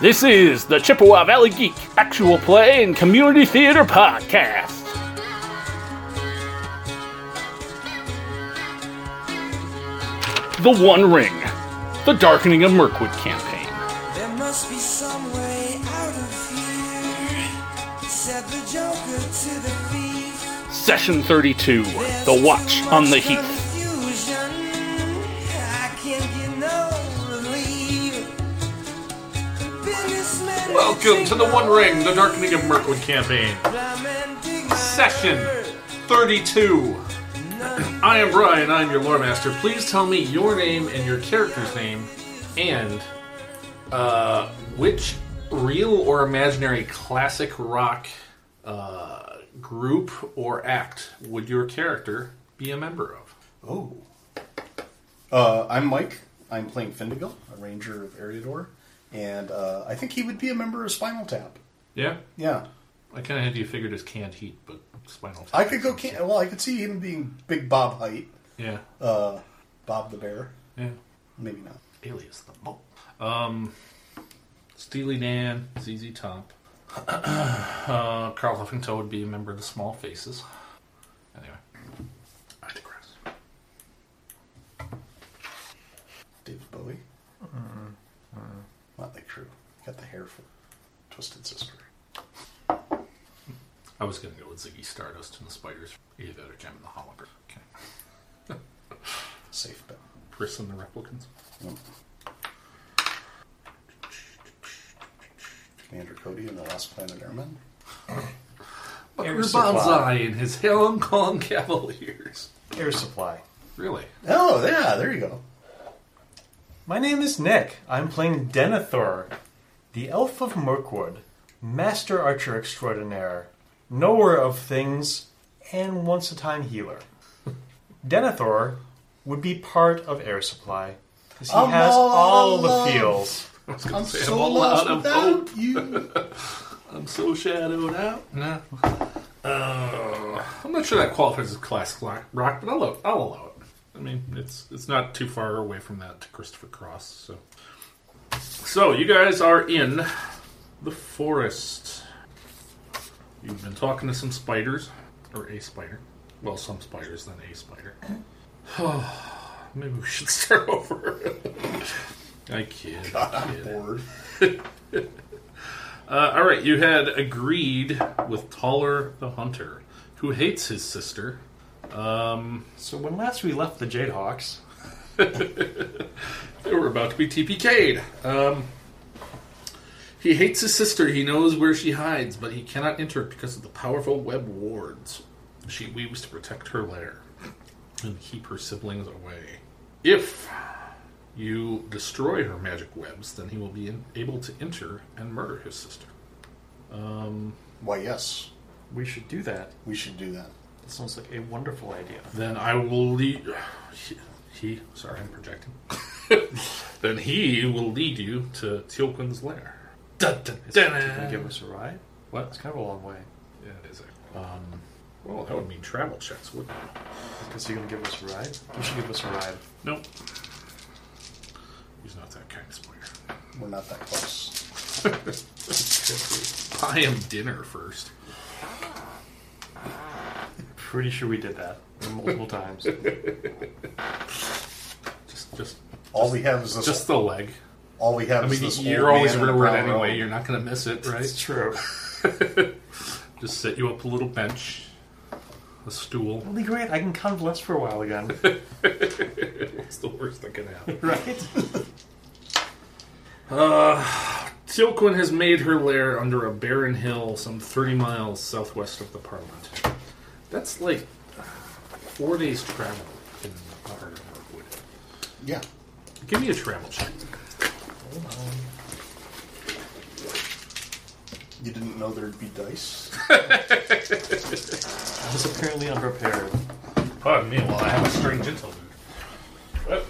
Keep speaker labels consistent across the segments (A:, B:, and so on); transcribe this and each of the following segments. A: This is the Chippewa Valley Geek Actual Play and Community Theater Podcast. The One Ring, the Darkening of Mirkwood campaign.
B: There must be some way out of here, said the Joker to the thief.
A: Session 32 The Watch on the Heath.
B: Confusion. I can't get no relief. Businessmen
C: Welcome to the One Ring, the Darkening of Mirkwood campaign, session 32. I am Brian, I am your lore master. Please tell me your name and your character's name, and uh, which real or imaginary classic rock uh, group or act would your character be a member of?
D: Oh. Uh, I'm Mike. I'm playing Fendigal, a ranger of Eriador, and uh, I think he would be a member of Spinal Tap.
C: Yeah,
D: Yeah,
C: I kind of had you figured as canned heat, but spinal. Tap
D: I could go. Can- well, I could see him being Big Bob height,
C: Yeah,
D: uh, Bob the Bear.
C: yeah.
D: Maybe not.
C: Alias the Mole. Um, Steely Dan, ZZ Top. uh, Carl Huffington would be a member of the Small Faces. Anyway, I digress.
D: David Bowie. Not like true. Got the hair for Twisted Sister.
C: I was going to go with Ziggy Stardust and the Spiders. Either that or Gem and the Holograph. Okay.
D: Safe bet.
C: Chris and the Replicants.
D: Nope. Commander Cody and the Lost Planet Airmen.
C: Buckaroo Banzai and his Hong Kong Cavaliers.
E: Air Supply.
C: Really?
D: Oh yeah, there you go.
E: My name is Nick. I'm playing Denethor, the Elf of Mirkwood, Master Archer Extraordinaire, Knower of Things, and Once a Time Healer. Denethor would be part of Air Supply, because he
D: I'm
E: has
D: all
E: all
D: alone.
E: the feels.
C: I was
D: I'm
C: gonna say,
D: so
C: all
D: lost
C: out of
D: without
C: hope.
D: you.
C: I'm so shadowed out. No. Uh, I'm not sure that qualifies as classic lo- rock, but I'll, allow- I'll allow it. I mean, it's it's not too far away from that to Christopher Cross. So, so you guys are in the forest. You've been talking to some spiders, or a spider. Well, some spiders, then a spider. Maybe we should start over. I kid. I kid.
D: Bored.
C: Uh, all right, you had agreed with Taller the Hunter, who hates his sister.
E: So when last we left the Jadehawks,
C: They were about to be TPK'd. Um, he hates his sister. He knows where she hides, but he cannot enter because of the powerful web wards she weaves to protect her lair and keep her siblings away. If you destroy her magic webs, then he will be in- able to enter and murder his sister.
D: Why, yes,
E: we should do that.
D: we should do that.
E: That sounds like a wonderful idea.
C: Then I will lead. He, he- sorry, I'm projecting. then he will lead you to Teal'c's lair. Dun, dun,
E: Is
C: dun,
E: that even
C: dun.
E: give us a ride? That's
C: What?
E: kind of a long way.
C: Yeah, it is. Um, well, that would mean travel checks, wouldn't it?
E: Is he going to give us a ride? He should give us a ride.
C: Nope. He's not that kind of spider.
D: We're not that close.
C: Buy him dinner first.
E: Pretty sure we did that multiple times.
C: Just, just,
D: All we have is this.
C: just the leg.
D: all we have
C: I
D: is
C: mean,
D: this.
C: you're
D: old
C: always
D: man in a
C: rearward
D: brown
C: anyway.
D: robe.
C: You're not going to miss it, right?
E: It's true.
C: Just set you up a little bench, a stool.
E: Really great. I can convalesce for a while again.
C: What's the worst that can happen?
E: right?
C: Silquin has made her lair under a barren hill some 30 miles southwest of the Parliament. That's like four days' travel in the heart of Norwood.
D: Yeah.
C: Give me a travel check.
D: You didn't know there'd be dice.
E: I was apparently unprepared.
C: Pardon me while I have a strange Oh, interlude.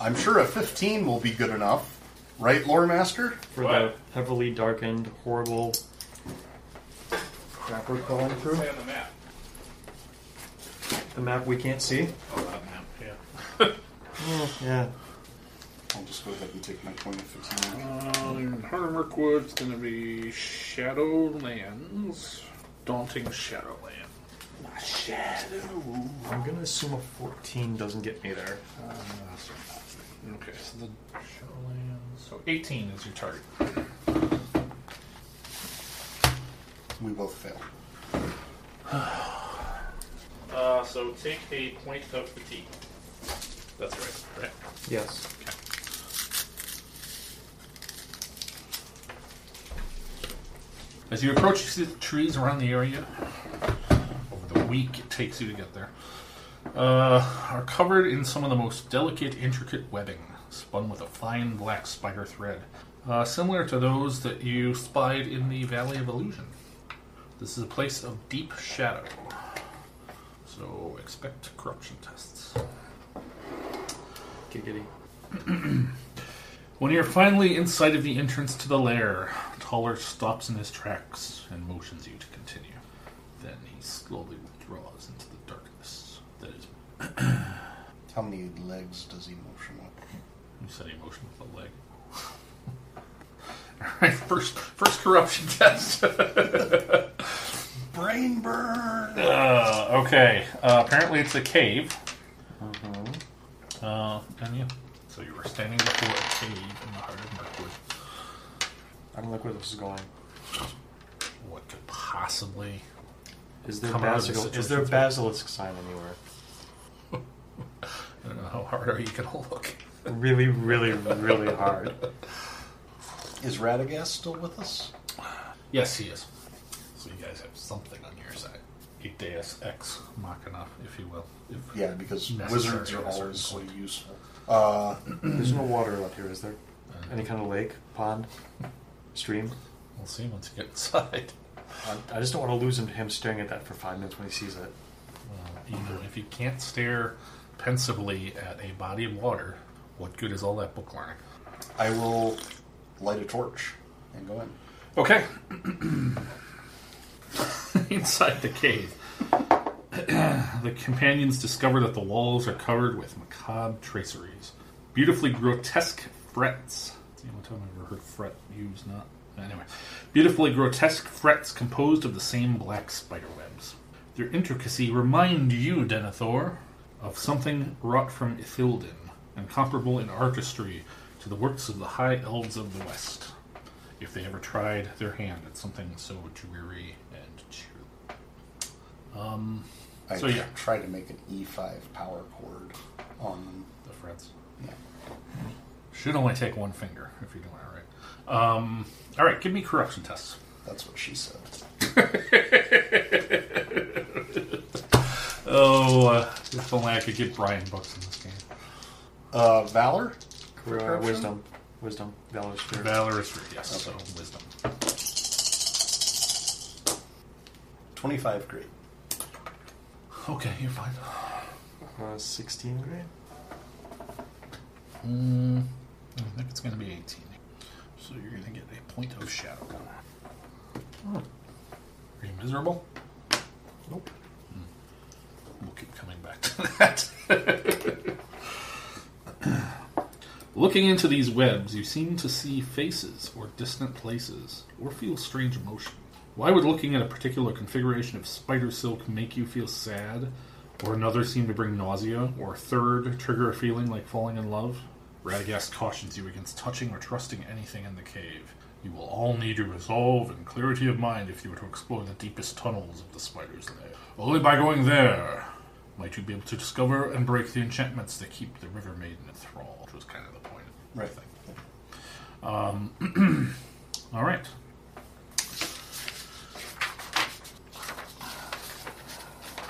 D: I'm sure a 15 will be good enough, right, lore master?
E: For
C: Right.
E: the heavily darkened, horrible crap we're crawling through.
C: on the map.
E: The map we can't see.
C: Oh, that map, yeah.
E: Yeah.
D: I'll just go ahead and take my point of fatigue.
C: Um, Harder Merkwood's gonna be Shadowlands, Daunting Shadowland. Shadow.
F: I'm gonna assume a 14 doesn't get me there.
C: Okay, so the Shadowlands. So 18 is your target.
D: We both fail.
G: Uh, so take a point of fatigue.
C: That's right. Right.
F: Yes.
C: As you approach, you see the trees around the area. Over the week it takes you to get there, uh, are covered in some of the most delicate, intricate webbing, spun with a fine black spider thread, uh, similar to those that you spied in the Valley of Illusion. This is a place of deep shadow, so expect corruption tests.
F: Giggity.
C: When you're finally in sight of the entrance to the lair, Toller stops in his tracks and motions you to continue. Then he slowly withdraws into the darkness. That is,
D: How many legs does he motion with?
C: you said he motioned with a leg. Alright, first, first corruption test.
D: Brain burn!
C: uh, okay, uh, apparently it's a cave. Uh, and yeah, so you were standing before a cave in the heart of Mirkwood.
F: I don't like where this is going.
C: What could possibly
F: Is there
C: Come out of this
F: basilisk? Is there
C: situation.
F: basilisk sign anywhere?
C: I don't know how hard are you gonna look.
F: Really, really, really hard.
D: Is Radagast still with us?
C: Yes, he is. So you guys have something on your side. A Deus Ex Machina, if you will. If
D: Yeah, because
C: Necessary
D: wizards are
C: at a certain
D: always so
C: point.
D: useful. Uh,
F: There's no water up here, is there? Any kind of lake, pond, stream?
C: We'll see once you get inside.
F: I, I just don't want to lose him to him staring at that for five minutes when he sees it.
C: Even if you can't stare pensively at a body of water, what good is all that book learning?
D: I will light a torch and go in.
C: Okay. Inside the cave, the companions discover that the walls are covered with macabre traceries, beautifully grotesque frets. It's the only time I've ever heard fret used, not. Anyway, beautifully grotesque frets composed of the same black spiderwebs. Their intricacy remind you, Denethor, of something wrought from Ithildan and comparable in artistry to the works of the high elves of the West if they ever tried their hand at something so dreary and cheerless.
D: I
C: So, yeah.
D: try to make an E5 power cord on them.
C: The frets.
D: Yeah.
C: Should only take one finger if you're doing it right. Um, all right, give me corruption tests.
D: That's what she said.
C: Oh, uh, if only I could get Brian books in this game.
D: Uh, Valor?
F: Uh, wisdom, wisdom, valor, spirit.
C: Valor is three, yes,
D: Okay.
C: so wisdom.
D: 25 grade.
C: Okay, you're fine.
F: Uh, 16 grade.
C: Mm, I think it's going to be 18. So you're going to get a point of shadow. Are you miserable? Hmm.
F: Nope.
C: We'll keep coming back to that. Looking into these webs, you seem to see faces or distant places, or feel strange emotion. Why would looking at a particular configuration of spider silk make you feel sad, or another seem to bring nausea, or a third trigger a feeling like falling in love? Radagast cautions you against touching or trusting anything in the cave. You will all need your resolve and clarity of mind if you were to explore the deepest tunnels of the spider's lair. Only by going there might you be able to discover and break the enchantments that keep the river maiden in thrall, which was kind of the point.
D: Right.
C: All right.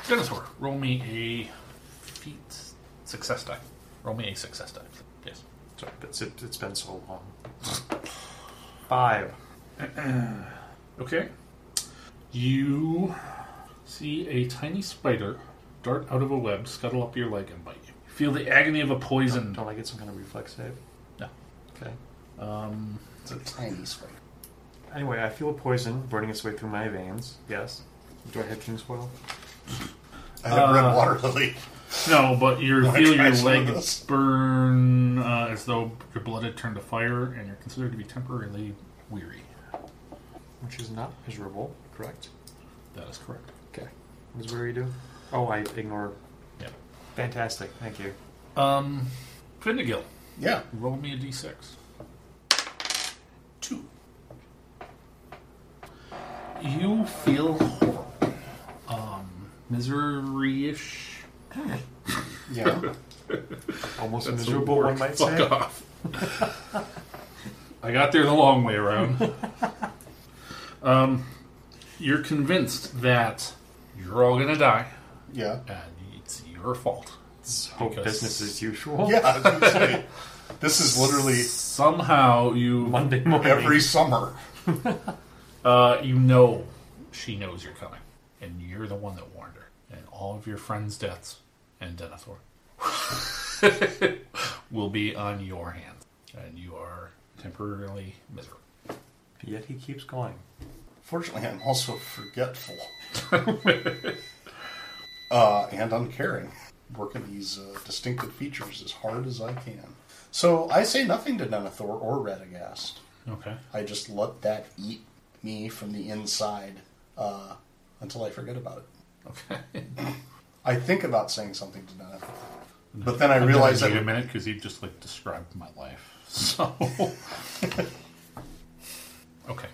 C: Denethor, roll me a feat success die. Roll me a success die. Yes.
F: Sorry, but it's, it's been so long. Five.
C: Okay. You see a tiny spider dart out of a web, scuttle up your leg, and bite you. Feel the agony of a poison.
F: Don't I get some kind of reflex save?
C: No.
F: Okay.
D: It's a tiny spider.
F: Anyway, I feel a poison burning its way through my veins. Yes. Do I have King's Foil?
D: I have red water lily.
A: No, but you feel
D: try
A: your
D: some of
A: legs
D: this?
A: burn uh, as though your blood had turned to fire, and you're considered to be temporarily weary.
E: which is not miserable, correct?
A: That is correct.
E: Okay. What does weary do? Oh, I ignore.
A: Yeah.
E: Fantastic. Thank you.
A: Um, Finnegill,
D: Yeah.
A: roll me a d6.
D: Two.
A: You feel horrible. Um, misery-ish.
D: Yeah.
C: That's
E: Almost
C: a
E: miserable,
C: word.
E: one might
C: Fuck
E: say.
C: off. I got there the long way around. um,
A: Um, You're convinced that you're all gonna die,
D: yeah.
A: and it's your fault.
E: Let's hope
A: Because-
E: business as usual.
D: Yeah. I was gonna say, this is literally
A: Somehow you
E: Monday morning.
D: every summer.
A: Uh, you know she knows you're coming, and you're the one that warned her, and all of your friends' deaths and Denethor will be on your hands, and you are temporarily miserable.
E: Yet he keeps going.
D: Fortunately, I'm also forgetful. uh, and uncaring. Working these uh, distinctive features as hard as I can. So I say nothing to Denethor or Radagast.
A: Okay.
D: I just let that eat me from the inside uh, until I forget about it.
A: Okay.
D: I think about saying something to Denethor. But then I realize
A: Wait a
D: that.
A: minute, because you just like described my life. So. okay.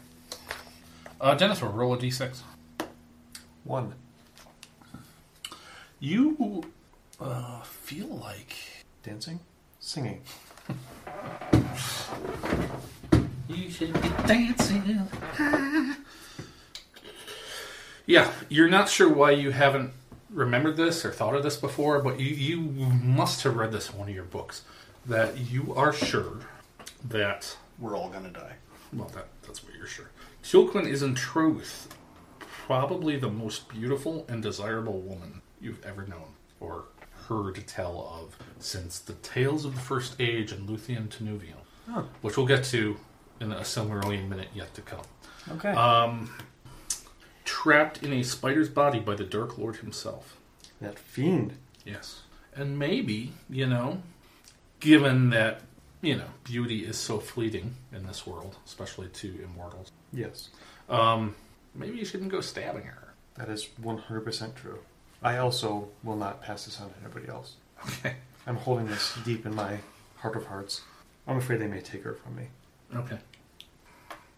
A: Uh, Denethor, roll a d6.
E: One.
A: You uh, feel like
E: Dancing? Singing.
A: you should be dancing.
C: yeah, you're not sure why you haven't remembered this or thought of this before, but you, you must have read this in one of your books that you are sure that
D: We're all gonna die.
C: Well, that, that's what you're sure. Silquin is in truth probably the most beautiful and desirable woman you've ever known or heard tell of since the Tales of the First Age and Luthien Tenuvium, which we'll get to in a similarly minute yet to come.
E: Okay.
C: Trapped in a spider's body by the Dark Lord himself.
E: that fiend.
C: Yes. And maybe, you know, given that, you know, beauty is so fleeting in this world, especially to immortals,
E: Yes.
C: maybe you shouldn't go stabbing her.
E: That is 100% true. I also will not pass this on to anybody else.
C: Okay.
E: I'm holding this deep in my heart of hearts. I'm afraid they may take her from me.
C: Okay.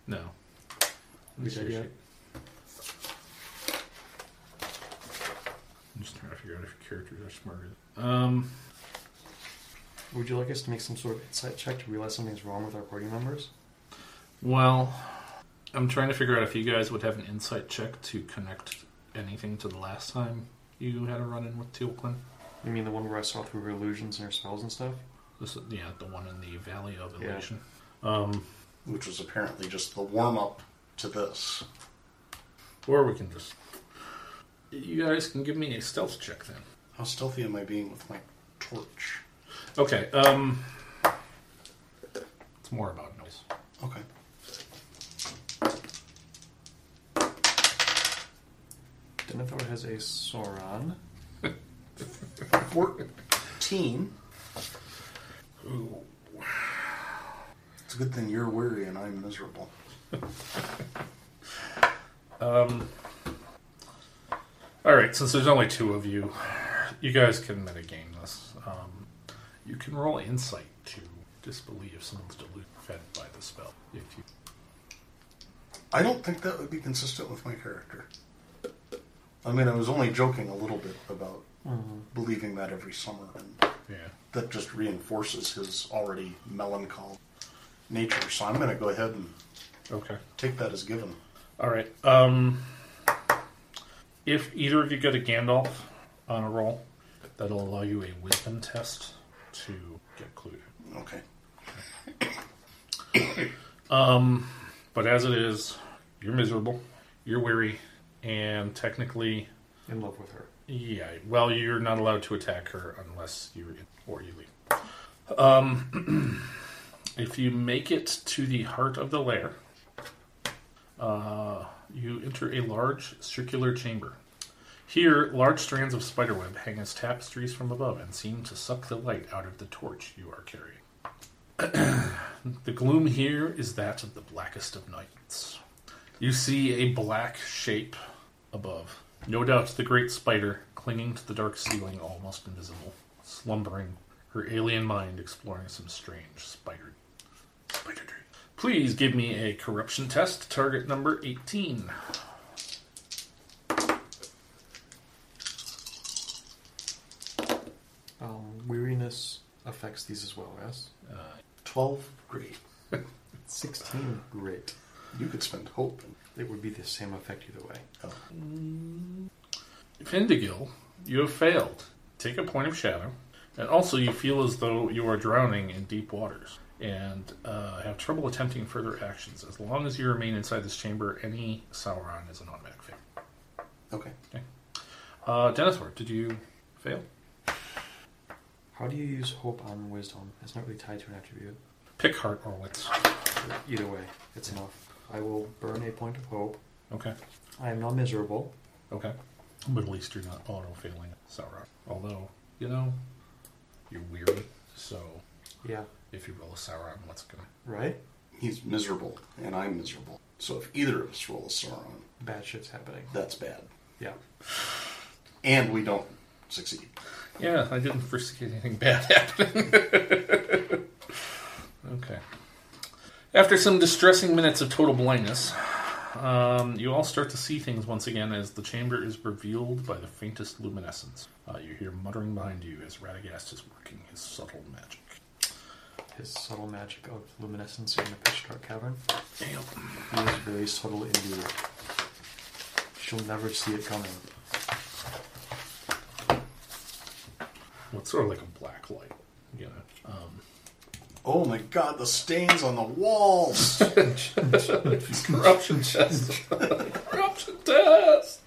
C: No.
E: We dead yet?
C: I'm just trying to figure out if your characters are smarter. Um,
E: Would you like us to make some sort of insight check to realize something's wrong with our party members?
C: well, I'm trying to figure out if you guys would have an insight check to connect anything to the last time you had a run in with Teal'c.
E: You mean the one where I saw through her illusions and her spells and stuff?
C: This is, yeah, the one in the Valley of
E: Yeah.
C: Illusion.
D: Which was apparently just the warm up to this.
C: Or we can just. You guys can give me a stealth check then.
D: How stealthy am I being with my torch?
C: Okay, um. It's more about noise.
D: Okay.
E: Denethor has a Sauron.
D: 14. It's a good thing you're weary and I'm miserable.
C: All right, since there's only two of you, you guys can metagame this. Um, you can roll insight to disbelieve if someone's deluded fed by the spell. If you
D: I don't think that would be consistent with my character. I mean, I was only joking a little bit about believing that every summer, and
C: yeah,
D: that just reinforces his already melancholy nature. So I'm going to go ahead and
C: okay,
D: take that as given.
C: all right. Um, if either of you get a Gandalf on a roll, that'll allow you a Wisdom test to get clued.
D: Okay.
C: But as it is, you're miserable, you're weary, and technically
E: In love with her.
C: Yeah, well, you're not allowed to attack her unless you or you leave. Um, if you make it to the heart of the lair, uh, you enter a large circular chamber. Here, large strands of spiderweb hang as tapestries from above and seem to suck the light out of the torch you are carrying. the gloom here is that of the blackest of nights. You see a black shape above. No doubt the great spider clinging to the dark ceiling, almost invisible, slumbering, her alien mind exploring some strange spider. Spider dream. Please give me a corruption test, target number 18.
E: Um, weariness affects these as well, yes?
D: 12? Great.
E: 16. Great.
D: You could spend hope. And,
E: It would be the same effect either way.
C: Findigil, you have failed. Take a point of shadow, and also you feel as though you are drowning in deep waters, and uh, have trouble attempting further actions. As long as you remain inside this chamber, any Sauron is an automatic fail.
D: okay.
C: Uh, Denethor, did you fail?
E: How do you use hope on wisdom? It's not really tied to an attribute.
C: Pick heart or wits.
E: but Either way, it's enough. I will burn a point of hope.
C: Okay,
E: I am not miserable.
C: okay. But at least you're not auto failing Sauron. Although, you know, you're weary, so
E: Yeah.
C: if you roll a Sauron, what's going to.
E: Right?
D: He's miserable, and I'm miserable. So if either of us roll a Sauron,
E: Bad shit's happening.
D: that's bad.
E: Yeah.
D: And we don't succeed.
C: Yeah, I didn't foresee anything bad happening. okay. After some distressing minutes of total blindness, um, you all start to see things once again as the chamber is revealed by the faintest luminescence. Uh, you hear muttering behind you as Radagast is working his subtle magic.
E: His subtle magic of luminescence in the pitch dark cavern.
C: Damn.
E: He is very subtle indeed. She'll never see it coming.
C: Well, it's sort of like a black light, you know.
D: Oh my god, the stains on the walls!
C: corruption test. corruption test.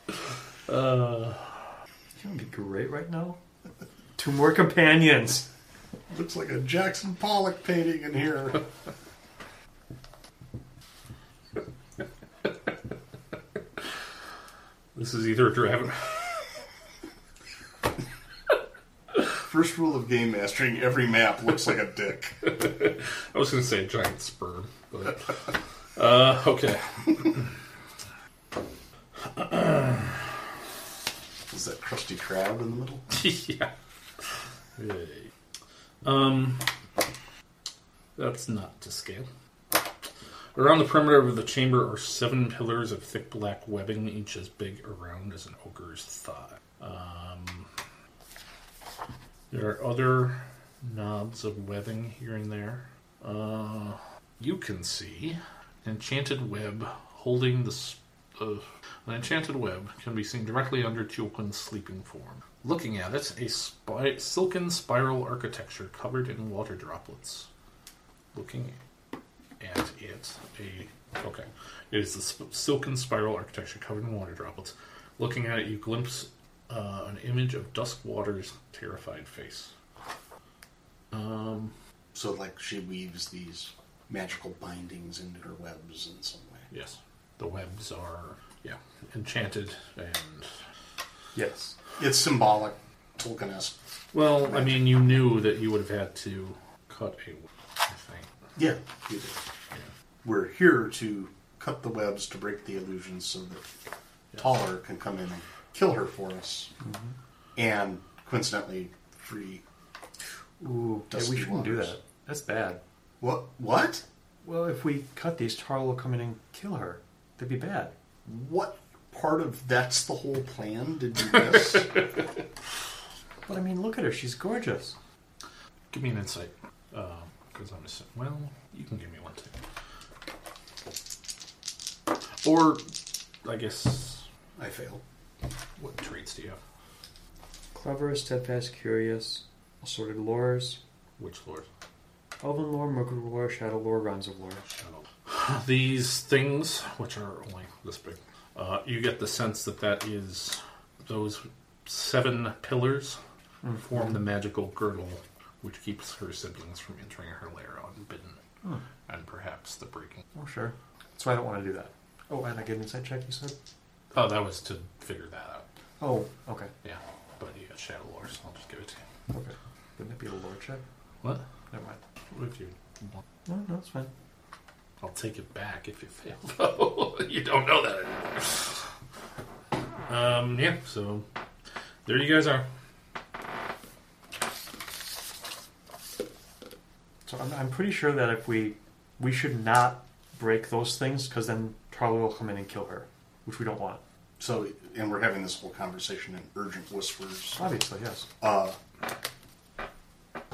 E: You would be great right now. Two more companions.
D: Looks like a Jackson Pollock painting in here.
C: This is either a dragon.
D: First rule of game mastering every map looks like a dick.
C: I was going to say a giant sperm, but uh, okay.
D: Is that crusty crab in the middle?
C: yeah. Hey. Um, that's not to scale. Around the perimeter of the chamber are seven pillars of thick black webbing, each as big around as an ogre's thigh. Um, there are other knobs of webbing here and there. Uh, you can see an enchanted web holding the. s- Uh, an enchanted web can be seen directly under Tulkin's sleeping form. Looking at it, a spi- silken spiral architecture covered in water droplets. Looking at it, a. Okay. It is the sp- silken spiral architecture covered in water droplets. Looking at it, you glimpse uh, an image of Dusk Water's terrified face.
D: So, like, she weaves these magical bindings into her webs in some way.
C: Yes. The webs are, yeah, enchanted and
E: Yes.
D: It's symbolic, Tolkien-esque.
C: Well, I mean, you knew that you would have had to cut a web, I think.
D: Yeah, you do. We're here to cut the webs to break the illusions so that Taller can come in and kill her for us.
E: Mm-hmm.
D: And coincidentally, free.
E: Ooh, yeah,
D: Dusty
E: we shouldn't do
D: waters.
E: that. That's bad.
D: What? What?
E: Well, if we cut these, Tara will come in and kill her. That'd be bad.
D: What part of that's the whole plan did you miss?
E: But I mean, look at her. She's gorgeous.
C: Give me an insight. Because I'm just well, you can give me one too. Or, I guess,
D: I failed.
C: what traits do you have?
E: Clever, steadfast, curious, assorted lores,
C: Which lord?
E: elven lore, mercury lore, shadow lore, rounds of lore.
C: These things, which are only this big, uh, you get the sense that that is those seven pillars form the magical girdle which keeps her siblings from entering her lair unbidden, and perhaps the breaking.
E: Oh, sure. That's why I don't want to do that. Oh, and I get an insight check, you said?
C: Oh, that was to figure that out.
E: Oh, okay.
C: Yeah, but you got Shadow Lore, so I'll just give it to you.
E: Okay. Wouldn't it be a lore check?
C: What?
E: Never mind.
C: If you want,
E: No, no, it's fine.
C: I'll take it back if you fail, though. you don't know that anymore. Um, yeah, so there you guys are.
E: So I'm, I'm pretty sure that if we we should not break those things because then Charlie will come in and kill her, which we don't want.
D: So, and we're having this whole conversation in urgent whispers.
E: Obviously, yes.
D: Uh, but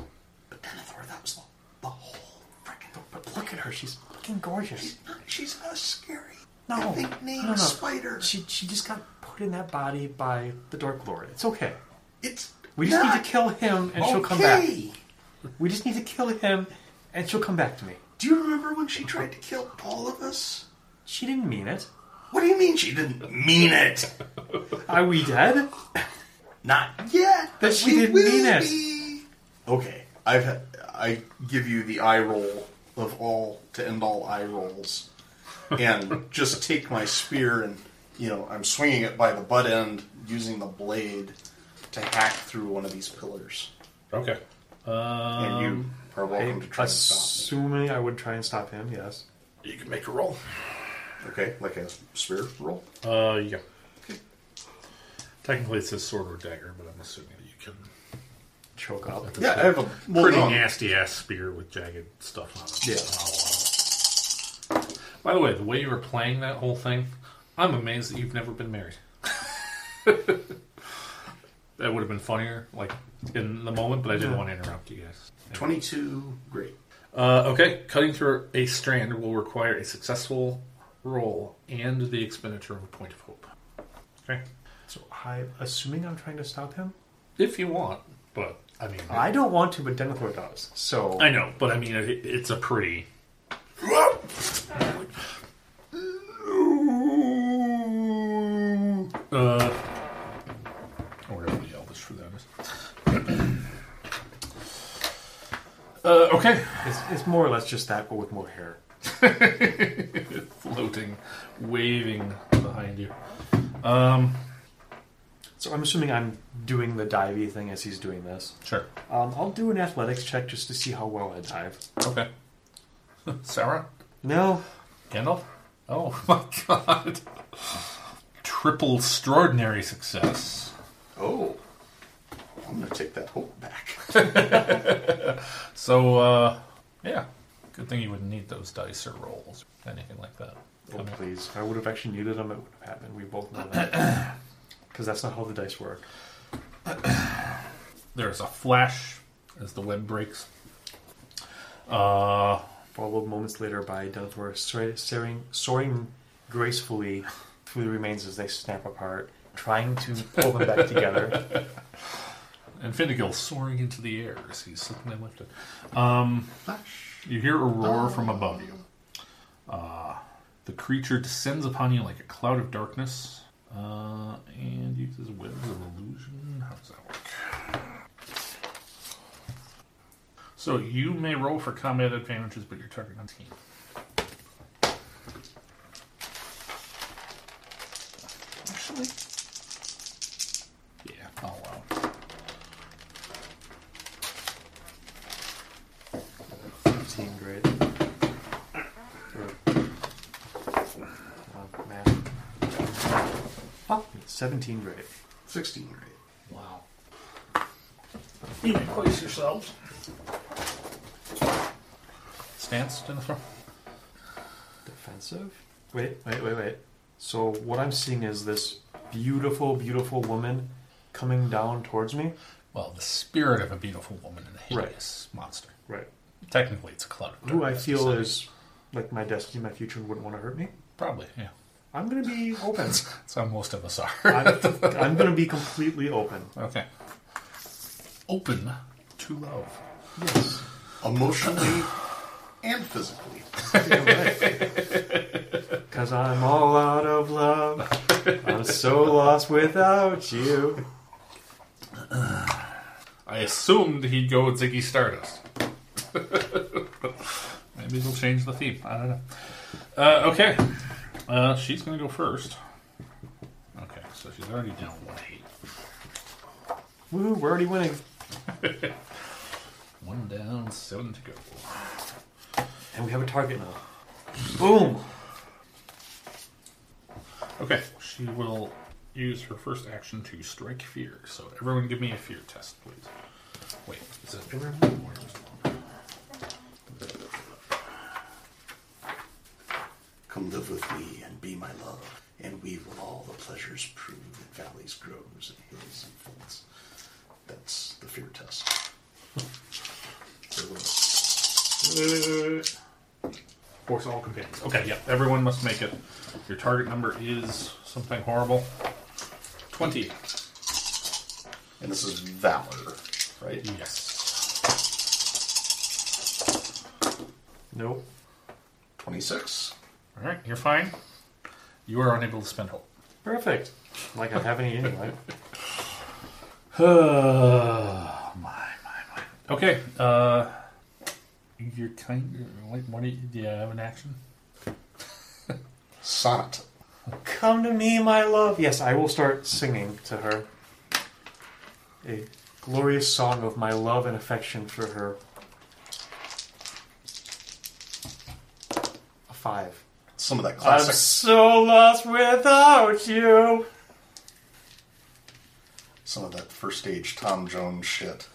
D: Denethor, that was the, the whole freaking.
E: But look at her; she's fucking gorgeous.
D: She's a scary.
E: No,
D: big name
E: no, no.
D: spider.
E: She she just got put in that body by the Dark Lord. It's okay.
D: It's
E: We just
D: not
E: need to kill him, and she'll come back.
D: okay.
E: We just need to kill him, and she'll come back to me.
D: Do you remember when she tried to kill all of us?
E: She didn't mean it.
D: What do you mean she didn't mean it?
E: Are we dead?
D: Not yet.
E: But she didn't mean it.
D: it. Okay, I've had, I give you the eye roll of all to end all eye rolls, and just take my spear and you know I'm swinging it by the butt end using the blade to hack through one of these pillars,
C: Okay.
D: and you
E: Um,
D: are welcome to try and stop
E: Assuming I would try and stop him, yes.
C: You can make a roll.
D: me. Okay, like a spear roll.
C: Uh, yeah. Technically, it says sword or dagger, but I'm assuming that you can.
E: Choke up.
D: Yeah, I have a well, um,
C: pretty
D: no,
C: nasty ass spear with jagged stuff on it. Wow, wow.
E: Yeah.
C: By the way, the way you were playing that whole thing, I'm amazed that you've never been married. that would have been funnier, like in the moment, but I didn't want to interrupt you guys.
D: Twenty-two, great.
C: Uh, okay, cutting through a strand will require a successful roll and the expenditure of a point of hope. Okay,
E: So I, assuming I'm trying to stop him,
C: if you want, but I mean,
E: I don't want to, but Denethor does. So
C: I know, but I mean, it, it's a pretty. Uh, or whatever the Elvish for that is. uh, okay.
E: it's, it's more or less just that, but with more hair.
C: Floating, waving behind you. Um,
E: So I'm assuming I'm doing the divey thing as he's doing this.
C: sure.
E: Um, I'll do an athletics check just to see how well I dive.
C: Okay. Sarah?
E: No,
C: Gandalf? Oh my god. Triple extraordinary success.
D: Oh, I'm gonna take that hope back.
A: So, uh, yeah. Good thing you wouldn't need those dice or rolls, anything like that.
E: oh, please. If I would have actually needed them, it would have happened. We both know that. Because that's not how the dice work.
A: There's a flash as the web breaks. Uh,
E: Followed moments later by Denethor sar- soaring, soaring gracefully through the remains as they snap apart, trying to pull them back together.
A: and Finnegill soaring into the air as he's suddenly lifted. Um, you hear a roar from above you. Uh, the creature descends upon you like a cloud of darkness uh, and uses webs of illusion. How does that work? So you may roll for combat advantages, but you're targeting on team. Actually, yeah, oh, I'll allow it.
E: Seem great. Or- oh, man. Oh, 17 grade.
D: Sixteen, great.
C: Wow.
A: You may place yourselves. Stance, Jennifer?
E: Defensive? Wait, wait, wait, wait. So what I'm seeing is this beautiful, beautiful woman coming down towards me.
A: Well, the spirit of a beautiful woman and a hideous monster.
E: Right.
A: Technically, it's a cloud of
E: Who I
A: darkness,
E: feel
A: so-
E: is like my destiny, my future wouldn't want to hurt me.
A: Probably, yeah.
E: I'm gonna be open.
A: That's how most of us are.
E: I'm, I'm gonna be completely open.
A: okay. Open to love.
E: Yes.
D: emotionally and physically.
E: Cause I'm all out of love. I'm so lost without you.
A: I assumed he'd go with Ziggy Stardust. Maybe they'll change the theme. I don't know. Uh, okay. Uh, she's going to go first. Okay,
C: So she's already down one hate.
E: Woohoo, we're already winning.
C: One down, seven to go.
E: And we have a target now. Boom!
C: Okay, she will use her first action to strike fear. So everyone, give me a fear test, please. Wait, is it everyone? Or just one?
D: Come live with me and be my love, and we will all the pleasures prove that valleys, groves, and hills and folds. That's the fear test. So,
C: Force all companions. Okay, yeah, everyone must make it. Your target number is something horrible. Twenty.
D: and this is valor, right?
C: Yes.
E: Nope.
D: 26.
C: All right, you're fine. You are unable to spend hope.
E: Perfect. Like I have any anyway.
C: Oh my, my, my. Okay, uh, you're kind of like, what do you, do you have an action?
D: Sonnet.
E: Come to me, my love. Yes, I will start singing to her. A glorious song of my love and affection for her. A five.
D: Some of that
E: I'm
D: classic,
E: so lost without you.
D: some of that first stage Tom Jones shit.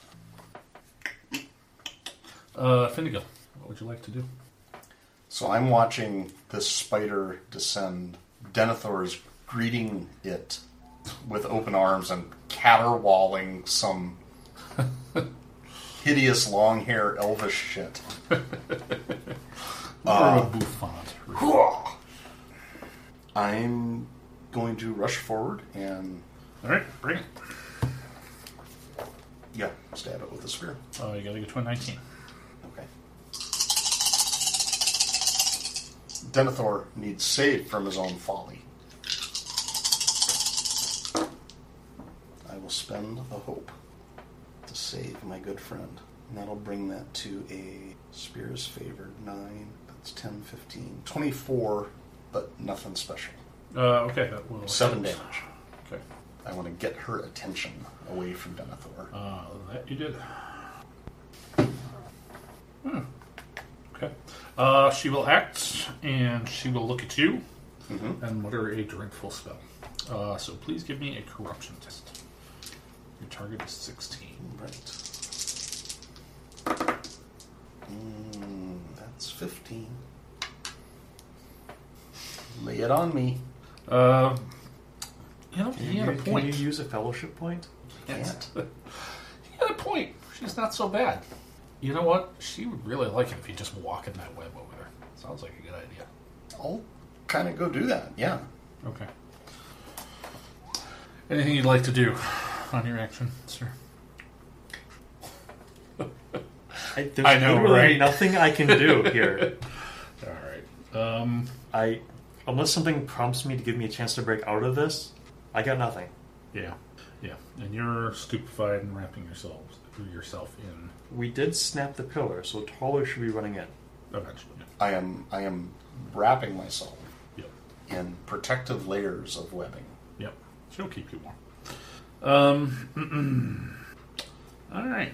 C: Uh, Finnegan, what would you like to do?
D: So I'm watching this spider descend. Denethor is greeting it with open arms and caterwauling some hideous long hair elvish shit.
C: or a bouffant.
D: I'm going to rush forward and
C: All right, bring it.
D: yeah, stab it with a spear.
C: Oh, you gotta get to a 19.
D: Okay. Denethor needs save from his own folly. I will spend the hope to save my good friend. And that'll bring that to a Spear's favored 9, that's 10, 15, 24, but nothing special.
C: Uh, okay, that will.
D: 7 damage.
C: Okay.
D: I want to get her attention away from Denethor.
C: Uh, that you did. Hmm. Okay. Uh, she will act, and she will look at you, and mutter a dreadful spell. Uh, so please give me a corruption test. Your target is 16.
D: Right. Mm, that's 15. Lay it on me.
C: Uh, you know, he had a
E: You- Can you
C: point.
E: use a fellowship point?
D: Can't.
C: He had a point. She's not so bad. You know what? She would really like it if you just walk in that web over there. Sounds like a good idea.
D: I'll kind of go do that, yeah.
C: Okay. Anything you'd like to do on your action, sir?
E: I, there's
C: I know,
E: literally
C: right?
E: nothing I can do here.
C: All right. Um,
E: I, unless something prompts me to give me a chance to break out of this, I got nothing.
C: yeah, yeah. And you're stupefied and wrapping yourselves yourself in
E: We did snap the pillar, so Taller should be running in.
C: eventually.
D: I am I am wrapping myself
C: Yep.
D: in protective layers of webbing.
C: Yep. She'll keep you warm. Um. all right.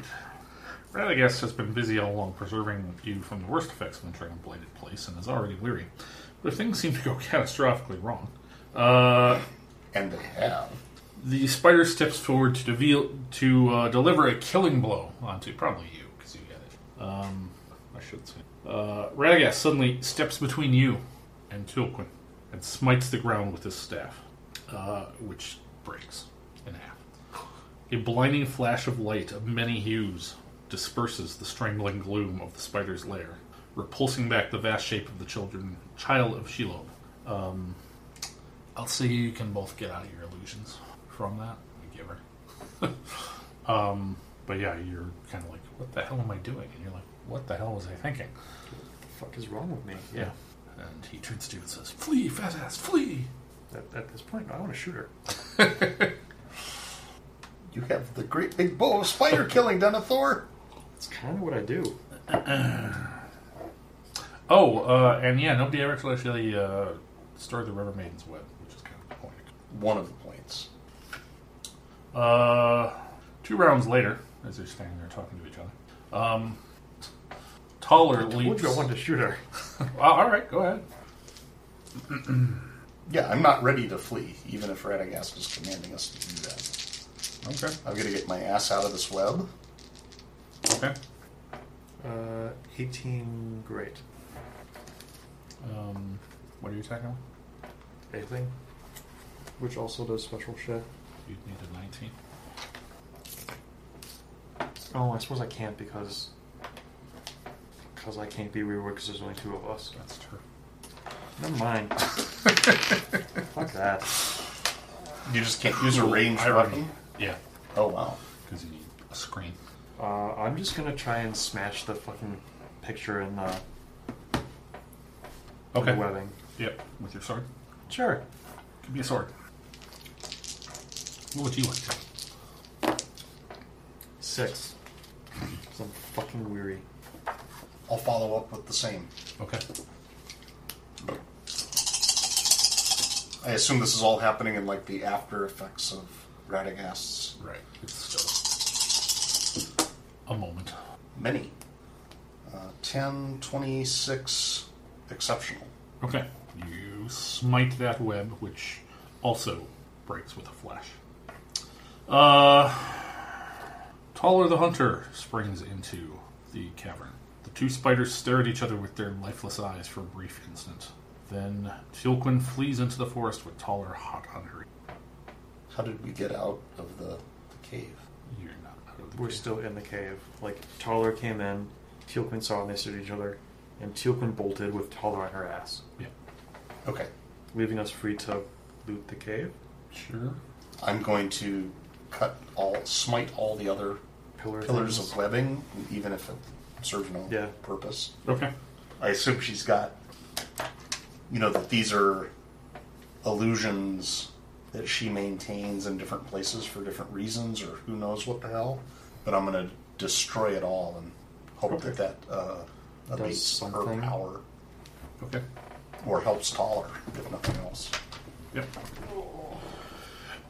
C: Radagast has been busy all along preserving you from the worst effects of entering a bladed place and is already weary. But if things seem to go catastrophically wrong, uh,
D: And they have.
C: the spider steps forward to deveal, to uh, deliver a killing blow onto probably you because you get it. Um, I should say. Uh, Radagast suddenly steps between you and Tulquin and smites the ground with his staff, uh, which breaks in half. A blinding flash of light of many hues disperses the strangling gloom of the spider's lair, repulsing back the vast shape of the children, child of Shelob. I'll see you can both get out of your illusions from that. I give her. um, but yeah, you're kind of like, what the hell am I doing? And you're like, what the hell was I thinking?
E: fuck is wrong with me?
C: Yeah. And he turns to you and says, flee, fat ass, flee!
E: At, at this point, I want to shoot her.
D: You have the great big bow of spider killing, Denethor.
E: That's kind of what I do.
C: Oh, uh, and yeah, nobody ever actually uh, started the River Maiden's Web, which is kind of the point.
D: one of the points.
C: Uh, two rounds later, as they're standing there talking to each other, um, Taller leaps.
E: to shoot her.
C: Oh, all right, go ahead.
D: Yeah, I'm not ready to flee, even if Radagast is commanding us to do that.
C: Okay.
D: I'm gonna get my ass out of this web.
C: Okay.
E: Uh, 18, great.
C: Um, what are you attacking? with?
E: Anything? Which also does special shit.
C: You need a 19.
E: Oh, I suppose I can't because because I can't be reworked because there's only two of us.
C: That's true.
E: Never mind. Fuck that.
D: You just can't use a ranged
C: irony.
D: weapon.
C: Yeah,
D: Oh wow.
C: because you need a screen.
E: Uh, I'm just gonna try and smash the fucking picture in the,
C: Okay.
E: the webbing.
C: Yep. With your sword.
E: Sure.
C: Give me a sword. What would you like to?
E: Six. 'Cause I'm fucking weary.
D: I'll follow up with the same.
C: Okay.
D: I assume this is all happening in like the after effects of Radagast's
C: Right. It's still a moment.
D: many. Uh, 10, 26, exceptional.
C: Okay. You smite that web, which also breaks with a flash. Uh, Taller the Hunter springs into the cavern. The two spiders stare at each other with their lifeless eyes for a brief instant. Then Tilquin flees into the forest with Taller hot under.
D: How did we get out of the, the cave?
C: You're not out of the
E: We're
C: cave.
E: still in the cave. Like Taller came in, Teal'c saw and they stood each other, and Teal'c bolted with Taller on her ass,
C: Yeah.
D: Okay.
E: leaving us free to loot the cave.
C: Sure.
D: I'm going to cut all, smite all the other
E: Pillar
D: pillars
E: things.
D: of webbing, even if it serves no
E: Yeah.
D: purpose.
C: Okay.
D: I assume she's got, you know, that these are illusions that she maintains in different places for different reasons, or who knows what the hell. But I'm going to destroy it all and hope that that uh, abates her
E: something.
D: power
C: Okay.
D: or helps Taller, if nothing else.
C: Yep.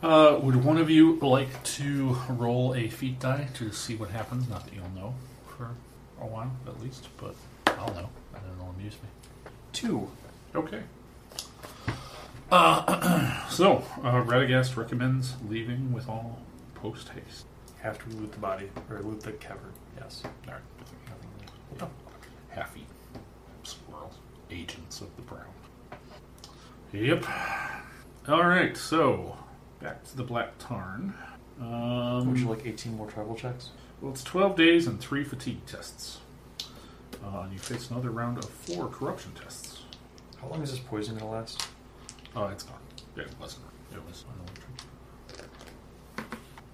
C: Uh, would one of you like to roll a feat die to see what happens? Not that you'll know for a while, at least, but I'll know, and it'll amuse me.
E: Two.
C: Okay. Uh, so, uh, Radagast recommends leaving with all post haste.
E: After we loot the body, or loot the cavern, yes.
C: All right. What the fuck? Half eaten. Squirrels. Agents of the Brown. Yep. All right, so back to the Black Tarn. Um,
E: Would you like 18 more travel checks?
C: Well, it's 12 days and three fatigue tests. Uh, and you face another round of four corruption tests.
E: How long is this poison gonna last?
C: Oh, it's gone. Yeah, it wasn't. It was an electric.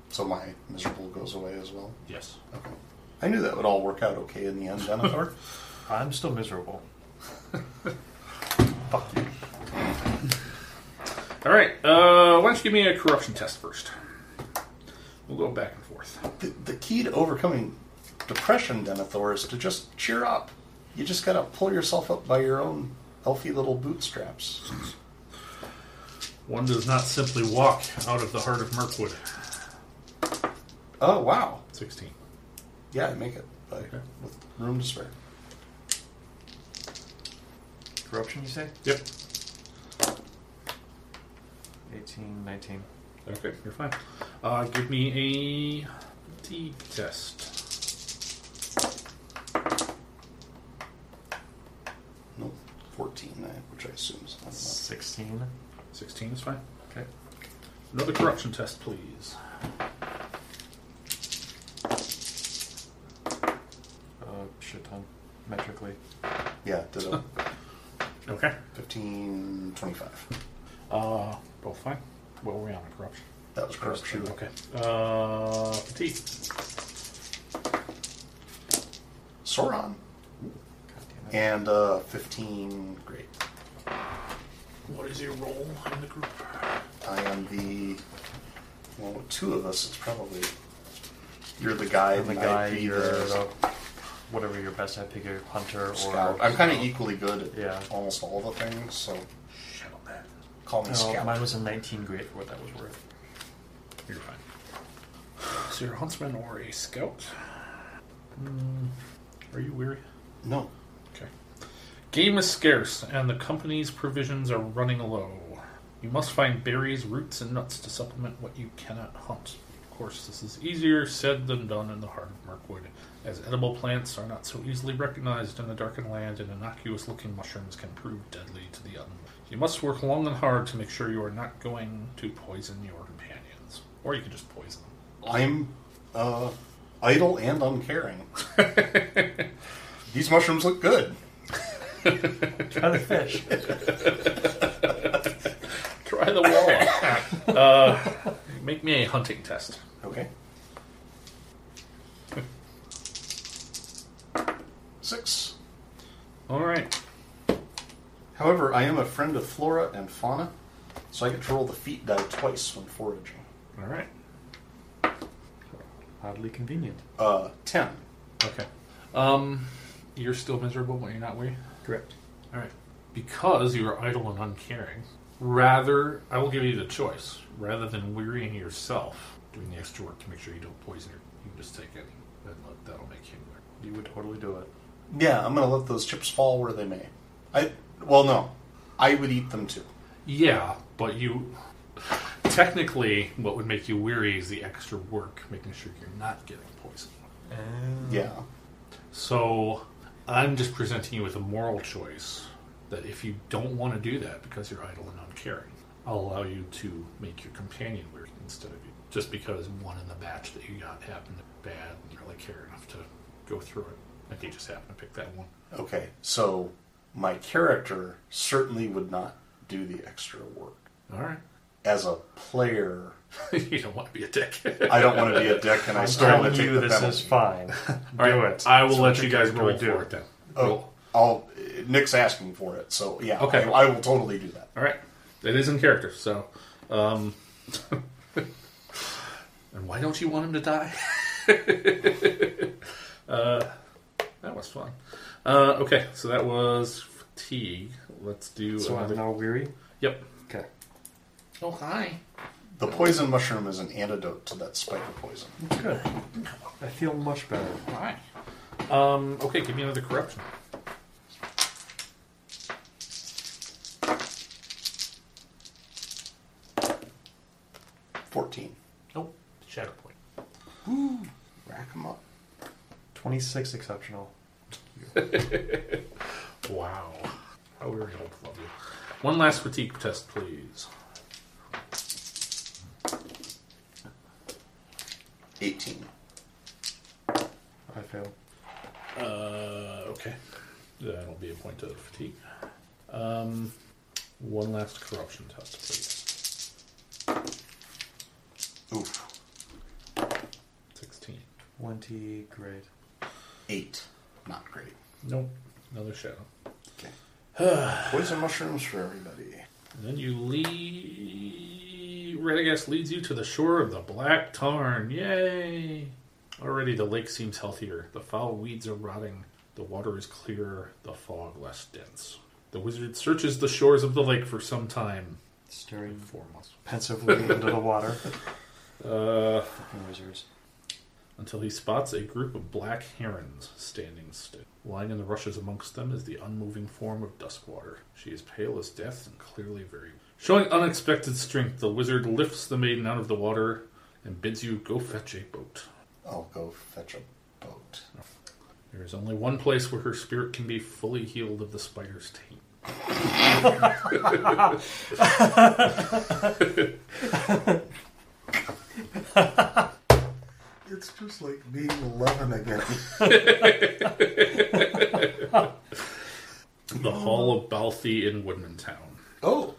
D: So my miserable goes away as well.
C: Yes.
D: Okay. I knew that would all work out okay in the end, Denethor.
E: I'm still miserable.
D: Fuck you.
C: All right. Uh, why don't you give me a corruption test first? We'll go back and forth.
D: The, the key to overcoming depression, Denethor, is to just cheer up. You just gotta pull yourself up by your own elfy little bootstraps.
C: One does not simply walk out of the heart of Mirkwood.
D: Oh wow!
C: 16.
D: Yeah, I make it but
C: Okay.
D: with room to spare.
E: Corruption, you say?
C: Yep.
E: 18, 19.
C: Okay, you're fine. Uh, give me a fatigue test.
D: Nope, fourteen, I- which I assume is not enough.
E: 16.
C: 16 is fine.
E: Okay.
C: Another corruption test, please.
E: Uh, shit ton. Metrically.
D: Yeah, ditto.
C: Okay.
D: 15, 25.
C: Uh, both fine. What were we on in corruption?
D: That was corruption.
C: Okay. Uh, fatigue.
D: Sauron
E: God damn it.
D: and uh, fifteen. Great.
C: What is your role in the group?
D: I am the well, with two of us. It's probably you're the guy,
E: I'm the
D: and
E: guy,
D: I'd be
E: you're oh,
D: the
E: the, whatever your best at, pick your hunter or.
D: Scout. I'm kind of equally good at
E: Yeah.
D: almost all the things, so
C: Shit on that.
D: Call me
E: No,
D: Scout.
E: mine was a 19 grit for what that was worth.
C: You're fine. So you're a huntsman or a scout? Hmm. Are you weary?
D: No.
C: Okay. Game is scarce, and the company's provisions are running low. You must find berries, roots, and nuts to supplement what you cannot hunt. Of course, this is easier said than done in the heart of Mirkwood, as edible plants are not so easily recognized in a darkened land, and innocuous looking mushrooms can prove deadly to the un. You must work long and hard to make sure you are not going to poison your companions. Or you can just poison them.
D: I'm uh, idle and uncaring. These mushrooms look good.
E: Try the fish.
C: Try the walleye. uh, make me a hunting test.
D: Okay. Six.
C: All right.
D: However, I am a friend of flora and fauna, so I get to roll the feet die twice when foraging.
C: All right.
E: Oddly convenient.
D: Uh, ten.
C: Okay. Um, you're still miserable, but you're not weary.
E: Correct.
C: All right. Because you are idle and uncaring, rather, I will give you the choice. Rather than wearying yourself doing the extra work to make sure you don't poison her, you can just take it and let, that'll make him weary.
E: You would totally do it.
D: Yeah, I'm gonna let those chips fall where they may. I well, no, I would eat them too.
C: Yeah, but you. Technically, what would make you weary is the extra work, making sure you're not getting poisoned.
D: Yeah.
C: So I'm just presenting you with a moral choice that if you don't want to do that because you're idle and uncaring, I'll allow you to make your companion weary instead of you. Just because one in the batch that you got happened bad and you really care enough to go through it. I think you just happen to pick that one.
D: Okay. So my character certainly would not do the extra work.
C: All right.
D: As a player,
C: you don't want to be a dick.
D: I don't want to be a dick, and I start
E: Telling
D: to take
E: you
D: the
E: this
D: penalty.
E: is fine.
C: All
E: do
C: right,
E: it.
C: I will
E: So
C: let
E: what
C: you
E: your
C: guys
E: character
C: roll
E: would do.
C: for it then.
D: Oh, I'll. Nick's asking for it, so yeah.
C: Okay.
D: I, I will totally do that.
C: All right. It is in character, so. Um, and why don't you want him to die? uh, that was fun. Uh, okay, so that was fatigue. Let's do
E: So I'm
C: another.
E: now weary.
C: Yep.
E: Okay.
C: Oh, hi.
D: The poison mushroom is an antidote to that spider poison.
E: Good. I feel much better.
C: Hi. Um, okay, give me another corruption.
D: Fourteen.
C: Nope. Shadow point.
D: Rack 'em up.
E: 26 exceptional.
C: Wow. Oh, How very old love you. One last fatigue test, please.
D: Eighteen.
E: I fail.
C: Uh, okay. That'll be a point of fatigue. Um, one last corruption test, please.
D: Oof.
C: 16.
E: 20 grit.
D: Eight. Not great.
C: Nope. Another shadow.
D: Okay. Poison mushrooms for everybody.
C: And then you lead. Radagast leads you to the shore of the Black Tarn. Yay! Already the lake seems healthier. The foul weeds are rotting. The water is clearer. The fog less dense. The wizard searches the shores of the lake for some time.
E: Staring
C: Four months.
E: pensively into the water.
C: Uh,
E: Fucking wizards.
C: until he spots a group of black herons standing still. Lying in the rushes amongst them is the unmoving form of Duskwater. She is pale as death and clearly very. Showing unexpected strength, the wizard lifts the maiden out of the water and bids you go fetch a boat.
D: I'll go fetch a boat.
C: There is only one place where her spirit can be fully healed of the spider's taint.
D: It's just like being 11 again.
C: The Hall of Balthy in Woodmantown.
D: oh!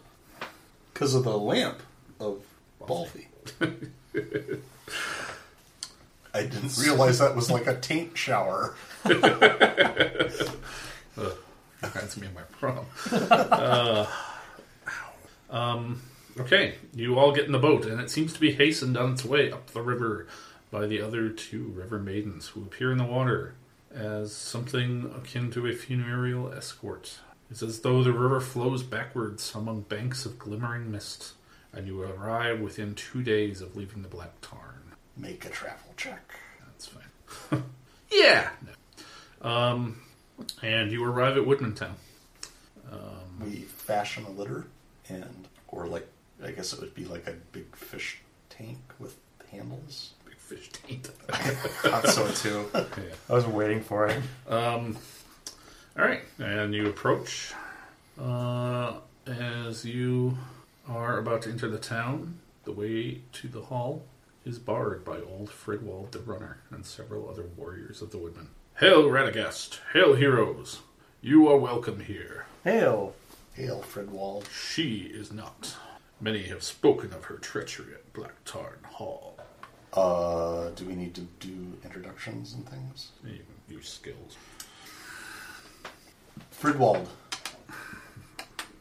D: Because of the lamp of Balfi. I didn't realize that was like a taint shower.
C: Reminds me of my prom. Uh, um, okay, you all get in the boat, and it seems to be hastened on its way up the river by the other two river maidens who appear in the water as something akin to a funereal escort. It's as though the river flows backwards among banks of glimmering mist, and you arrive within two days of leaving the Black Tarn.
D: Make a travel check.
C: That's fine. yeah! No. Um, and you arrive at Woodmantown.
D: We fashion a litter and, or like, I guess it would be like a big fish tank with handles.
C: Big fish taint.
D: Thought so too.
C: yeah.
E: I was waiting for it.
C: All right, and you approach. Uh, as you are about to enter the town, the way to the hall is barred by old Fridwald the Runner and several other warriors of the Woodmen. Hail, Radagast! Hail, heroes! You are welcome here.
E: Hail!
D: Hail, Fredwald.
C: She is not. Many have spoken of her treachery at Black Tarn Hall.
D: Uh, do we need to do introductions and things?
C: You use skills.
D: Fridwald,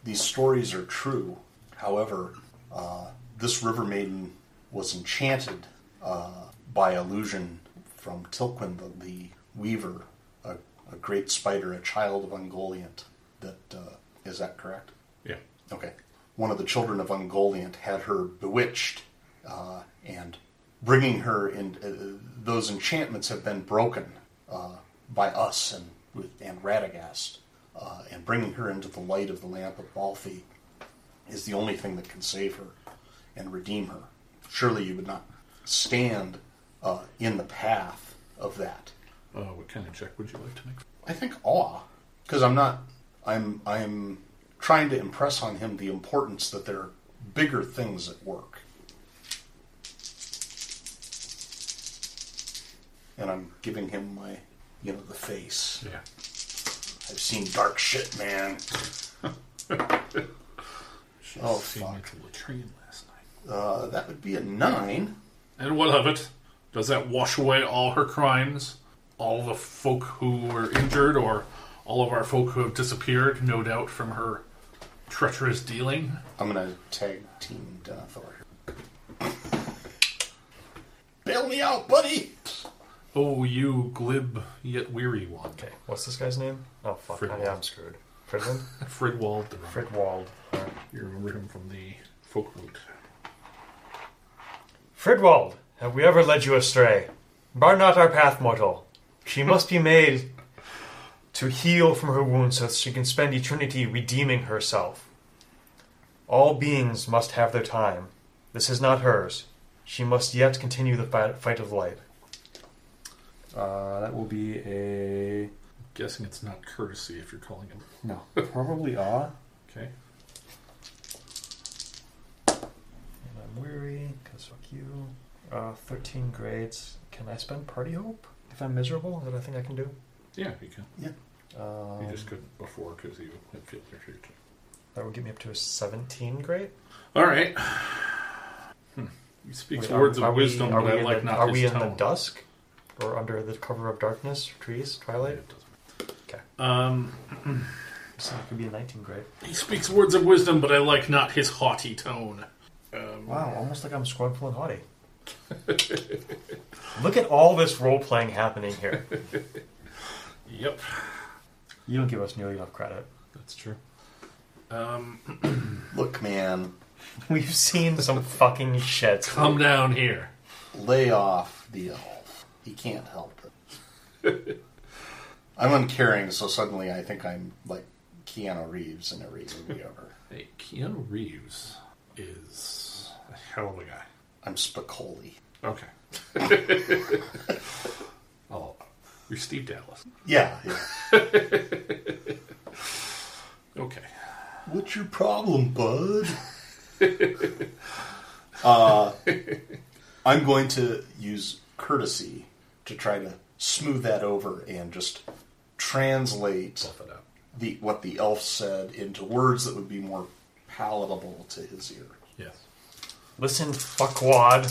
D: these stories are true. However, uh, this river maiden was enchanted uh, by illusion from Tilquin the, the Weaver, a, a great spider, a child of Ungoliant. That uh, is that correct?
C: Yeah.
D: Okay. One of the children of Ungoliant had her bewitched, uh, and bringing her in, uh, those enchantments have been broken uh, by us and with and Radagast, uh, and bringing her into the light of the lamp of Balfi is the only thing that can save her and redeem her. Surely you would not stand uh, in the path of that.
C: Uh, what kind of check would you like to make?
D: I think awe, because I'm not. I'm I'm trying to impress on him the importance that there are bigger things at work, and I'm giving him my, you know, the face.
C: Yeah.
D: I've seen dark shit, man.
C: She
D: Oh,
C: seen me
D: fuck.
C: to latrine last night.
D: Uh, that would be a nine.
C: And what of it? Does that wash away all her crimes? All the folk who were injured, or all of our folk who have disappeared, no doubt, from her treacherous dealing?
D: I'm gonna tag team Denethor. Bail me out, buddy.
C: Oh, you glib yet weary one.
E: Okay, what's this guy's name? Oh, fuck.
C: Fridwald.
E: Yeah, I'm screwed. Fridwald?
C: Fridwald the Runner.
E: Fridwald.
C: You remember him from the folk route.
E: Fridwald, have we ever led you astray? Bar not our path, mortal. She must be made to heal from her wound so that she can spend eternity redeeming herself. All beings must have their time. This is not hers. She must yet continue the fi- fight of life. Uh, that will be a.
C: Guessing it's not courtesy if you're calling him.
E: No, probably awe.
C: Okay.
E: And I'm weary, because fuck you. Uh, 13 grades. Can I spend party hope? If I'm miserable, is that a thing I can do?
C: Yeah, you can.
E: Um,
C: you just couldn't before because you had field future.
E: That would get me up to a 17 grade.
C: All right. Hmm. He speaks
E: Wait,
C: words
E: are
C: of
E: we-
C: wisdom,
E: are
C: but
E: we
C: I
E: in
C: like
E: the,
C: not
E: Are
C: his
E: we in
C: tone.
E: the dusk? Or under the cover of darkness, trees, twilight?
C: It doesn't-
E: Okay.
C: Um,
E: So that could be a 19 grade.
C: He speaks words of wisdom, but I like not his haughty tone. Oh.
E: Wow, almost like I'm scornful and haughty. Look at all this role playing happening here.
C: Yep,
E: You don't give us nearly enough credit.
C: that's true.
D: Look, man,
E: We've seen some fucking shit.
C: Come down here.
D: lay off the elf. He can't help it. I'm uncaring, so suddenly I think I'm like Keanu Reeves in every movie ever.
C: Hey, Keanu Reeves is a hell of a guy.
D: I'm Spicoli.
C: Okay. oh, you're Steve Dallas.
D: Yeah, yeah.
C: Okay.
D: What's your problem, bud? uh, I'm going to use courtesy to try to smooth that over and just translate
C: Buff it up.
D: the what the elf said into words that would be more palatable to his ear.
C: Yes.
E: Listen, fuckwad.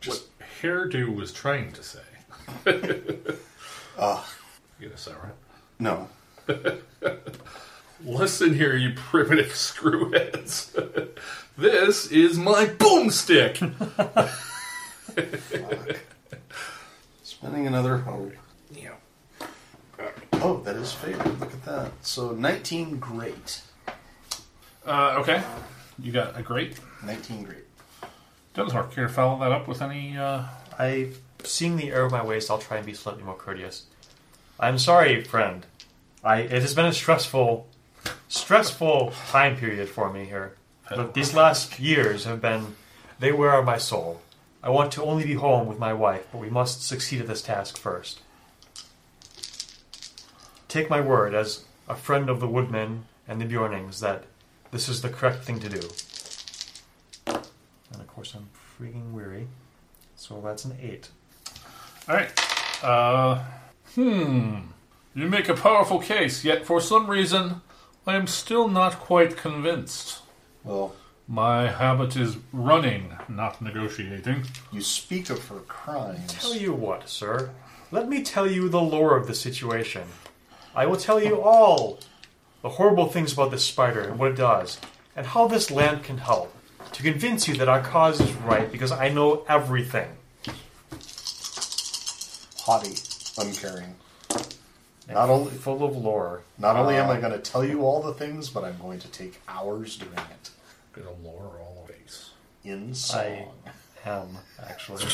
C: Just what hairdo was trying to say. you gonna say right?
D: No,
C: Listen here, you primitive screwheads. this is my boomstick.
D: spending another hope.
C: yeah.
D: Oh, that is fair. So 19 great.
C: Uh, okay. You got a great.
D: 19 great.
C: Demsmark, care to follow that up with any. Uh...
E: I, seeing the error of my ways, I'll try and be slightly more courteous. I'm sorry, friend. I it has been a stressful, stressful time period for me here. But these last years have been, they wear on my soul. I want to only be home with my wife, but we must succeed at this task first. Take my word as a friend of the Woodmen and the Bjornings that this is the correct thing to do. And of course, I'm freaking weary. So that's an eight.
C: Alright. Uh, hmm. You make a powerful case, yet for some reason, I am still not quite convinced.
D: Well,
C: My habit is running, not negotiating.
D: you speak of her crimes.
E: Tell you what, sir. Let me tell you the lore of the situation. I will tell you all the horrible things about this spider and what it does, and how this land can help to convince you that our cause is right because I know everything.
D: Haughty, uncaring. Not only,
E: Full of lore. Um,
D: not only am I going to tell you all the things, but I'm going to take hours doing it.
C: Gonna lure all of these.
D: In
E: I
D: song.
E: am, actually.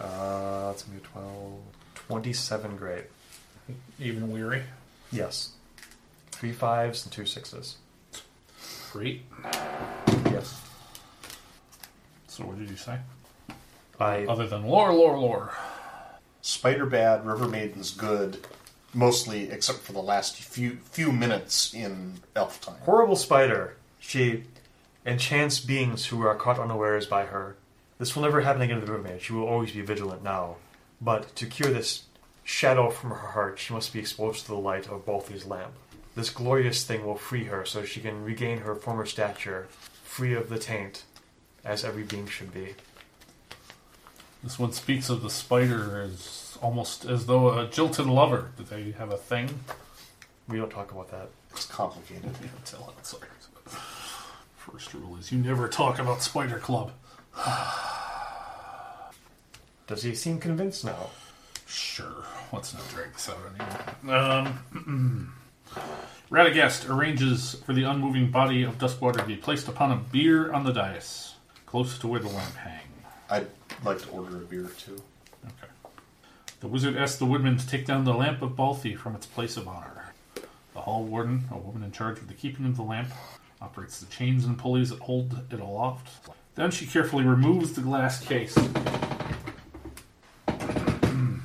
E: uh, that's going to be 12. 27 grade.
C: Even weary.
E: Yes. Three fives and two sixes.
C: Great.
E: Yes.
C: So what did you say?
E: I
C: Other than lore, lore, lore.
D: Spider bad, River Maiden's good, mostly except for the last few few minutes in Elf time.
E: horrible spider. She enchants beings who are caught unawares by her. This will never happen again to the mermaid. She will always be vigilant now. But to cure this shadow from her heart, she must be exposed to the light of Balthi's lamp. This glorious thing will free her so she can regain her former stature, free of the taint, as every being should be.
C: This one speaks of the spider as almost as though a jilted lover. Do they have a thing?
E: We don't talk about that.
D: It's complicated.
C: Yeah, tell outsiders. First rule is you never talk about Spider Club.
E: Does he seem convinced now?
C: Sure. Let's not drag this out anymore. Um, Radagast arranges for the unmoving body of Dustwater to be placed upon a bier on the dais, close to where the lamp hang.
D: I'd like to order a beer too.
C: Okay. The wizard asks the woodman to take down the lamp of Balthi from its place of honor. The hall warden, a woman in charge of the keeping of the lamp, operates the chains and pulleys that hold it aloft. Then she carefully removes the glass case.
E: And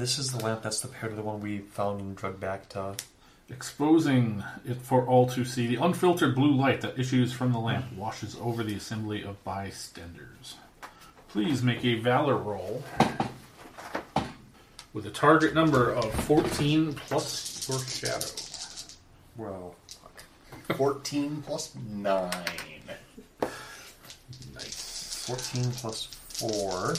E: this is the lamp that's the pair to the one we found uh, and drugged back to.
C: exposing it for all to see. The unfiltered blue light that issues from the lamp washes over the assembly of bystanders. Please make a valor roll with a target number of 14 plus your shadow.
E: Well,
D: 14 plus 9.
C: Nice.
E: 14 plus 4.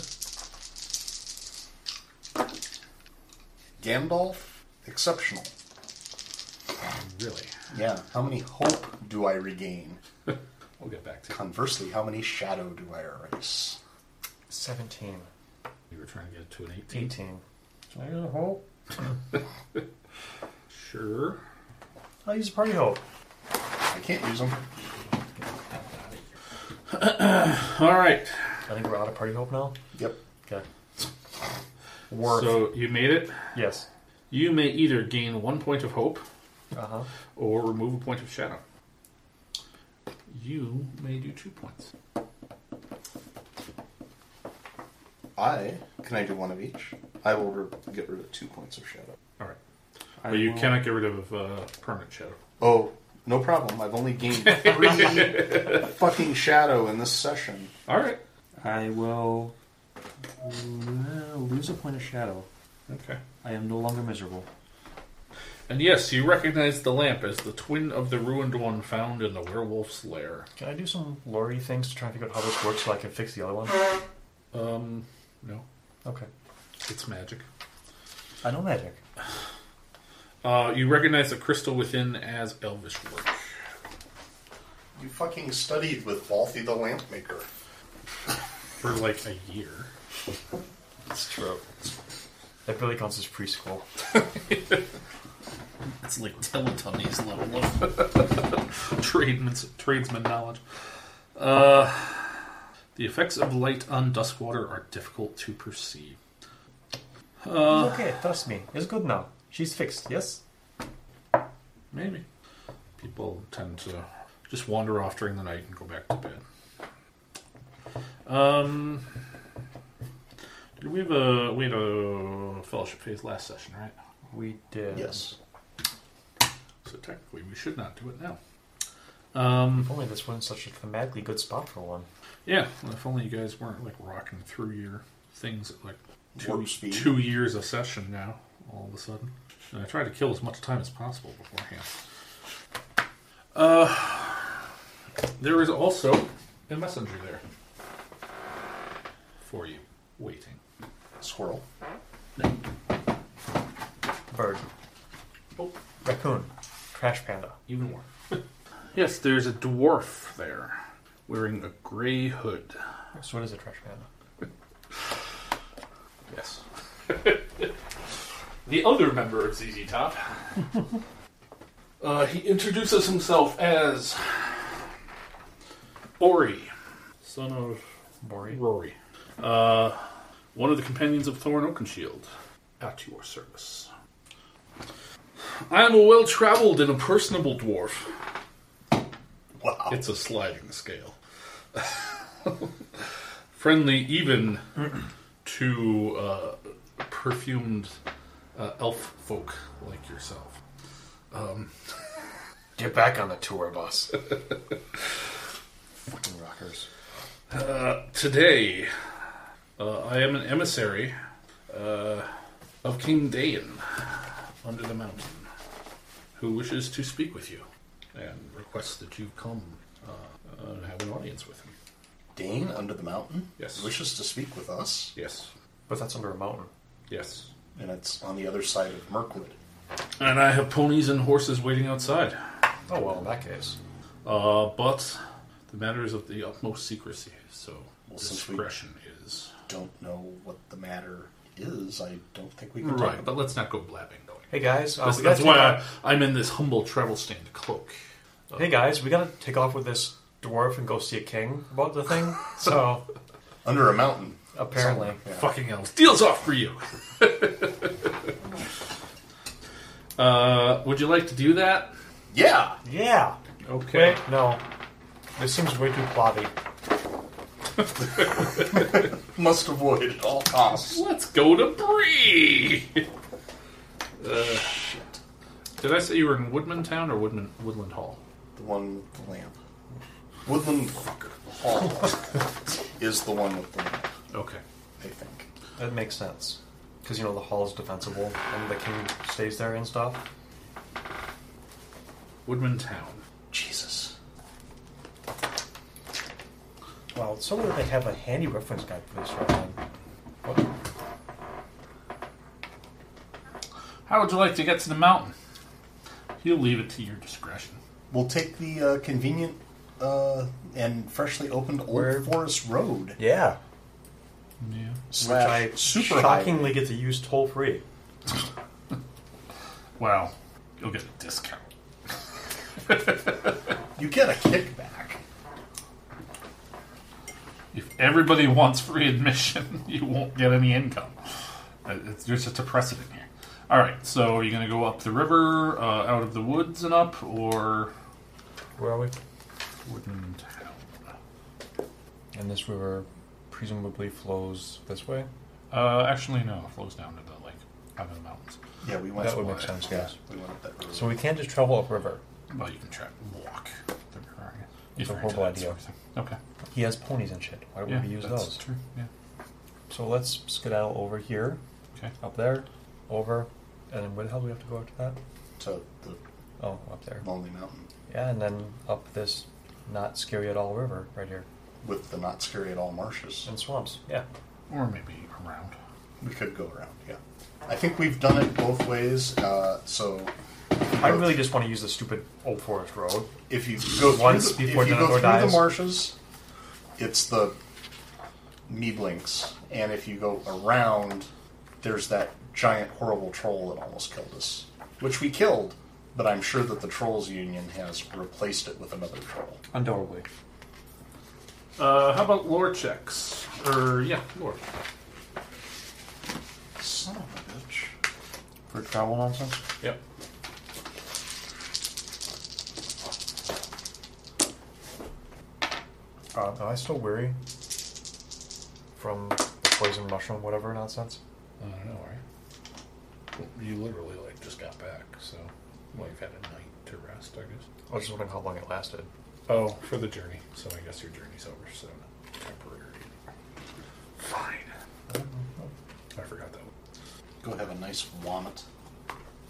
D: Gandalf, exceptional.
C: Really?
D: Yeah. How many hope do I regain?
C: We'll get back to
D: Conversely, how many shadow do I erase?
E: 17.
C: you. were trying to get to an 18.
E: 18. Can I get a hole?
C: Sure.
E: I'll use Oh, a party hole.
D: I can't use them.
C: All right.
E: I think we're out of party hope now.
D: Yep.
E: Okay. Worth.
C: So you made it.
E: yes.
C: You may either gain one point of hope
E: Uh huh.
C: or remove a point of shadow. You may do two points.
D: I can I do one of each? I will re- get rid of two points of shadow.
C: All right. But you cannot get rid of uh, permanent shadow.
D: Oh, no problem. I've only gained three fucking shadow in this session.
C: All right.
H: I will uh, lose a point of shadow.
C: Okay.
H: I am no longer miserable.
C: And yes, you recognize the lamp as the twin of the ruined one found in the werewolf's lair.
E: Can I do some lorry things to try and figure out how this works so I can fix the other one?
C: Um, no,
E: Okay.
C: it's magic.
E: I know magic.
C: Uh, you recognize the crystal within as elvish work.
D: You fucking studied with Balthy the lamp maker.
C: For like a year.
E: That's true. That really counts as preschool.
C: It's like Teletubbies level up. Tradesman, tradesman knowledge. Uh, the effects of light on dust water are difficult to perceive.
H: Uh,
E: okay, trust me. It's good now. She's fixed, yes?
C: Maybe. People tend to just wander off during the night and go back to bed. Um, did we have a we had a fellowship phase last session, right?
E: We did.
D: Yes.
C: So technically, we should not do it now.
E: If only this wasn't such a thematically good spot for one.
C: Yeah, well, if only you guys weren't like rocking through your things at like two,
D: Warp speed.
C: two years a session now, all of a sudden. And I try to kill as much time as possible beforehand. Uh, there is also a messenger there for you, waiting.
D: Squirrel.
C: No.
E: Bird.
C: Oh,
E: Raccoon. Trash panda.
C: even more. yes, there's a dwarf there wearing a gray hood.
E: So what is a trash panda?
C: Yes. the other member of ZZ Top. uh, he introduces himself as Ori, son of
E: Bori.
C: Rory, uh, one of the companions of Thorn Oakenshield, at your service. I am a well traveled and a personable dwarf.
D: Wow.
C: It's a sliding scale. Friendly even to uh, perfumed uh, elf folk like yourself.
E: Get back on the tour bus.
D: Fucking rockers.
C: Today, uh, I am an emissary uh, of King Dayan under the mountain, who wishes to speak with you and requests that you come uh, and have an audience with him.
D: Dane under the mountain.
C: Yes.
D: Wishes to speak with us,
C: Yes.
E: but that's under a mountain.
C: Yes.
D: and it's on the other side of Mirkwood.
C: And I have ponies and horses waiting outside.
E: Oh, well, in that case.
C: Uh, but the matter is of the utmost secrecy, so
D: Well, since we-
C: discretion is
D: Don't know what the matter is. I don't think we can talk
C: right.
D: about.
C: But let's not go blabbing going.
E: Hey, guys. Uh,
C: That's,
E: we gotta
C: that's why
E: take
C: I, I'm in this humble travel stained cloak.
E: off- Hey, guys, we gotta take off with this dwarf and go see a king about the thing. so,
D: Under a mountain.
E: apparently.
D: Yeah.
C: Fucking elves, deals off for you. uh, would you like to do that?
D: Yeah.
E: Yeah.
C: Okay.
E: Wait, no. This seems way too plotty.
D: Must avoid at all costs.
C: Let's go to Bree. uh, Did I say you were in Woodman Town or Woodman Woodland Hall?
D: The one with the lamp. Woodland Hall is the one with the lamp.
C: Okay.
D: I think.
E: That makes sense. Because, you know, the hall's defensible and the king stays there and stuff.
C: Woodman Town.
D: Jesus.
E: Well, it's so weird they have a handy reference guide for this right now. What?
C: How would you like to get to the mountain? He'll leave it to your discretion.
D: We'll take the uh, convenient uh, and freshly opened Old
E: Where-
D: Forest Road.
E: Yeah.
C: Yeah.
D: Slash
E: I
D: super
E: shockingly get to use toll free.
C: Wow. You'll get a discount.
D: highway. You get a kickback.
C: If everybody wants free admission, you won't get any income. Uh, It's, there's just a precedent here. All right. So are you going to go up the river, uh, out of the woods, and up, or
E: Where are we?
C: Woodman Town?
E: And this river presumably flows this way.
C: Uh, actually, no. It flows down to the lake, out of the mountains.
D: Yeah, we went.
E: That would
D: for
E: make
D: it.
E: sense,
D: Yeah,
E: yes.
D: we went up that road.
E: So we can't just travel upriver.
C: Well, you can try walk the river. I guess.
E: It's a
C: If you're
E: horrible
C: into that
E: idea.
C: sort of thing. Okay.
E: He has ponies and shit. Why would
C: Yeah,
E: we use
C: that's
E: those?
C: true. Yeah.
E: So let's skedaddle over here,
C: Okay.
E: up there, over, and then where the hell do we have to go after that?
D: to the
E: Oh, up there.
D: Lonely Mountain
E: Yeah, and then up this not scary at all river right here.
D: with the not scary at all marshes.
E: And swamps. Yeah.
C: Or maybe around.
D: We could go around. Yeah, I think we've done it both ways. Uh, so
E: I really just want to use the stupid old forest road.
D: if you go
E: Once
D: through the,
E: before
D: if you go
E: Denethor
D: through
E: dies.
D: the marshes, it's the Meeblinks, and if you go around, there's that giant horrible troll that almost killed us. which we killed, but I'm sure that the Trolls Union has replaced it with another troll.
I: Undoubtedly.
C: Uh, how about lore checks? Or, yeah, lore.
D: Son of a bitch.
I: For travel nonsense?
C: Yep.
E: Uh, am I still weary from the poison mushroom, whatever nonsense?
A: I don't know, right? You literally like just got back, so well, you've had a night to rest, I guess.
E: I was just wondering how long it lasted.
A: Oh, for the journey. So I guess your journey's over. So temporary. Fine. I forgot that. one.
D: Go have a nice vomit.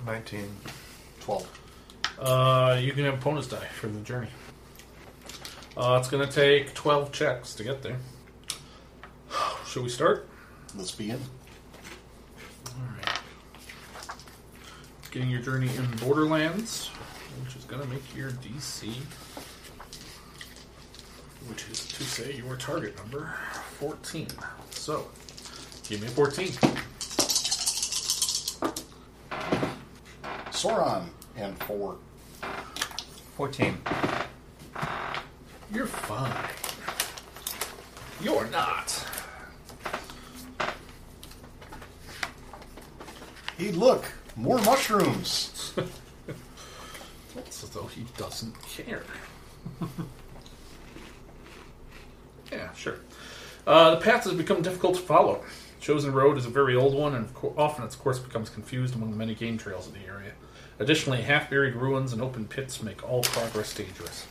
E: 19.
D: 12.
C: Uh, you can have bonus die for the journey. Uh, it's going to take 12 checks to get there. Should we start?
D: Let's begin.
C: Alright. Getting your journey in Borderlands, which is going to make your DC, which is to say your target number, 14. So, give me a 14.
D: Sauron and 4.
I: 14.
C: You're fine. You're not.
D: Hey, look! More mushrooms!
C: It's as though he doesn't care. yeah, sure. Uh, the path has become difficult to follow. Chosen road is a very old one, and of co- often its course becomes confused among the many game trails in the area. Additionally, half-buried ruins and open pits make all progress dangerous.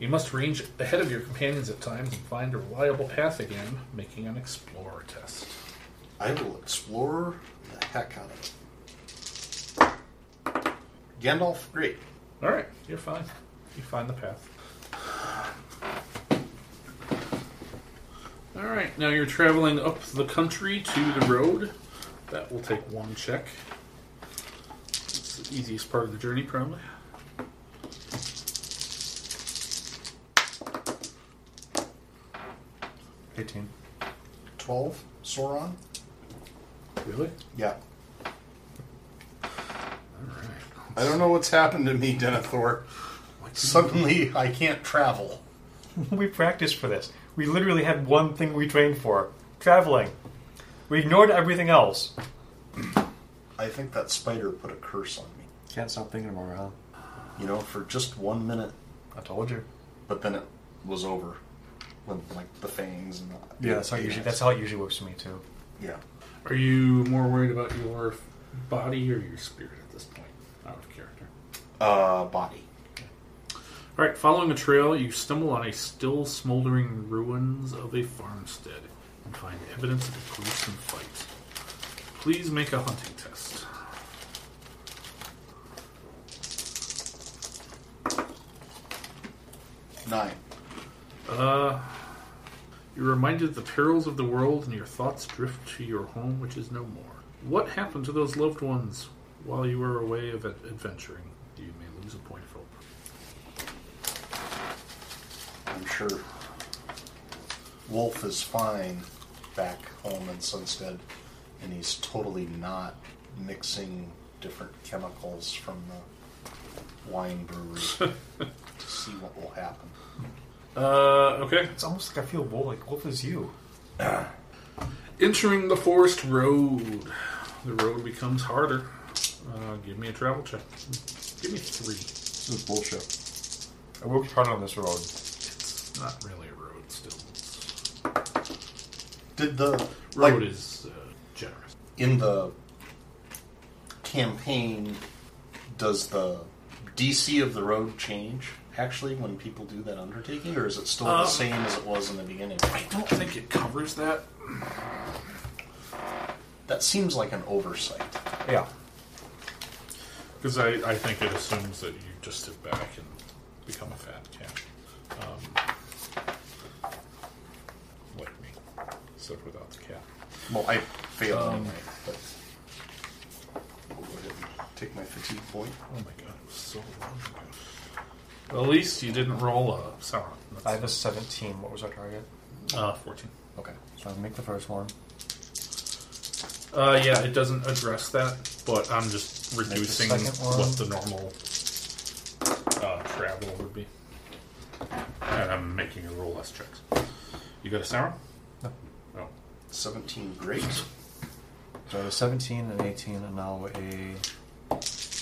C: You must range ahead of your companions at times and find a reliable path again, making an explorer test.
D: I will explore the heck out of it. Gandalf, great.
C: All right, you're fine. You find the path. All right, now you're traveling up the country to the road. That will take one check. It's the easiest part of the journey, probably.
E: Eighteen.
D: 12, Sauron?
C: Really?
D: Yeah.
C: All right.
D: I don't know what's happened to me, Denethor. Suddenly, I can't travel.
E: we practiced for this. We literally had one thing we trained for traveling. We ignored everything else.
D: I think that spider put a curse on me.
I: Can't stop thinking about it, huh?
D: You know, for just one minute,
E: I told you.
D: but then it was over. When, like, the fangs and the.
E: Yeah, that's how, it usually, that's how it usually works for me, too.
D: Yeah.
C: Are you more worried about your body or your spirit at this point? Out of character.
D: Uh, body.
C: All right, following the trail, you stumble on a still smoldering ruins of a farmstead and find evidence of a gruesome fight. Please make a hunting test.
D: Nine.
C: Uh, you're reminded of the perils of the world, and your thoughts drift to your home, which is no more. What happened to those loved ones while you were away of ad- adventuring? You may lose a point of hope.
D: I'm sure Wolf is fine back home in Sunstead, and he's totally not mixing different chemicals from the wine brewery to see what will happen.
C: Uh, okay.
E: It's almost like I feel wolf, like wolf is you.
C: Entering the forest road. The road becomes harder. Uh, give me a travel check. Give me three.
I: This is bullshit.
E: I worked hard on this road.
C: It's not really a road still. It's-
D: Did the
C: Road
D: like,
C: is uh, generous.
D: in the campaign? Does the DC of the road change actually when people do that undertaking, or is it still the
C: Um,
D: same as it was in the beginning?
C: I don't think it covers that.
D: That seems like an oversight.
E: Yeah.
C: Because I, I think it assumes that you just sit back and become a fat cat. Um, like me. Except without the cat.
D: Well, I failed
C: Um,
D: anyway, but I'll go ahead and take my fatigue point.
C: Oh my god, it was so long ago. Well, at least you didn't roll a Sauron. That's,
E: I have a 17. What was our target?
C: uh, 14.
E: Okay. So I make the first one.
C: Uh, yeah, it doesn't address that, but I'm just reducing
J: second one.
C: what the normal uh, travel would be. And I'm making her roll less checks. You got a sour? Oh. No.
D: 17, great.
E: So 17 and 18, and now a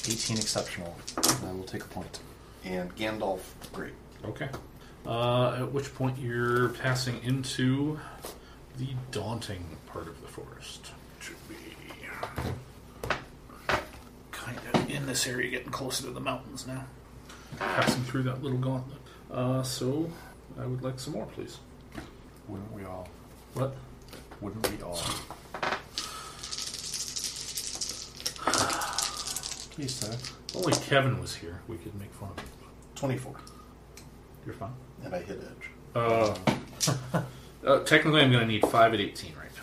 E: 18 exceptional. And I will take a point.
D: And Gandalf, great.
C: Oh, okay. Uh, at which point you're passing into the daunting part of the forest. Should be kind of in this area, getting closer to the mountains now. Passing through that little gauntlet. Uh, so, I would like some more, please.
E: Wouldn't we all?
C: What?
E: Wouldn't we all? Please, sir.
C: If Only Kevin was here. We could make fun of him.
D: 24.
C: You're fine.
D: And I hit edge.
C: Uh, uh, technically, I'm going to need five at 18 right now.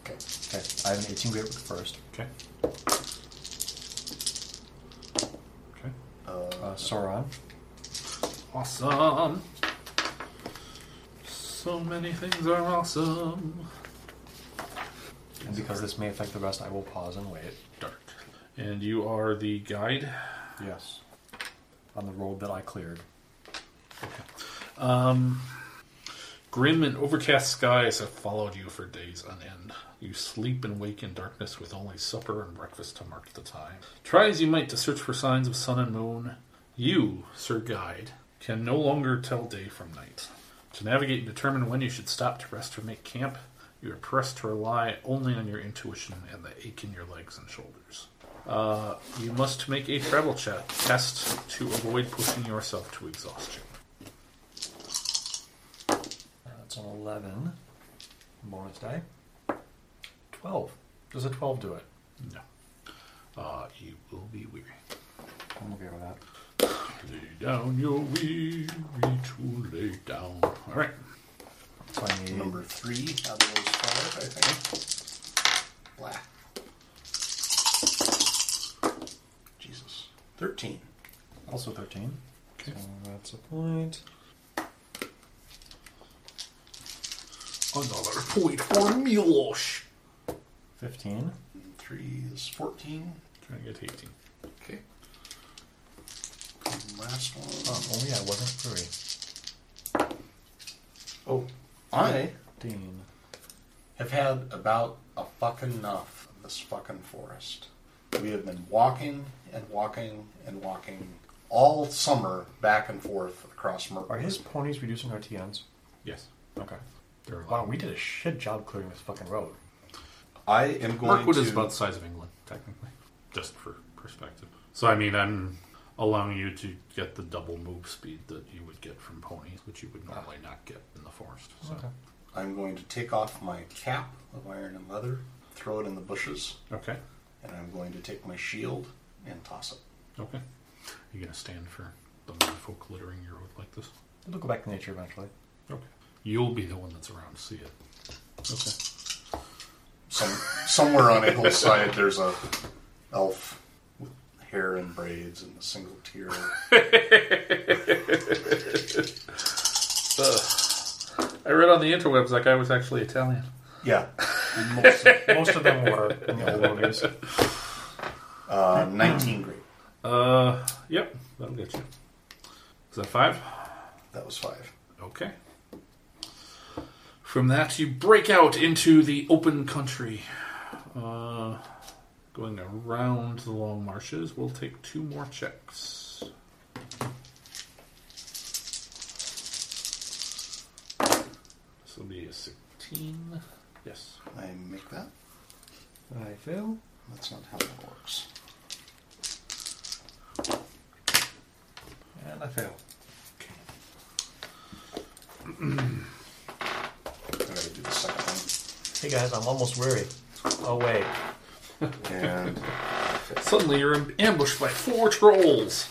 D: Okay.
E: Okay, I have an 18 great first.
C: Okay. Okay.
E: Uh, Sauron.
C: Awesome. So many things are awesome.
E: And because this may affect the rest, I will pause and wait.
C: Dark. And you are the guide.
E: Yes. On the road that I cleared.
C: Grim and overcast skies have followed you for days on end. You sleep and wake in darkness with only supper and breakfast to mark the time. Try as you might to search for signs of sun and moon, you, Sir Guide, can no longer tell day from night. To navigate and determine when you should stop to rest or make camp, you are pressed to rely only on your intuition and the ache in your legs and shoulders. Uh, you must make a travel chat test to avoid pushing yourself to exhaustion.
E: That's Uh, an 11. Bonus die. 12. Does a 12 do it?
C: No. Uh, you will be weary.
E: I'm okay with that.
C: Lay down your weary to lay down. All right.
E: So I need
D: Number 3 out of those 5, I think. Black. Jesus. 13.
E: also 13. So that's a point.
C: Another point for Milosh.
E: 15.
D: 3 is 14.
C: Trying to get to 18.
D: Okay. Last one.
E: Oh, only I wasn't 3.
D: Oh, I
E: 15.
D: have had about a fucking enough of this fucking forest. We have been walking and walking and walking all summer back and forth across
E: Are
D: Mercury.
E: his ponies reducing our TNs?
C: Yes.
E: Okay.
C: They're allowed.
E: Wow, we did a shit job clearing this fucking road.
D: I am going
C: Kirkwood
D: to.
C: is about the size of England, technically, just for perspective. So, I mean, I'm allowing you to get the double move speed that you would get from ponies, which you would normally not get in the forest. So. Okay.
D: I'm going to take off my cap of iron and leather, throw it in the bushes,
C: Okay.
D: and I'm going to take my shield and toss it.
C: Okay. You're going to stand for the merfolk littering your road like this?
E: It'll go back to nature eventually.
C: Okay. You'll be the one that's around to see it. Okay.
D: Some, somewhere on a hillside, there's a elf with hair and braids and a single tear.
C: I read on the interwebs that guy was actually Italian.
D: Yeah,
E: Most of, most of them were in the old movies.
D: uh, 19 great.
C: Uh, yep, that'll get you. Is that five?
D: That was five.
C: Okay. From that, you break out into the open country. Uh, going around the long marshes, we'll take two more checks. This will be a 16. Yes.
D: I make that.
E: I fail.
D: That's not how that works.
E: And I fail.
D: I gotta do the second
E: Hey guys, I'm almost weary. Oh wait.
D: one. And
C: Suddenly, you're ambushed by four trolls.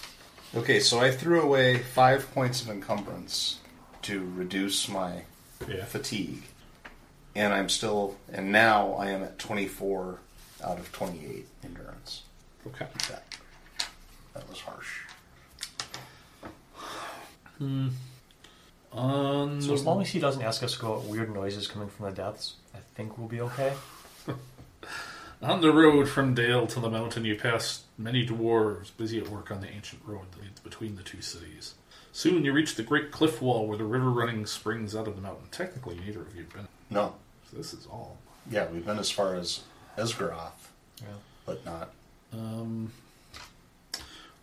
D: okay, so I threw away five points of encumbrance to reduce my
C: Yeah.
D: fatigue, and I'm still and now I am at 24 out of 28 endurance.
C: Okay.
D: That that was harsh.
C: On
E: So as long as he doesn't ask us to go out weird noises coming from the depths, I think we'll be okay.
C: On the road from dale to the mountain, you pass many dwarves busy at work on the ancient road that leads between the two cities. Soon you reach the great cliff wall where the river running springs out of the mountain. Technically, neither of you have been.
D: No.
C: So this is all.
D: Yeah, we've been as far as Esgaroth, but not.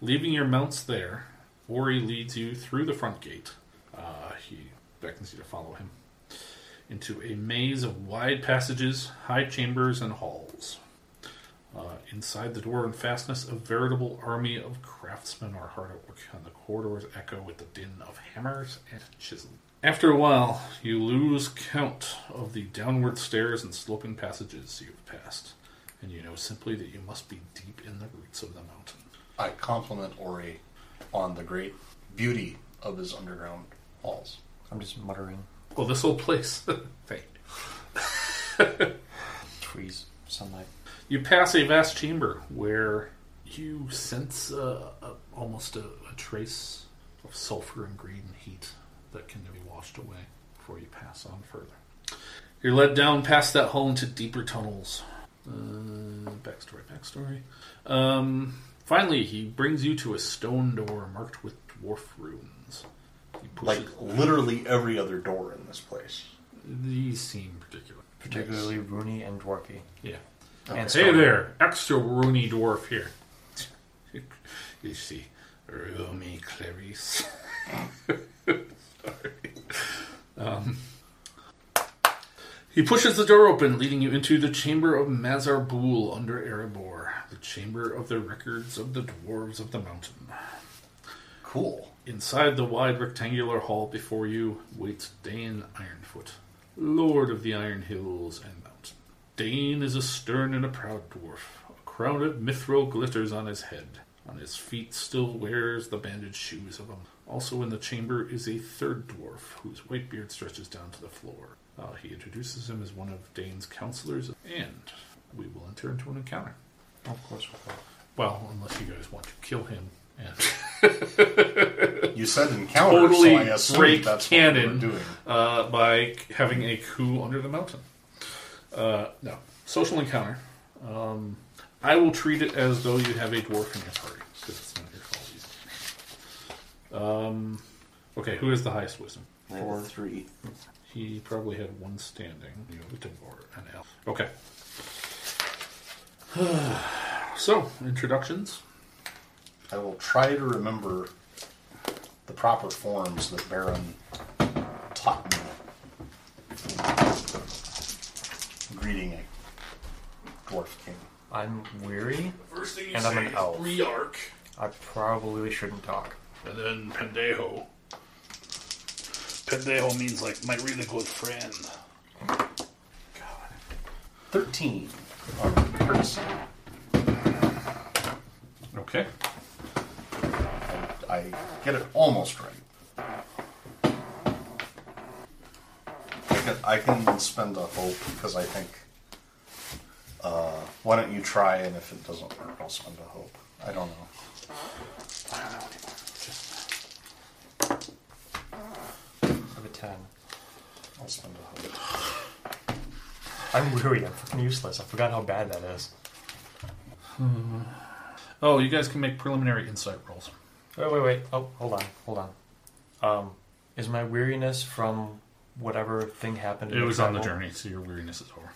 C: Leaving your mounts there, Ori leads you through the front gate. Uh, he beckons you to follow him into a maze of wide passages, high chambers, and halls. Uh, inside the door and fastness, a veritable army of craftsmen are hard at work, and the corridors echo with the din of hammers and chisels. After a while, you lose count of the downward stairs and sloping passages you've passed, and you know simply that you must be deep in the roots of the mountain.
D: I compliment Ori on the great beauty of his underground halls.
I: I'm just muttering
C: Well, this whole place. Thank you.
I: trees, sunlight.
C: You pass a vast chamber where you sense uh, a, almost a, a trace of sulfur and green heat that can be washed away before you pass on further. You're led down past that hall into deeper tunnels. Uh, backstory, backstory. Um, finally, he brings you to a stone door marked with dwarf runes. He
D: Like
C: pushes-
D: literally every other door in this place.
C: these seem particular.
I: Particularly Rooney and Dwarfy.
C: Yeah.
I: And
C: Oh, Hey there, extra Rooney dwarf here. You see, Roomy Clarice. Sorry. Um, he pushes the door open, leading you into the chamber of Mazarbul under Erebor, the chamber of the records of the dwarves of the mountain.
D: Cool.
C: Inside the wide rectangular hall before you waits Dane Ironfoot, Lord of the Iron Hills and Mountain. Dane is a stern and a proud dwarf. A crown of mithril glitters on his head. On his feet still wears the banded shoes of him. Also in the chamber is a third dwarf, whose white beard stretches down to the floor. Uh, he introduces him as one of Dane's counselors, and we will enter into an encounter.
I: Of course we'll go.
C: Well, unless you guys want to kill him and.
D: You said encounter,
C: Totally
D: so I assumed
C: break
D: that's
C: canon.
D: what we were doing.
C: uh, by having a coup under the mountain. Uh, no, social encounter. Um, I will treat it as though you have a dwarf in your party because it's not your fault. either. Um, okay, who has the highest wisdom?
D: Four, three.
C: He probably had one standing. You would have or an elf. Okay. so introductions.
D: I will try to remember the proper forms that Baron taught me. Greeting a dwarf king.
I: I'm weary.
C: First thing you
I: And I'm an say is elf.
C: Rearc,
I: I probably shouldn't talk.
C: and then pendejo.
G: Pendejo means like my really good friend.
D: Thirteen. on courtesy.
C: Okay.
D: I get it almost right. I can, I can spend a hope because I think. Uh, why don't you try, and if it doesn't work, I'll spend a hope. I don't know.
I: I have a 10.
D: I'll spend a hope.
I: I'm weary. I'm fucking useless. I forgot how bad that is.
C: Oh, you guys can make preliminary insight rolls.
I: Wait, wait, wait. Oh, hold on. Hold on. Um, is my weariness from whatever thing happened? in
C: It was on the
I: travel?
C: journey, so your weariness is over.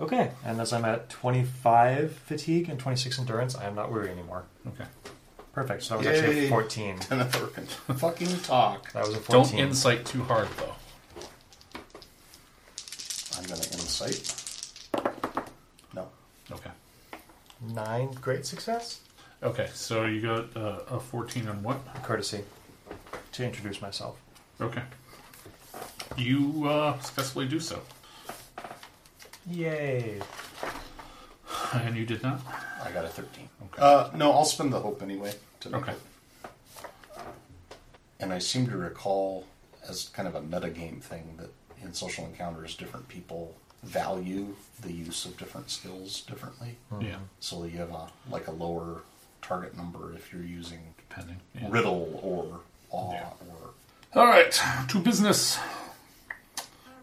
I: Okay. And as I'm at 25 fatigue and 26 endurance, I am not weary anymore.
C: Okay.
I: Perfect. So that was actually
D: Yay.
I: a 14.
D: And if we can fucking talk,
I: That was a 14.
C: Don't insight too hard, though.
D: I'm gonna insight. No.
C: Okay.
I: Nine great success.
C: Okay, so you got uh, a 14 on what?
I: Courtesy to introduce myself.
C: Okay. You uh, successfully do so.
I: Yay.
C: And you did not?
D: I got a thirteen.
C: Okay.
D: Uh, no, I'll spend the hope anyway. to make
C: Okay.
D: it. And I seem to recall, as kind of a metagame thing, that in social encounters, different people value the use of different skills differently.
C: Yeah.
D: So you have a like a lower target number if you're using
C: Depending. Yeah.
D: riddle or awe
C: Yeah.
D: or
C: All right, to business.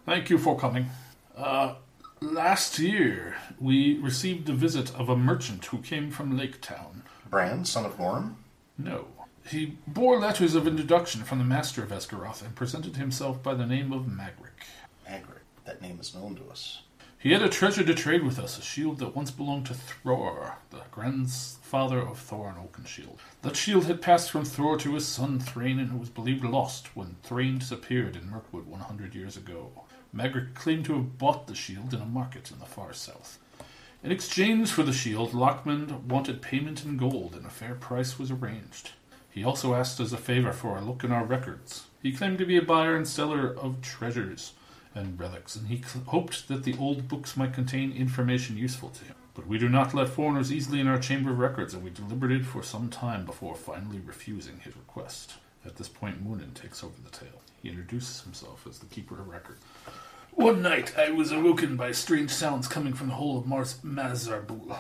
C: Thank you for coming. Uh, Last year, we received a visit of a merchant who came from Lake Town.
D: Bran, son of Gorm.
C: No. He bore letters of introduction from the master of Esgaroth and presented himself by the name of Magric.
D: Magric. That name is known to us.
C: He had a treasure to trade with us, a shield that once belonged to Thror, the grandfather of Thor and Oakenshield. That shield had passed from Thror to his son Thrain, and it was believed lost when Thrain disappeared in Mirkwood 100 years ago. Magric claimed to have bought the shield in a market in the far south. In exchange for the shield, Lockman wanted payment in gold, and a fair price was arranged. He also asked as a favor for a look in our records. He claimed to be a buyer and seller of treasures and relics, and he cl- hoped that the old books might contain information useful to him. But we do not let foreigners easily in our chamber of records, and we deliberated for some time before finally refusing his request. At this point, Moonin takes over the tale. He introduces himself as the keeper of records. One night, I was awoken by strange sounds coming from the hole of Mars Mazarbul.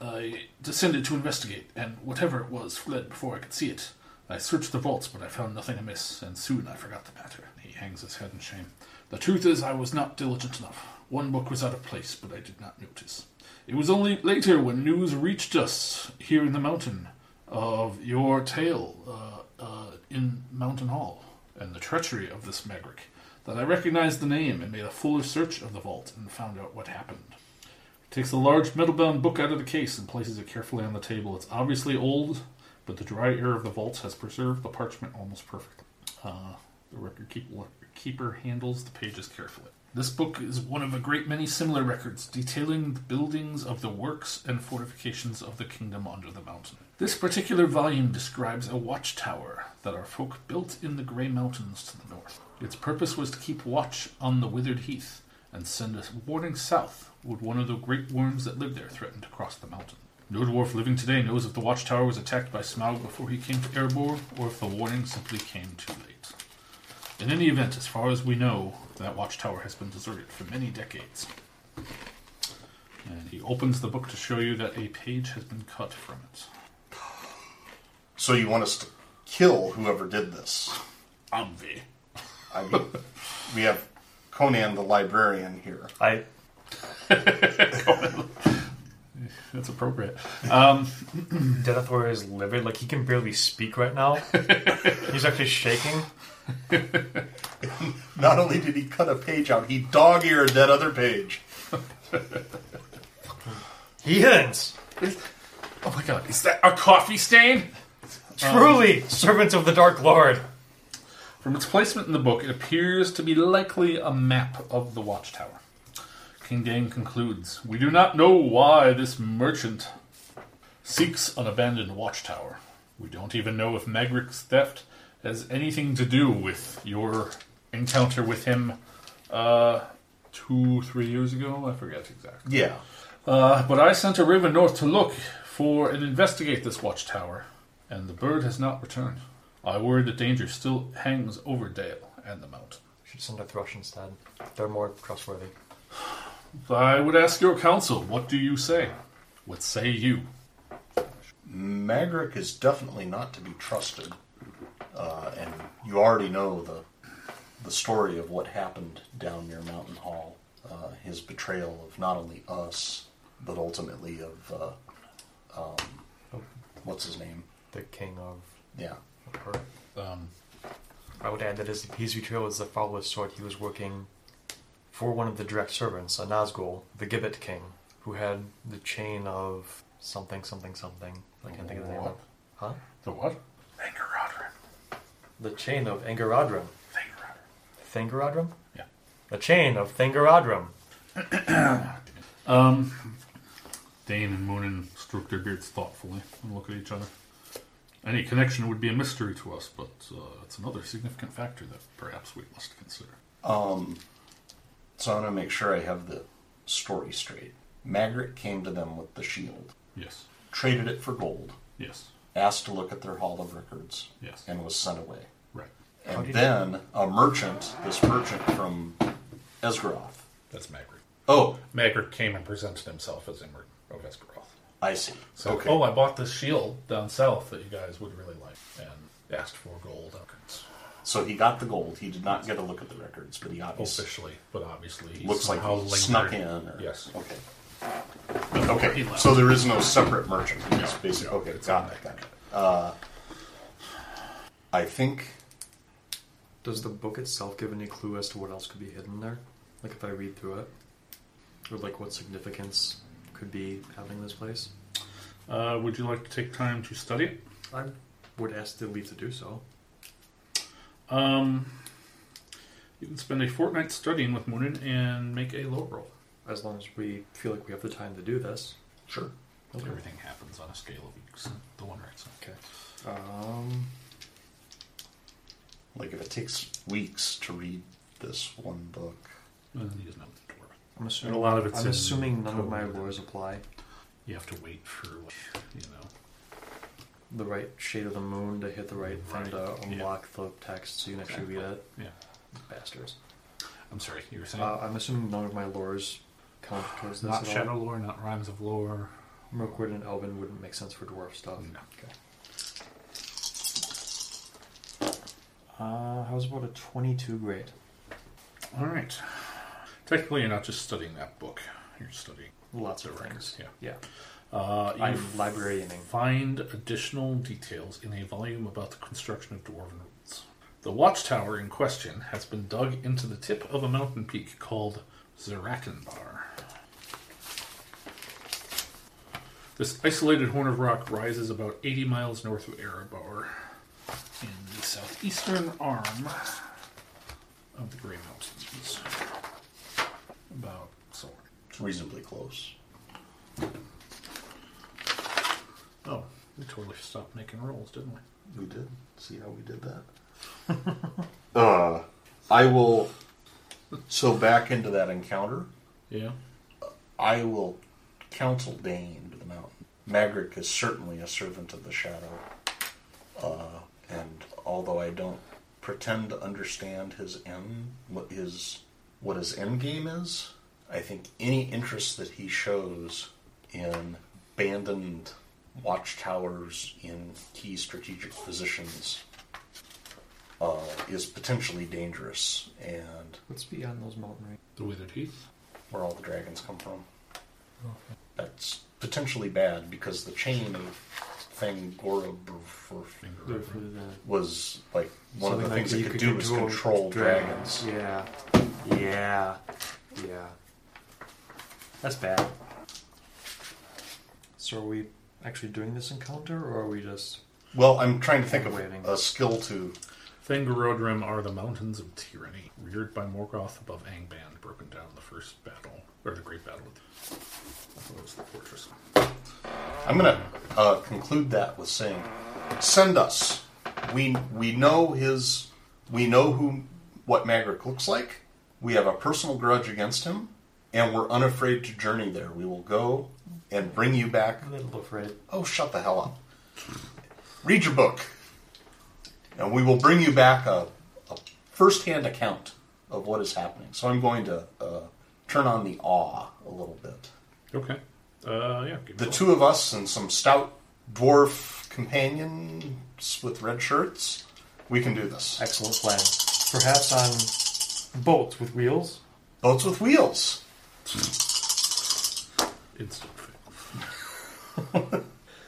C: I descended to investigate, and whatever it was fled before I could see it. I searched the vaults, but I found nothing amiss, and soon I forgot the matter. He hangs his head in shame. The truth is, I was not diligent enough. One book was out of place, but I did not notice. It was only later when news reached us here in the mountain of your tale uh, uh, in Mountain Hall and the treachery of this Magric that I recognized the name and made a fuller search of the vault and found out what happened. He takes a large metal bound book out of the case and places it carefully on the table. It's obviously old, but the dry air of the vault has preserved the parchment almost perfectly. Uh, the record keep, keeper handles the pages carefully. This book is one of a great many similar records detailing the buildings of the works and fortifications of the kingdom under the mountain. This particular volume describes a watchtower that our folk built in the Grey Mountains to the north. Its purpose was to keep watch on the withered heath and send a warning south would one of the great worms that lived there threaten to cross the mountain. No dwarf living today knows if the watchtower was attacked by Smaug before he came to Erebor or if the warning simply came too late. In any event, as far as we know, that watchtower has been deserted for many decades. And he opens the book to show you that a page has been cut from it.
D: So you want us to kill whoever did this?
C: Obvi.
D: I mean, we have Conan the librarian here.
E: I
C: That's appropriate.
E: Denethor is livid. Like he can barely speak right now. He's actually shaking.
D: Not only did he cut a page out, he dog eared that other page.
E: He hints.
C: Oh my god, is that a coffee stain?
E: Truly, servants of the Dark Lord.
C: From its placement in the book, it appears to be likely a map of the watchtower. King Dane concludes We do not know why this merchant seeks an abandoned watchtower. We don't even know if Magric's theft has anything to do with your encounter with him uh, two, three years ago. I forget exactly.
D: Yeah.
C: Uh, but I sent a raven north to look for and investigate this watchtower, and the bird has not returned. I worry that danger still hangs over Dale and the mountain.
E: Should send a thrush instead. They're more trustworthy.
C: I would ask your counsel, what do you say? What say you?
D: Magric is definitely not to be trusted. Uh, and you already know the, the story of what happened down near Mountain Hall. Uh, his betrayal of not only us, but ultimately of, uh, um, what's his name?
E: The king of
D: Yeah.
E: her.
C: Um,
E: I would add that his, his betrayal is the foulest sort. He was working for one of the direct servants, a Nazgul, the Gibbet King, who had the chain of something, something, something. I can't think of the name of it. Huh?
C: the what?
E: The chain of Angaradrim. Thangaradrim?
C: Yeah.
E: The chain of Thangaradrim.
C: Dane and Moonin stroke their beards thoughtfully and look at each other. Any connection would be a mystery to us, but uh, it's another significant factor that perhaps we must consider.
D: Um, So I want to make sure I have the story straight. Magric came to them with the shield,
C: Yes,
D: traded it for gold,
C: yes,
D: asked to look at their hall of records,
C: Yes.
D: and was sent away.
C: right.
D: And then a merchant, this merchant from Esgaroth.
C: That's Magritte.
D: Oh,
C: Magritte came and presented himself as Emmer of Esgaroth.
D: I see.
C: So,
D: okay.
C: oh, I bought this shield down south that you guys would really like, and asked for gold. Okay.
D: So he got the gold. He did not get a look at the records, but he
C: Oh,
D: obviously
C: officially, but obviously he
D: looks like he
C: somehow lingered.
D: snuck in. Or,
C: Yes.
D: Okay. Okay. So there is no separate merchant. It's basically okay. Got it. Got it. Uh, I think
E: Does the book itself give any clue as to what else could be hidden there? Like if I read through it? Or like what significance could be having this place?
C: Uh, would you like to take time to study it?
E: I would ask the leaf to do so.
C: Um, you can spend a fortnight studying with Moonin and make a low roll.
E: As long as we feel like we have the time to do this.
C: Sure. Everything happens on a scale of weeks. The one right side.
E: Okay. Um,
D: like if it takes weeks to read this one book,
C: And then you just know what to work with.
E: I'm assuming,
C: And a lot of it's
E: I'm
C: in
E: assuming none of
C: code.
E: my lures apply.
C: You have to wait for, like, you know.
E: The right shade of the moon to hit the right thing to
C: Right, yeah.
E: unlock the text so you can actually read it.
C: Yeah.
E: Bastards.
C: I'm sorry. You were saying
E: Uh, I'm assuming none of my lures count towards this
C: not
E: at all.
C: shadow lore, not rhymes of lore.
E: Mirkwood and Elvin wouldn't make sense for dwarf stuff.
C: No.
E: Okay. Uh, how's about a 22 grade?
C: All right. Technically, you're not just studying that book. You're studying.
E: Lots of
C: records,
E: things.
C: yeah.
E: Yeah.
C: Uh, you
E: I'm librarianing.
C: Find additional details in a volume about the construction of dwarven roots. The watchtower in question has been dug into the tip of a mountain peak called Zeratinbar. This isolated horn of rock rises about 80 miles north of Erebor in the southeastern arm of the Grey Mountains. About so.
D: it's reasonably close.
C: Oh, we totally stopped making rolls, didn't we?
D: We did. See how we did that? uh, I will. So back into that encounter,
C: Yeah.
D: I will counsel Dane to the mountain. Magric is certainly a servant of the shadow. Uh, and although I don't pretend to understand his end, what his what his end game is, I think any interest that he shows in abandoned watchtowers in key strategic positions uh, is potentially dangerous, and
E: What's beyond those mountain ranges?
C: The withered heath.
D: where all the dragons come from. That's potentially bad because the chain of Fangora
E: They're for the-
D: was like one of
E: Something
D: the things
E: like
D: it
E: you
D: could,
E: could
D: do
E: do
D: is
E: dual
D: control dragons.
E: Yeah. Yeah. Yeah. That's bad. So are we actually doing this encounter or are we just
D: Well, I'm trying to think of
E: Waiting.
D: a skill to.
C: Thangarodrim are the mountains of tyranny, reared by Morgoth above Angband, broken down in the first battle, or the Great Battle. I thought it was the fortress.
D: I'm gonna uh, conclude that with saying, send us. We we know his. We know who what Magric looks like. We have a personal grudge against him, and we're unafraid to journey there. We will go and bring you back
E: a little afraid?
D: Oh, shut the hell up. Read your book. And we will bring you back a, a first hand account of what is happening. So I'm going to uh, turn on the awe a little bit.
C: Okay. Uh, yeah. Give me
D: The
C: a
D: two of us and some stout dwarf companions with red shirts, we can do this.
E: Excellent plan. Perhaps on boats with wheels?
D: Boats with wheels.
C: roll. instant fail.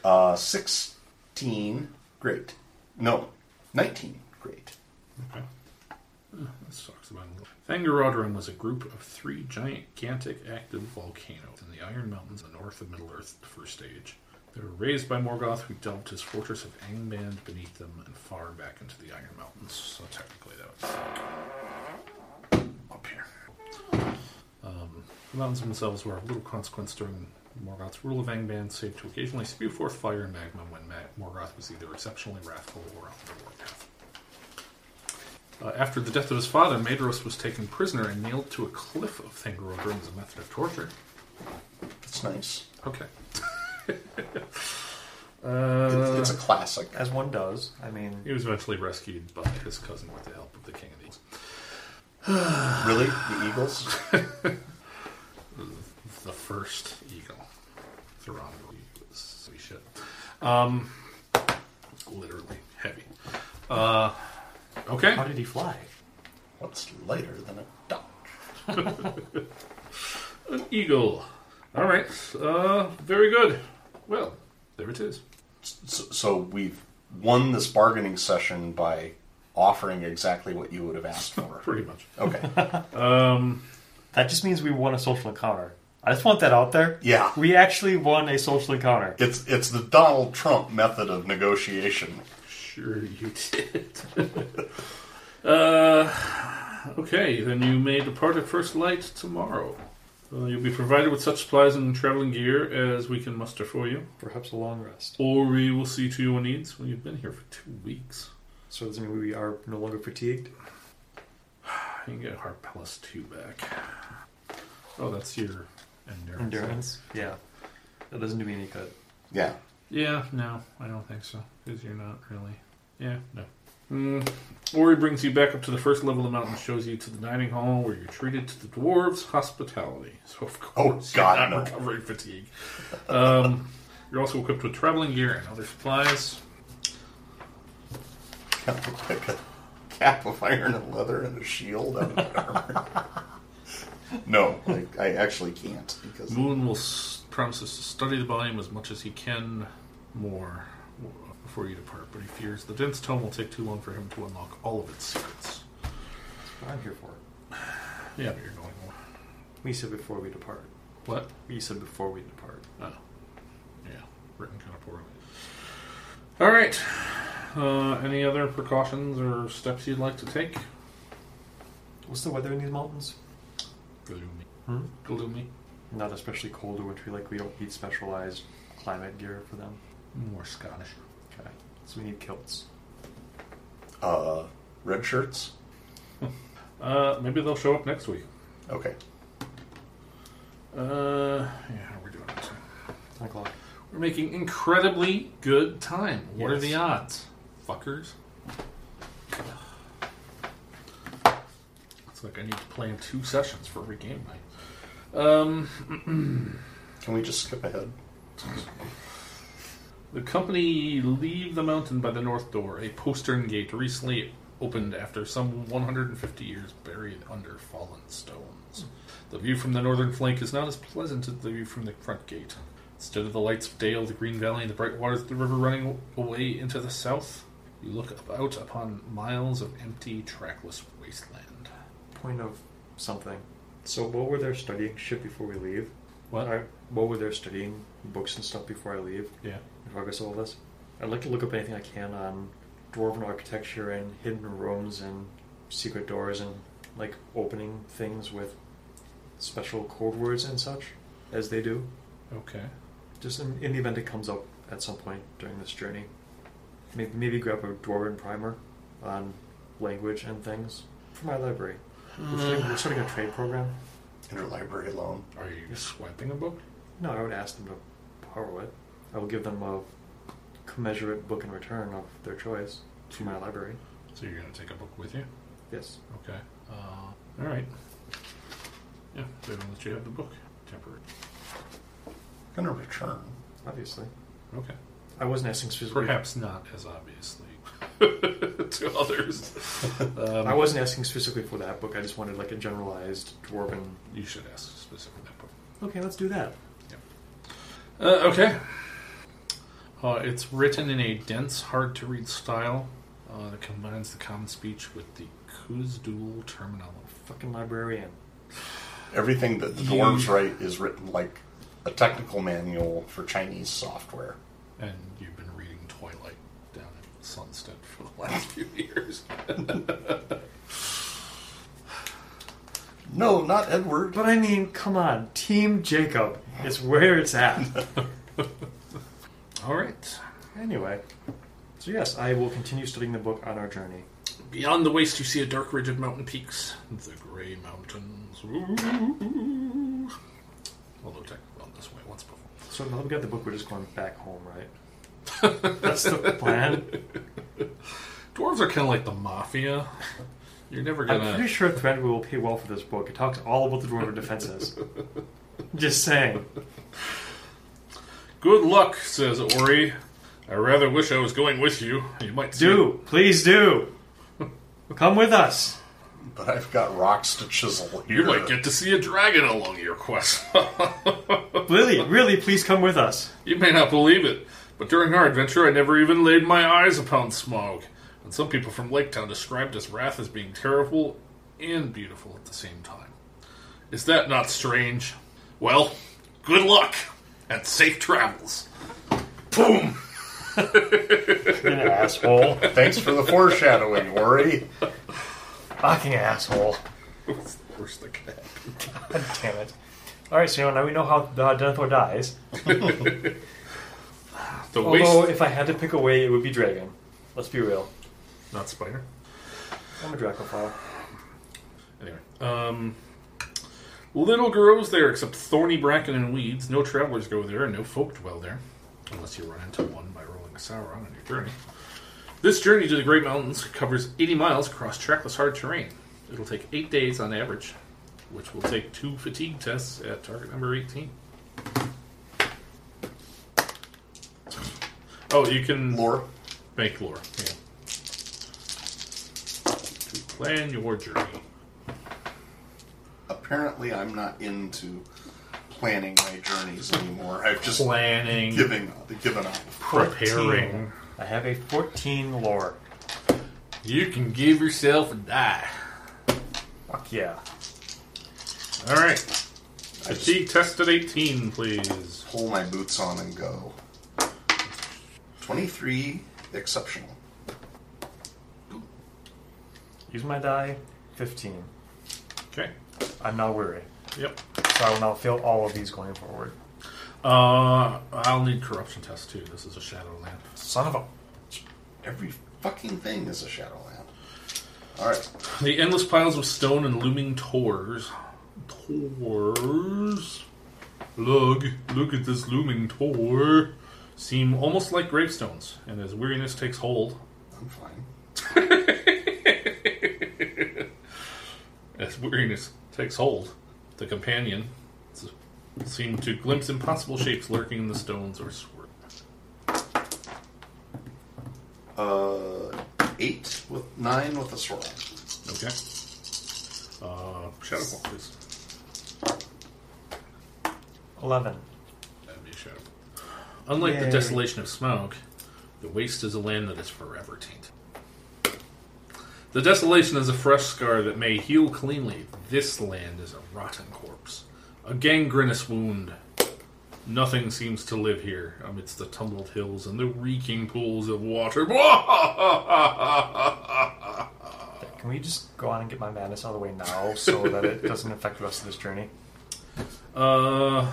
D: Uh, 16, great. No, 19, great.
C: Okay. This talks about Thangarodrim was a group of three gigantic active volcanoes in the Iron Mountains in the north of Middle Earth, the first stage. They were raised by Morgoth, who dumped his fortress of Angband beneath them and far back into the Iron Mountains. So technically, that was up here. Um, the mountains themselves were of little consequence during Morgoth's rule of Angband, save to occasionally spew forth fire and magma when Ma- Morgoth was either exceptionally wrathful or on the warpath. Uh, after the death of his father, Maedros was taken prisoner and nailed to a cliff of Thangorodrim as a method of torture.
D: That's nice.
C: Okay.
D: It-
C: uh,
D: it's a classic.
E: As one does. I mean,
C: he was eventually rescued by his cousin with the help of the King of the Eagles.
D: Really? The Eagles?
C: The first eagle. Theron was sweet shit. Um, literally heavy. Uh, Okay.
E: How did he fly?
D: What's lighter than a duck?
C: An eagle. All right. Uh, very good. Well, there it is.
D: So, so we've won this bargaining session by offering exactly what you would have asked for.
C: Pretty much.
D: Okay.
K: That just means we won a social encounter. I just want that out there.
D: Yeah.
K: We actually won a social encounter.
D: It's it's the Donald Trump method of negotiation.
C: Sure, you did. uh, okay, then you may depart at first light tomorrow. Uh, you'll be provided with such supplies and traveling gear as we can muster for you,
E: Perhaps a long rest.
C: or we will see to your needs when you've been here for two weeks.
E: So does it mean we are no longer fatigued?
C: You can get Heart Palace 2 back. Oh, that's your endurance.
E: Endurance? Yeah. That doesn't do me any good.
D: Yeah.
C: Yeah, no, I don't think so. Because you're not really. Yeah, no. Mm. Ori brings you back up to the first level of the mountain and shows you to the dining hall where you're treated to the dwarves' hospitality. So, of
D: Oh,
C: course,
D: God,
C: you're
D: no.
C: not recovering fatigue. Um, you're also equipped with traveling gear and other supplies.
D: Like a cap of iron and leather and a shield out of armor. no, I, I actually can't because
C: Moon will s- promises to study the volume as much as he can more before you depart, but he fears the dense tome will take too long for him to unlock all of its secrets.
E: That's what I'm here for.
C: Yeah, but you're going.
E: We said before we depart.
C: What?
E: We said before we depart.
C: Oh. Yeah, written kind of poorly. All right. Uh, any other precautions or steps you'd like to take?
E: What's the weather in these mountains?
C: Gloomy.
E: Hmm?
C: Gloomy.
E: Not especially cold or wintry. Like we don't need specialized climate gear for them.
C: More Scottish.
E: Okay. So we need kilts.
D: uh, red shirts.
C: Uh, maybe they'll show up next week.
D: Okay.
C: Uh, yeah, we're doing it.
E: Ten o'clock.
C: We're making incredibly good time. What are
E: Yes.
C: the odds? Fuckers. It's like I need to plan two sessions for every game night. Um,
D: Can we just skip ahead?
C: The company leave the mountain by the north door, a postern gate recently opened after some 150 years buried under fallen stones. The view from the northern flank is not as pleasant as the view from the front gate. Instead of the lights of Dale, the green valley, and the bright waters of the river running away into the south, you look out upon miles of empty, trackless wasteland.
E: Point of something. So what were they studying shit before we leave? I, what were they studying books and stuff before I leave?
C: Yeah.
E: In progress of all this, I'd like to look up anything I can on dwarven architecture and hidden rooms and secret doors and like opening things with special code words and such, as they do.
C: Okay.
E: Just in, in the event it comes up at some point during this journey, maybe maybe grab a dwarven primer on language and things for my library. We're starting, we're starting a trade program.
D: Interlibrary loan.
C: Are you swiping a book?
E: No, I would ask them to borrow it. I will give them a commensurate book in return of their choice to my library.
C: So you're going to take a book with you?
E: Yes.
C: Okay. Uh, all right. Yeah, they don't let you have the book. Temporary.
D: Gonna return.
E: Obviously.
C: Okay.
E: I wasn't asking specifically.
C: Perhaps not as obviously to others. Um,
E: I wasn't asking specifically for that book. I just wanted like a generalized dwarven.
C: You should ask specifically that book.
E: Okay, let's do that.
C: Uh, okay. Uh, it's written in a dense, hard to read style uh, that combines the common speech with the Kuzdul terminology.
E: Fucking librarian.
D: Everything that the dwarves write is written like a technical manual for Chinese software.
C: And you've been reading Twilight down at Sunstead for the last few years.
D: No, not Edward.
E: But I mean, come on, Team Jacob is where it's at.
C: All right.
E: anyway, so yes, I will continue studying the book on our journey.
C: Beyond the waste, you see a dark ridge of mountain peaks. The Grey Mountains. Ooh. Although technically gone this way once before.
E: So now that we got the book, we're just going back home, right? That's the plan.
C: Dwarves are kind of like the mafia. You're never
E: I'm
C: gonna.
E: pretty sure Threadwell will pay well for this book. It talks all about the dwarven defenses. Just saying.
C: Good luck, says Ori. I rather wish I was going with you. You might see
E: Do. Please do. Come with us.
D: But I've got rocks to chisel here.
C: You might get to see a dragon along your quest.
E: Really, really, please come with us.
C: you may not believe it, but during our adventure, I never even laid my eyes upon smog. And some people from Lake Town described his wrath as being terrible and beautiful at the same time. Is that not strange? Well, good luck and safe travels. Boom!
E: asshole.
D: Thanks for the foreshadowing, Worry.
E: Fucking asshole.
C: Worst that could happen.
E: God damn it. Alright, so now we know how uh, Denethor dies.
C: The
E: Although,
C: waste.
E: if I had to pick a way, it would be dragon. Let's be real.
C: Not spider.
E: I'm a Dracophile.
C: Anyway, um, little grows there except thorny bracken and weeds. No travelers go there, and no folk dwell there, unless you run into one by rolling a Sauron on your journey. This journey to the Great Mountains covers 80 miles across trackless hard terrain. It'll take eight days on average, which will take two fatigue tests at target number 18. Oh, you can
D: Lore.
C: make lore. Yeah. To plan your journey.
D: Apparently, I'm not into planning my journeys anymore. I've just
C: Planning.
D: giving given up.
C: preparing.
E: I have a 14 lore.
C: You can give yourself a die.
E: Fuck yeah.
C: All right. Fatigue test at 18, please.
D: Pull my boots on and go. Twenty-three, exceptional.
E: Use my die. 15.
C: Okay.
E: I'm not weary.
C: Yep.
E: So I will now fail all of these going forward.
C: Uh, I'll need corruption test too. This is a shadow lamp.
E: Son of a.
D: Every fucking thing is a Shadowland. All right,
C: The endless piles of stone and looming tors. Tors. Look, look at this looming tor. Seem almost like gravestones, and as weariness takes hold,
D: I'm fine.
C: As weariness takes hold, the companion s- seemed to glimpse impossible shapes lurking in the stones or swirl.
D: Uh, eight with nine with a swirl.
C: Okay. Uh, shadow ball, please.
E: 11.
C: That'd be a shadow. Unlike the
E: Yay.
C: desolation of smoke, the waste is a land that is forever tainted. The desolation is a fresh scar that may heal cleanly. This land is a rotten corpse, a gangrenous wound. Nothing seems to live here amidst the tumbled hills and the reeking pools of water. Uh,
E: Can we just go on and get my madness out of the way now so that it doesn't affect the rest of this journey?
C: Uh,
E: So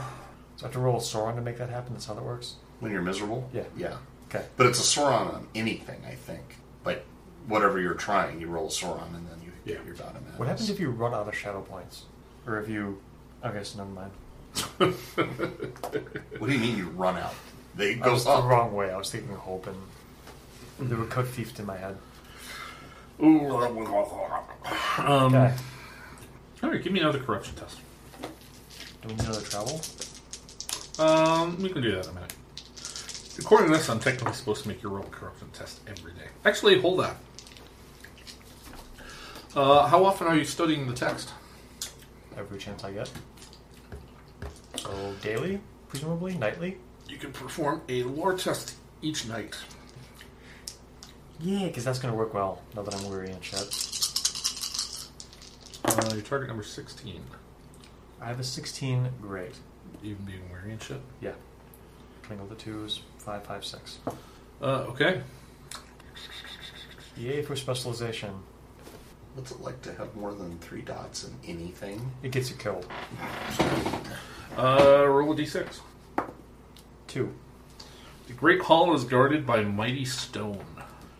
E: I have to roll a Sauron to make that happen? That's how that works?
D: When you're miserable.
E: Yeah.
D: Yeah.
E: Okay.
D: But it's a Sauron on anything, I think. Like, whatever you're trying, you roll a Sauron and then you
C: Yeah.
D: get your dot amount.
E: What happens if you run out of shadow points? Or if you. Okay, so never mind.
D: What do you mean you run out? They
E: I was
D: goes
E: the
D: up.
E: wrong way. I was thinking hope and the were cut thief in my head. Okay.
C: um, all right, give me another corruption test.
E: Do we need another travel?
C: Um, we can do that in a minute. According to this, I'm technically supposed to make your roll a corruption test every day. Actually, hold on. Uh, how often are you studying the text?
E: Every chance I get. So daily, presumably, nightly.
C: You can perform a lore test each night.
E: Yeah, because that's gonna work well. Now that I'm weary and shit.
C: Uh, your target number 16.
E: I have a 16. Great.
C: Even being weary and shit.
E: Yeah. Twinkle the twos. Five, five, six.
C: Uh, okay.
E: Yay for specialization.
D: What's it like to have more than three dots in anything?
E: It gets you killed.
C: Uh, roll a d6.
E: Two.
C: The Great Hall is guarded by mighty stone.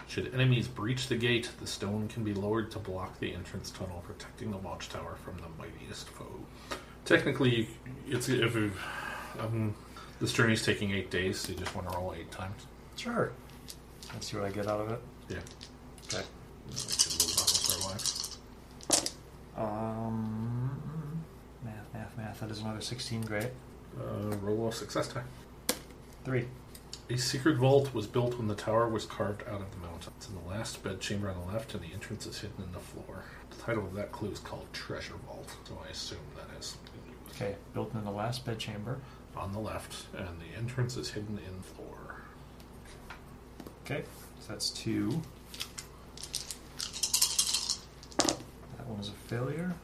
C: Should enemies breach the gate, the stone can be lowered to block the entrance tunnel, protecting the watchtower from the mightiest foe. Technically, it's if you um, this journey's taking eight days, so you just want to roll eight times.
E: Sure. Let's see what I get out of it.
C: Yeah.
E: Okay.
C: That
E: Um, math, math, math. That is another 16. Great.
C: Uh, roll a success time.
E: Three.
C: A secret vault was built when the tower was carved out of the mountain. fountain. It's in the last bedchamber on the left, and the entrance is hidden in the floor. The title of that clue is called Treasure Vault, so I assume that has something to do with
E: Okay, built in the last bedchamber.
C: it. On the left, and the entrance is hidden in floor.
E: Okay, so that's two. That one is a failure.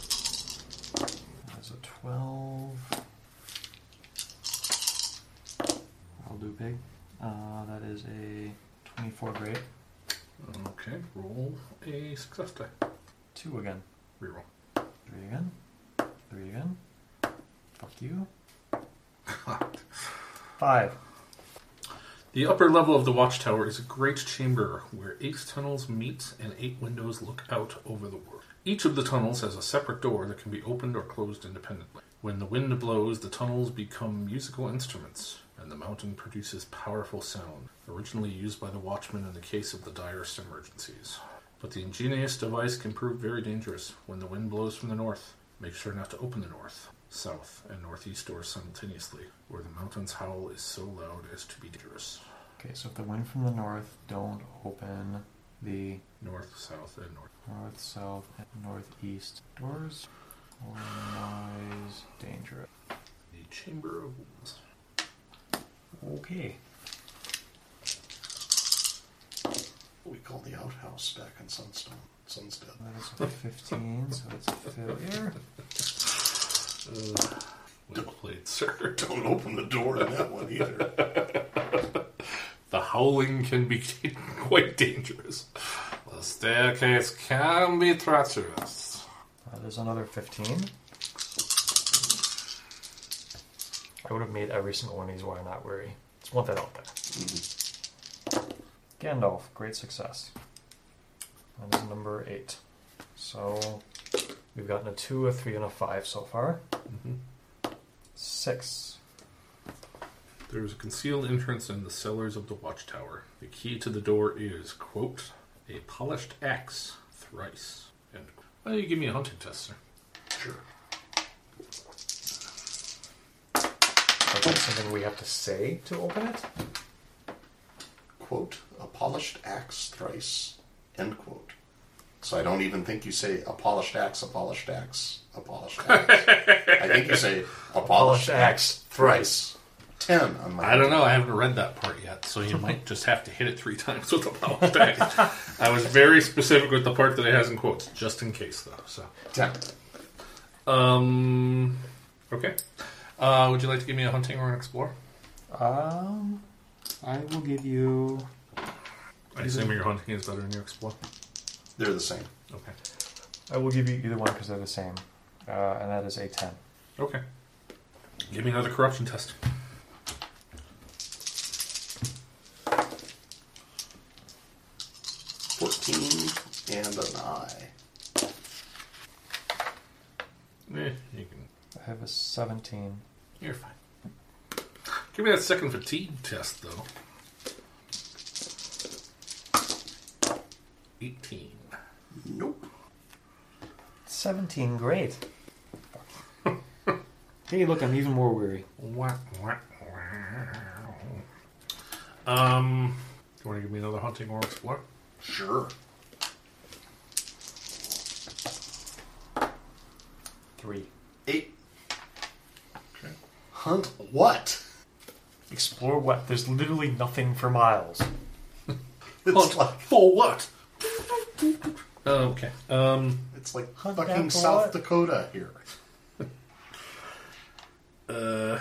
E: That's a 12. I'll do big. Uh, that is a 24 grade.
C: Okay, roll a success die.
E: Two again.
C: Reroll.
E: Three again. Three again. Fuck you. Five.
C: The upper level of the watchtower is a great chamber where eight tunnels meet and eight windows look out over the world. Each of the tunnels has a separate door that can be opened or closed independently. When the wind blows, the tunnels become musical instruments, and the mountain produces powerful sound, originally used by the watchmen in the case of the direst emergencies. But the ingenious device can prove very dangerous when the wind blows from the north. Make sure not to open the north, south, and northeast doors simultaneously, or the mountain's howl is so loud as to be dangerous.
E: Okay, so if the wind from the north, don't open the
C: North, south, and north.
E: North, south, and northeast doors. Or noise, danger.
C: The Chamber of Wolves.
E: Okay.
D: What we call the outhouse back in Sunstone. Sunstead.
E: That is a 15, so it's a failure.
C: Well played, sir.
D: Don't open the door in that one either.
C: The howling can be quite dangerous.
L: The staircase can be treacherous.
E: Uh, there's another 15. I would have made every single one of these why not weary. Just want that out there. Gandalf, great success. That is number eight. So we've gotten a two, a three, and a five so far. Six.
C: There is a concealed entrance in the cellars of the watchtower. The key to the door is, quote, a polished axe thrice. End quote. Why don't you give me a hunting test, sir?
D: Sure.
E: Is that something we have to say to open it?
D: Quote, a polished axe thrice, end quote. So I don't even think you say a polished axe, a polished axe, a polished axe. I think you say a
E: Oh,
D: polished axe thrice. Ten on my
C: I don't know. I haven't read that part yet, so you might just have to hit it three times with a polished axe. I was very specific with the part that it has in quotes, just in case, though. So.
D: Ten.
C: Um. Okay. Uh, would you like to give me a hunting or an explore?
E: Um, I will give you.
C: I assume your hunting is better than your explore.
D: They're the same.
C: Okay.
E: I will give you either one because they're the same, uh, and that is a ten.
C: Okay. Give me another corruption test.
D: Fourteen and an eye.
C: Eh, you can.
E: I have a seventeen.
C: You're fine. Give me that second fatigue test, though. Eighteen.
D: Nope.
E: Seventeen, great. hey, look, I'm even more weary.
C: Wah, wah, wah. Um. Do you want to give me another hunting or explore?
D: Sure.
E: Three.
D: Eight.
C: Okay.
D: Hunt what?
E: Explore what? There's literally nothing for miles.
D: It's
C: Hunt
D: like
C: for what? Uh, okay. Um.
D: it's like
E: Hunt
D: fucking
E: that
D: South
E: bullet.
D: Dakota here.
C: Uh,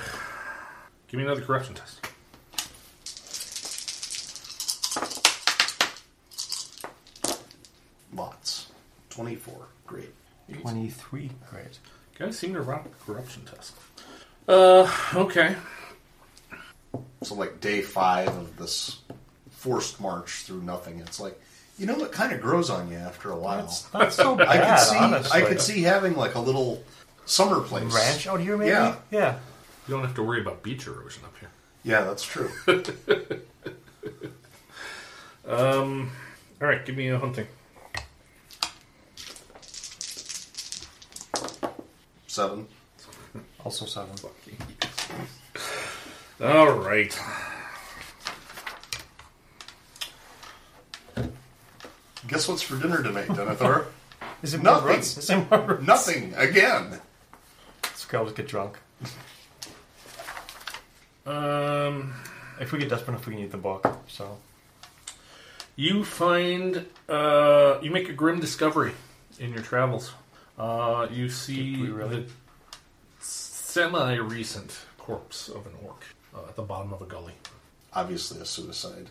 C: Give me another corruption test.
D: Lots. Twenty-four. Great.
E: Twenty-three, great.
C: Guys seem to rock corruption test. Uh. Okay.
D: So like day five of this forced march through nothing. It's like, you know, it kind of grows on you after a while.
E: That's not so bad.
D: I could see.
E: honestly.
D: I could see having like a little summer place.
E: ranch out here, maybe.
D: Yeah.
E: yeah.
C: You don't have to worry about beach erosion up here.
D: Yeah, that's true.
C: All right, give me a hunting.
D: Seven.
E: Also seven.
C: All right.
D: Guess what's for dinner tonight, Denethor?
F: Is it
D: Nothing.
F: more roots? Is it more roots?
D: Nothing again.
F: Scrubs get drunk.
C: Um,
F: If we get desperate enough, we can eat the book. So
C: you find uh, you make a grim discovery in your travels. Uh, you see the semi-recent corpse of an orc uh, at the bottom of a gully.
D: Obviously, a suicide.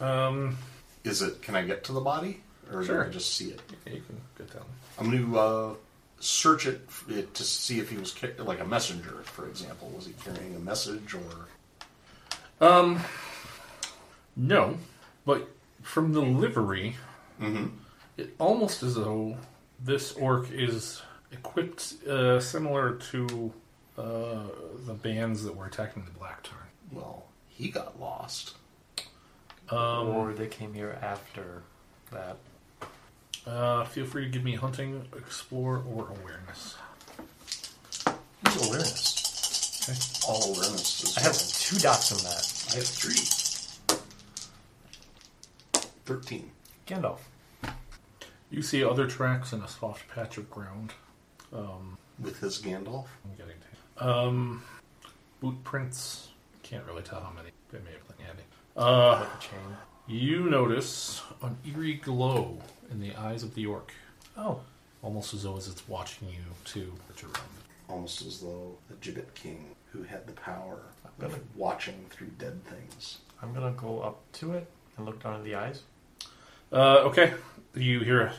C: Um,
D: Is it? Can I get to the body, or
C: Sure.
D: do I just see it?
C: yeah, you can get down.
D: I'm going to uh, search it, f- it to see if he was ca- like a messenger, for example. Was he carrying a message, or
C: No, but from the livery, Mm-hmm. it almost as though this orc is equipped uh, similar to uh, the bands that were attacking the Black Tarn.
D: well, he got lost.
E: or they came here after that.
C: Uh, feel free to give me hunting, explore, or awareness.
F: Who's awareness?
D: All awareness. Is
F: I have two dots in that.
D: I have three. Thirteen.
F: Gandalf.
C: You see other tracks in a soft patch of ground.
D: With his Gandalf.
C: I'm getting to um, boot prints. Can't really tell how many. They may have been handy. Uh,
F: The chain.
C: you notice an eerie glow in the eyes of the orc.
F: Oh,
C: almost as though as it's watching you too. But you're wrong.
D: Almost as though the Gibbet King, who had the power of watching through dead things.
F: I'm gonna go up to it and look down at the eyes.
C: Uh, okay, you hear a,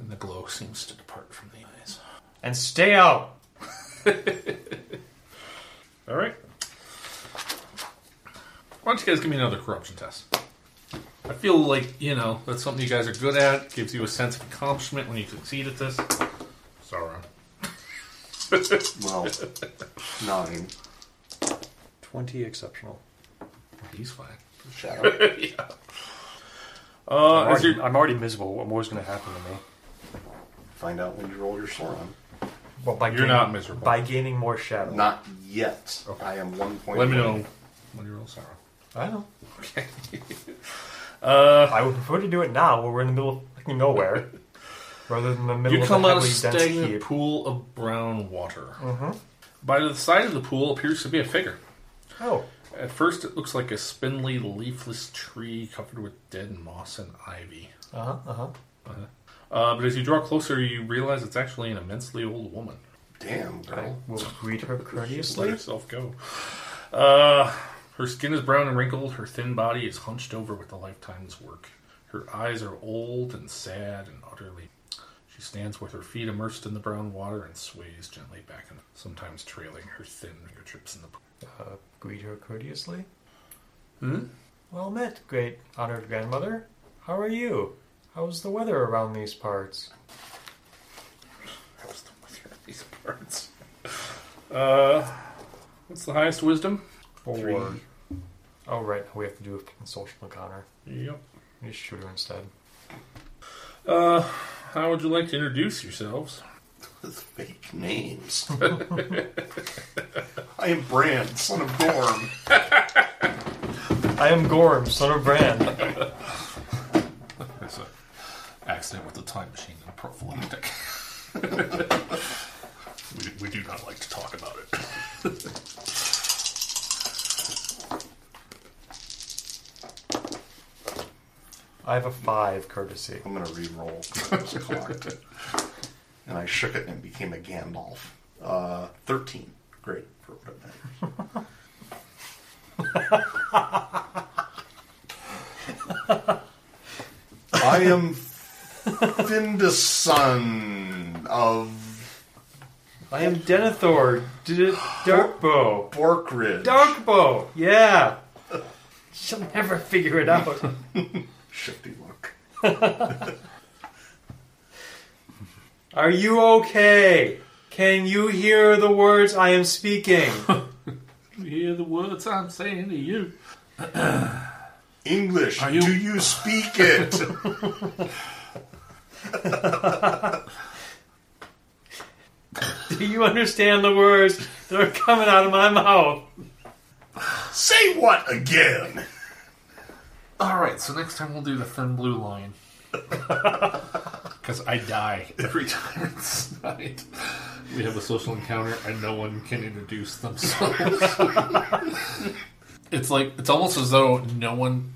C: and the glow seems to depart from the eyes.
F: And stay out.
C: All right, why don't you guys give me another corruption test? I feel like you know that's something you guys are good at. Gives you a sense of accomplishment when you succeed at this. Sauron.
D: Well, nine.
E: Twenty exceptional.
C: He's fine.
D: Shadow.
C: Uh,
E: I'm,
C: as
E: already,
C: you're,
E: I'm already miserable. What more is going to happen to me?
D: Find out when you roll your Sauron.
E: Well, by
C: you're not miserable.
E: by gaining more shadow.
D: Not yet. I am one point.
C: Let me
D: away.
C: know when you roll Sauron.
E: I know.
C: Uh,
E: I would prefer to do it now, where we're in the middle of fucking nowhere, rather than the middle
C: You
E: of
C: come
E: a
C: out of a
E: heavily dense
C: stagnant
E: heap.
C: pool of brown water. By the side of the pool appears to be a figure.
E: Oh,
C: At first, it looks like a spindly, leafless tree covered with dead moss and ivy.
E: uh huh, uh huh.
C: Uh, but as you draw closer, you realize it's actually an immensely old woman.
D: Damn,
E: I
D: girl.
E: will greet her
C: Just
E: courteously.
C: let herself go. Uh, her skin is brown and wrinkled. Her thin body is hunched over with a lifetime's work. Her eyes are old and sad and utterly. She stands with her feet immersed in the brown water and sways gently back and sometimes trailing her thin fingertips in the pool.
E: Uh, greet her courteously. Hmm? Well met, great honored grandmother. How are you? How's the weather around these parts?
C: How's the weather in these parts? Uh, what's the highest wisdom?
E: Or. Oh, right, we have to do a fucking social encounter.
C: Yep.
E: We just shoot her instead.
C: Uh, how would you like to introduce yourselves?
D: With fake names. I am Brand, son of Gorm.
E: I am Gorm, son of Brand.
C: That's an accident with the time machine and prophylactic. we, we do not like to talk about it.
E: I have a five courtesy.
D: I'm gonna re-roll. 'cause I was clocked. and I shook it and it became a Gandalf. Uh, Thirteen. Great for what it matters. I am Findus son of
E: I am Denethor, D- Darkbow.
D: Borkrid.
E: Darkbow, yeah. She'll never figure it out.
D: Shifty look.
E: Are you okay? Can you hear the words I am speaking?
C: Hear the words I'm saying to you.
D: English.
C: Are you-
D: Do you speak it?
E: Do you understand the words that are coming out of my mouth?
D: Say what again?
C: All right, so next time we'll do the thin blue line. Because I die every time it's night. We have a social encounter, and no one can introduce themselves. it's like it's almost as though no one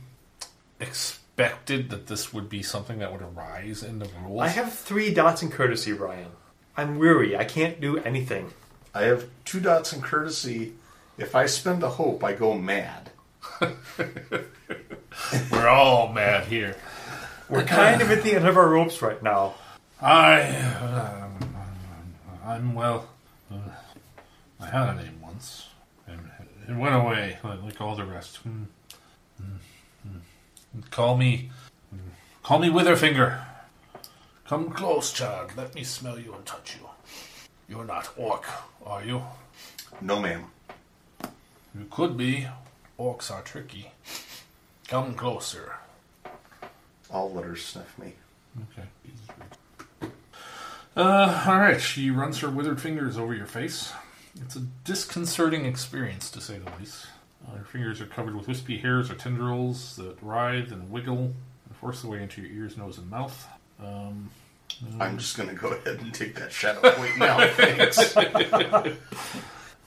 C: expected that this would be something that would arise in the rules.
E: I have three dots in courtesy, Ryan. I'm weary. I can't do anything.
D: I have two dots in courtesy. If I spend a hope, I go mad.
C: We're all mad here.
E: We're kind of at the end of our ropes right now.
C: I, um, I'm well. uh, I had a name once, and it went away like like all the rest. Hmm. Hmm. Hmm. Call me, call me Witherfinger. Come close, child. Let me smell you and touch you. You're not orc, are you?
D: No, ma'am.
C: You could be. Orcs are tricky. Come closer.
D: All letters sniff me.
C: Okay. Uh, all right. She runs her withered fingers over your face. It's a disconcerting experience, to say the least. Uh, your fingers are covered with wispy hairs or tendrils that writhe and wiggle and force their way into your ears, nose, and mouth. Um,
D: I'm just gonna go ahead and take that shadow point now. Thanks.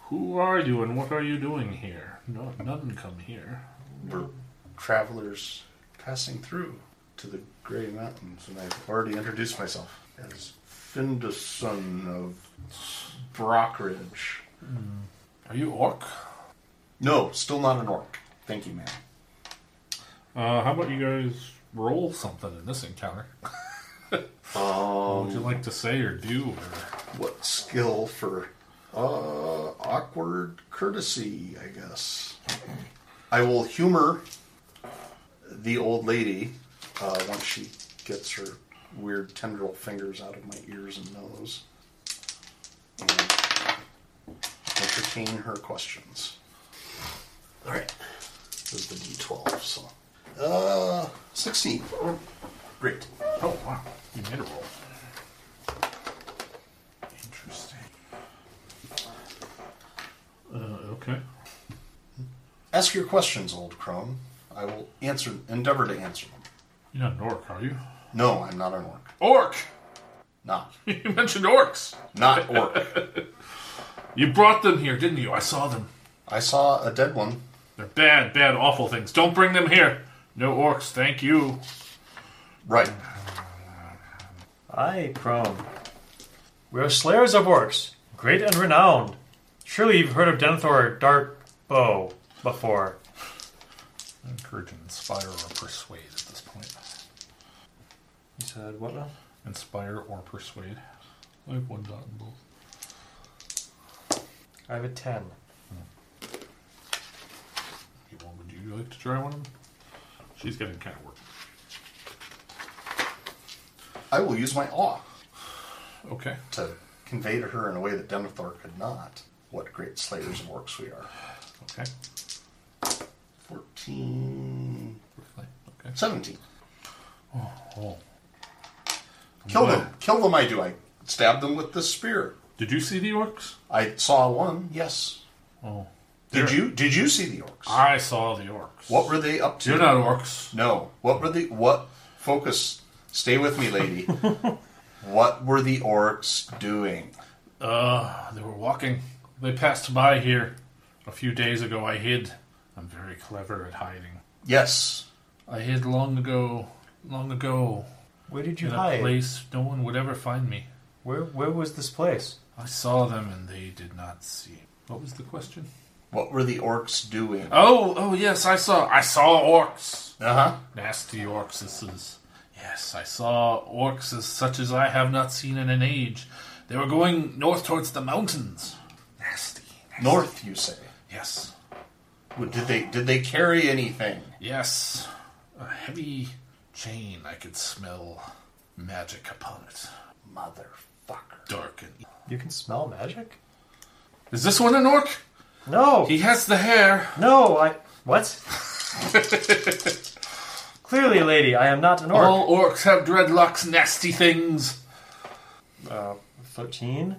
C: who are you and what are you doing here? No, none come here.
D: We're travelers passing through to the Grey Mountains, and I've already introduced myself as Findason of Brockridge.
C: Are you orc?
D: No, still not an orc. Thank you, ma'am.
C: Uh, how about you guys roll something in this encounter? what would you like to say or do? Or...
D: What skill for uh, awkward courtesy, I guess. I will humor the old lady uh, once she gets her weird tendril fingers out of my ears and nose. And entertain her questions. All right. This is the D12, so. Uh, 16. Great.
C: Oh wow, you made a roll. Interesting. Uh, okay.
D: Ask your questions, old crone. I will answer, endeavor to answer them.
C: You're not an orc, are you?
D: No, I'm not an orc.
C: Orc!
D: Not.
C: You mentioned orcs.
D: Not orc.
C: You brought them here, didn't you? I saw them.
D: I saw a dead one.
C: They're bad, bad, awful things. Don't bring them here. No orcs, thank you.
D: Right.
E: I prone. We are slayers of orcs, great and renowned. Surely you've heard of Denethor Dark Bow before.
C: Encourage and inspire or persuade at this point.
M: You said what now?
C: Inspire or persuade. I have one dot in both.
E: I have a 10.
C: You want- Would you like to try one of them? She's getting kind of work.
D: I will use my awe
C: Okay.
D: to convey to her in a way that Denethor could not what great slayers of orcs we are.
C: Okay.
D: 14.
C: Quickly. Okay.
D: 17.
C: Oh.
D: Kill them. Kill them, I do. I stab them with this spear.
C: Did you see the orcs?
D: I saw one, yes.
C: Oh.
D: Did
C: There-
D: you Did you see the orcs?
C: I saw the orcs.
D: What were they up to?
C: You're not orcs.
D: No. What were the what? Focus. Stay with me, lady. what were the orcs doing?
C: Uh, they were walking. They passed by here a few days ago. I hid. I'm very clever at hiding.
D: Yes.
C: I hid long ago, long ago,
E: Where did you
C: in a
E: hide?
C: place no one would ever find me.
E: Where, where was this place?
C: I saw them and they did not see. What was the question?
D: What were the orcs doing?
C: Oh, oh yes, I saw. I saw orcs.
D: Uh huh.
C: Nasty orcsuses. Yes, I saw orcs as such as I have not seen in an age. They were going north towards the mountains. Nasty.
D: North, you say.
C: Yes.
D: Well, Did they Did they carry anything?
C: Yes. A heavy chain. I could smell magic upon it.
D: Motherfucker.
C: Dark and.
E: You can smell magic?
C: Is this one an orc?
E: No!
C: He has the hair.
E: No, I. What? Clearly, lady, I am not an orc.
C: All orcs have dreadlocks, nasty things.
E: 13?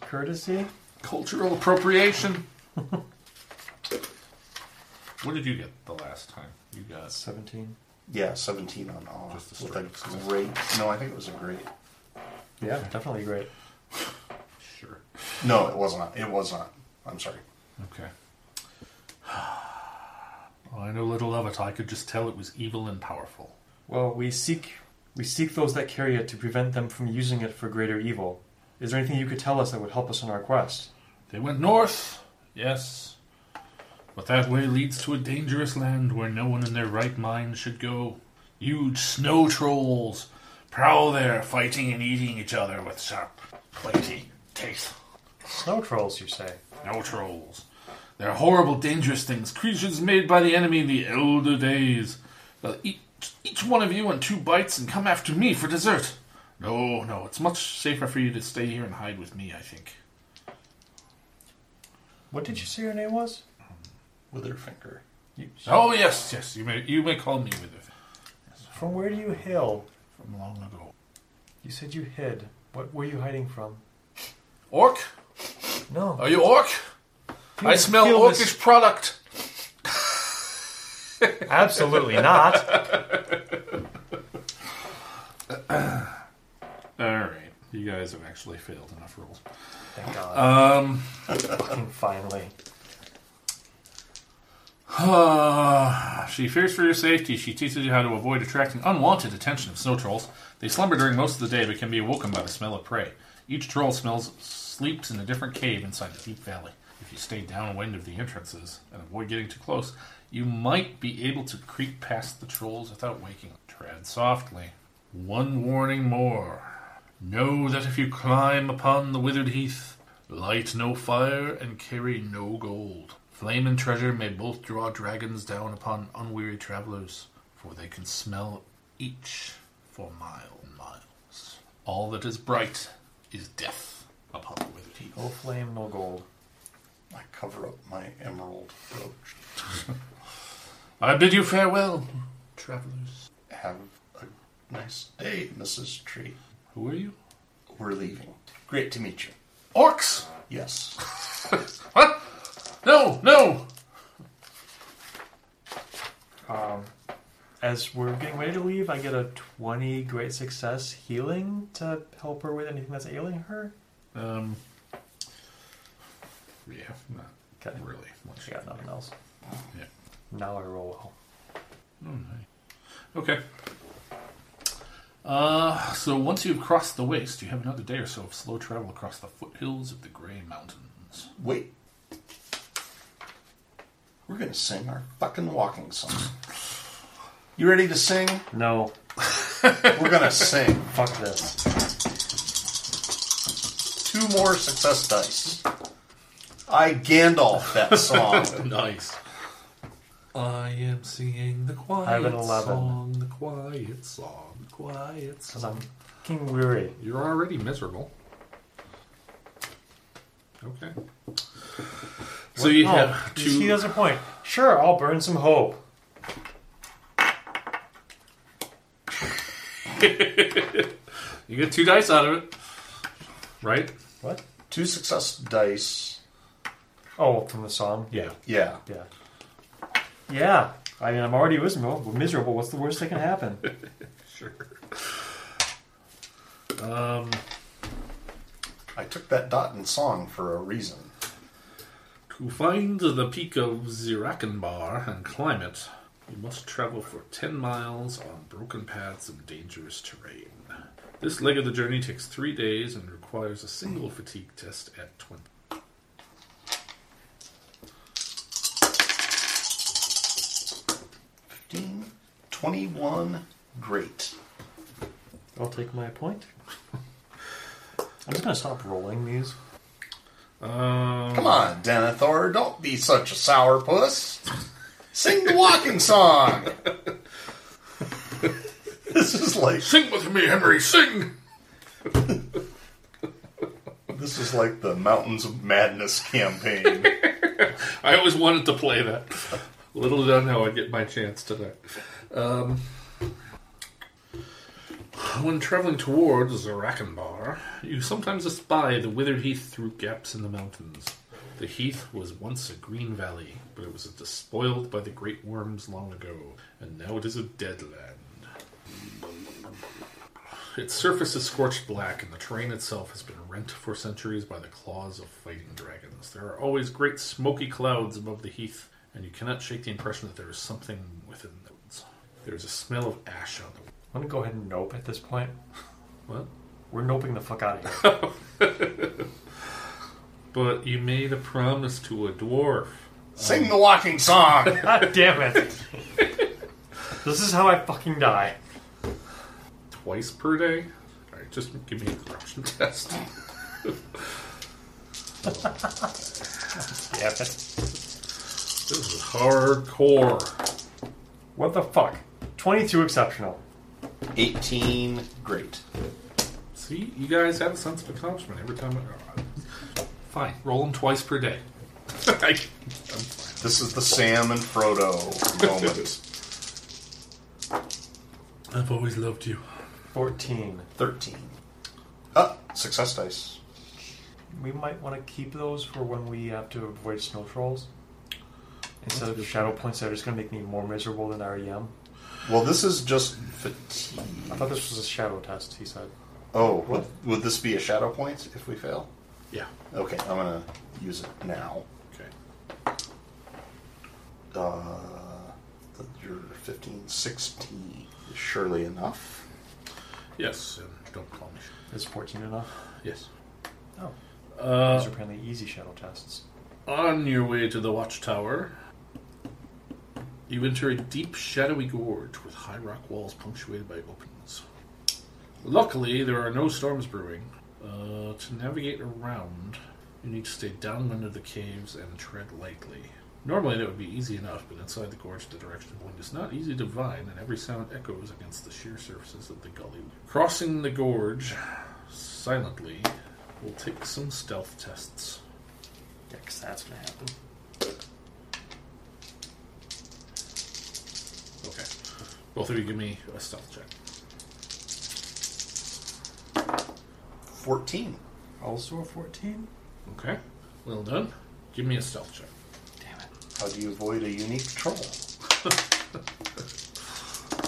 E: Courtesy?
C: Cultural appropriation. what did you get the last time? You got
N: 17.
D: Yeah, 17 on all.
C: Just the
D: with a
C: straight success.
D: great. No, I think it was a great.
N: Yeah, definitely great.
C: sure.
D: No, it was not. It was not. I'm sorry.
C: Okay. Well, I know little of it. I could just tell it was evil and powerful.
N: Well, we seek we seek those that carry it to prevent them from using it for greater evil. Is there anything you could tell us that would help us on our quest?
C: They went north, yes. But that way leads to a dangerous land where no one in their right mind should go. Huge snow trolls prowl there, fighting and eating each other with sharp, pointy teeth.
E: Snow trolls, you say?
C: No trolls. They're horrible, dangerous things, creatures made by the enemy in the elder days. They'll eat each one of you in two bites and come after me for dessert. No, no, it's much safer for you to stay here and hide with me, I think.
E: What did you say your name was?
D: Witherfinger.
C: Oh, yes, yes, you may, you may call me with it.
E: From where do you hail?
C: From long ago.
E: You said you hid. What were you hiding from?
C: Orc?
E: No.
C: Are you orc? I smell
E: feel
C: orcish
E: this-
C: product.
E: Absolutely not.
C: Alright, you guys have actually failed enough rolls.
E: Thank God.
C: Um,
E: Fucking finally.
C: she fears for your safety. She teaches you how to avoid attracting unwanted attention of snow trolls. They slumber during most of the day but can be awoken by the smell of prey. Each troll smells sleeps in a different cave inside the deep valley. If you stay downwind of the entrances and avoid getting too close, you might be able to creep past the trolls without waking. Tread softly. One warning more. Know that if you climb upon the withered heath, light no fire and carry no gold. Flame and treasure may both draw dragons down upon unweary travelers, for they can smell each for mile and miles. All that is bright is death upon the withered heath.
E: No flame, no gold.
D: I cover up my emerald brooch.
C: I bid you farewell, travelers.
D: Have a nice day, Mrs. Tree.
C: Who are you?
D: We're leaving. Great to meet you.
C: Orcs!
D: Yes.
C: What? No, no!
E: As we're getting ready to leave, I get a 20 great success healing to help her with anything that's ailing her.
C: Um. Yeah, not
E: Okay.
C: really. Much.
E: I got nothing else.
C: Yeah.
E: Now I roll well.
C: Okay. Uh, so once you've crossed the waste, you have another day or so of slow travel across the foothills of the Grey Mountains.
D: Wait. We're going to sing our fucking walking song. You ready to sing?
E: No.
D: We're going to sing.
E: Fuck this.
D: Two more success dice. I Gandalf that song.
C: Nice. I am singing the quiet
E: have an 11.
C: song, the quiet song, the quiet
E: Because
C: song.
E: I'm fucking weary.
C: You're already miserable. Okay. So you
E: Oh,
C: have
E: you see,
C: two.
E: that's a point. Sure, I'll burn some hope.
C: You get two dice out of it, right?
E: What?
D: Two success dice.
E: Oh, from the song?
C: Yeah.
D: Yeah.
E: Yeah. Yeah. I mean, I'm already miserable. miserable. What's the worst that can happen?
C: Sure.
D: I took that dot in song for a reason.
C: To find the peak of Zirakanbar and climb it, you must travel for 10 miles on broken paths and dangerous terrain. This leg of the journey takes three days and requires a single fatigue test at 20.
D: Fifteen, twenty-one. Great.
E: I'll take my point. I'm just going to stop rolling these.
C: Um,
D: Come on, Denethor, don't be such a sourpuss. Sing the walking song. this is like
C: sing with me, Henry, sing!
D: this is like the Mountains of Madness campaign.
C: I always wanted to play that. Little did I know I'd get my chance tonight. Um, when traveling towards Zarakanbar, you sometimes espy the withered heath through gaps in the mountains. The heath was once a green valley, but it was despoiled by the great worms long ago, and now it is a dead land. Its surface is scorched black, and the terrain itself has been rent for centuries by the claws of fighting dragons. There are always great smoky clouds above the heath, and you cannot shake the impression that there is something within those. There is a smell of ash on the
E: I'm gonna go ahead and nope at this point.
C: what?
E: We're noping the fuck out of here.
C: But you made a promise to a dwarf.
D: Sing the walking song.
E: God damn it! this is how I fucking die.
C: twice per day. All right, just give me a corruption test.
E: Damn it.
C: This is hardcore.
E: What the fuck? 22 exceptional.
D: 18. Great.
C: See, you guys have a sense of accomplishment every time. I... Fine, roll them twice per day. I-
D: This is the Sam and Frodo moment.
C: I've always loved you.
E: 14.
D: 13. Ah, success dice.
E: We might want to keep those for when we have to avoid snow trolls. Instead of shadow points that are just going to make me more miserable than I already am.
D: Well, this is just fatigue.
E: I thought this was a shadow test, he said.
D: Oh, would, would this be a shadow point if we fail?
C: Yeah.
D: Okay, I'm gonna use it now.
C: Okay.
D: Uh, you're 15, 16. is Surely enough.
C: Yes, and don't call me.
E: Is 14 enough?
C: Yes.
E: Oh.
C: Uh,
E: Those are apparently easy shadow tests.
C: On your way to the watchtower, you enter a deep, shadowy gorge with high rock walls punctuated by openings. Luckily, there are no storms brewing. Uh, to navigate around, you need to stay downwind of the caves and tread lightly. Normally, that would be easy enough, but inside the gorge, the direction of wind is not easy to divine, and every sound echoes against the sheer surfaces of the gully. Crossing the gorge silently will take some stealth tests.
E: Yeah, because that's going to happen.
C: Okay. Both of you give me a stealth check.
D: 14.
E: Also a 14?
C: Okay. Well done. Give me a stealth check.
E: Damn it.
D: How do you avoid a unique troll?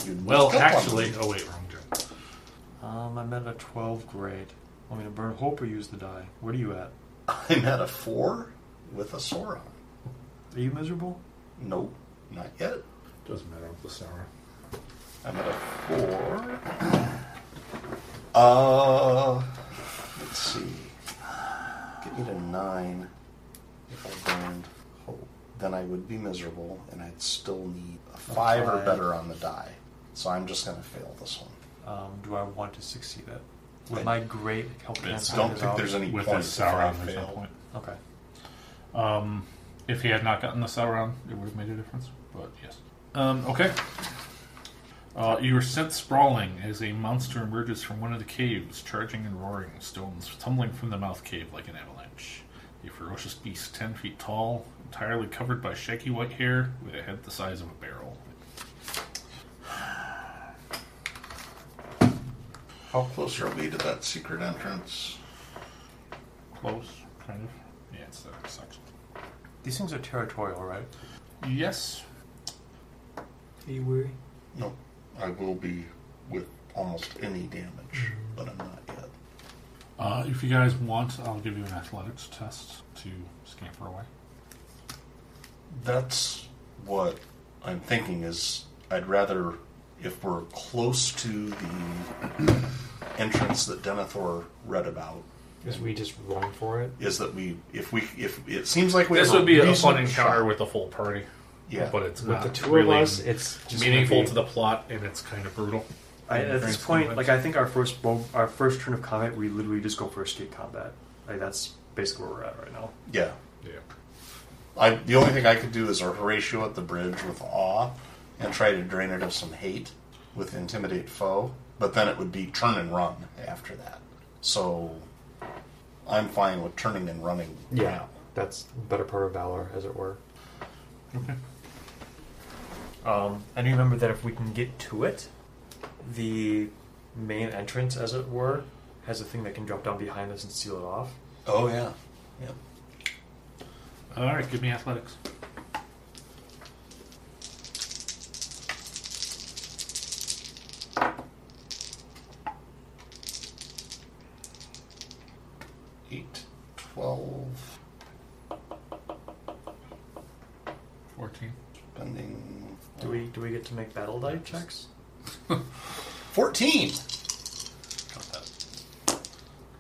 D: You
C: Well,
D: need a good one.
C: actually, oh wait, wrong turn.
E: Um, I'm at a 12 grade. Want me to burn hope or use the die? What are you at?
D: I'm at a 4 with a Sauron.
E: Are you miserable?
D: Nope, not yet.
C: Doesn't matter with the sour.
D: I'm at a four. Uh, let's see. Get me to nine. If I burned hope, then I would be miserable, and I'd still need a five, or
E: five.
D: better on the die. So I'm just gonna fail this one.
E: Um, do I want to succeed it?
D: I
E: With my great help
D: I
E: cancel
D: don't
E: it
D: think
E: out?
D: there's any
A: with
D: points
A: a
D: if I
A: Sauron, there's no
D: fail.
A: point.
E: Okay.
A: If he had not gotten the Sauron, it would have made a difference. But yes. Um, okay. Uh, you are sent sprawling as a monster emerges from one of the caves, charging and roaring, stones tumbling from the mouth cave like an avalanche. A ferocious beast, ten feet tall, entirely covered by shaggy white hair, with a head the size of a barrel.
D: How close are we to that secret entrance?
A: Close, kind of. Yeah, it's that section.
E: These things are territorial, right?
A: Yes.
E: Are you weary?
D: No, I will be with almost any damage, but I'm not yet.
A: Uh, if you guys want, I'll give you an athletics test to scamper away.
D: That's what I'm thinking is I'd rather if we're close to the entrance that Denethor read about
I: Because we just run for it.
D: is that we if we if it seems like we
C: This
D: have
C: would be a
D: reasonable
C: fun encounter
D: shot.
C: with the full party.
D: yeah
C: But it's
I: With
C: not
I: the two
C: really
I: of us, it's just gonna
C: meaningful
I: be-
C: to the plot, and it's kind of brutal.
E: I,
C: In
E: at this
C: Frank's
E: point,
C: defense.
E: like I think our first bo- our first turn of combat, we literally just go for escape combat. Like that's basically where we're at right now.
D: yeah
C: Yeah.
D: I the only thing I could do is a Horatio at the bridge with awe and try to drain it of some hate with intimidate foe but then it would be turn and run after that so I'm fine with turning and running
I: Yeah, that's better part of valor, as it were.
E: Um, and remember that if we can get to it, the main entrance, as it were, has a thing that can drop down behind us and seal it off.
D: oh yeah yeah
A: All right, give me athletics.
D: Eight, twelve,
A: 14.
D: spending
I: Do we do we get to make battle die checks?
D: 14.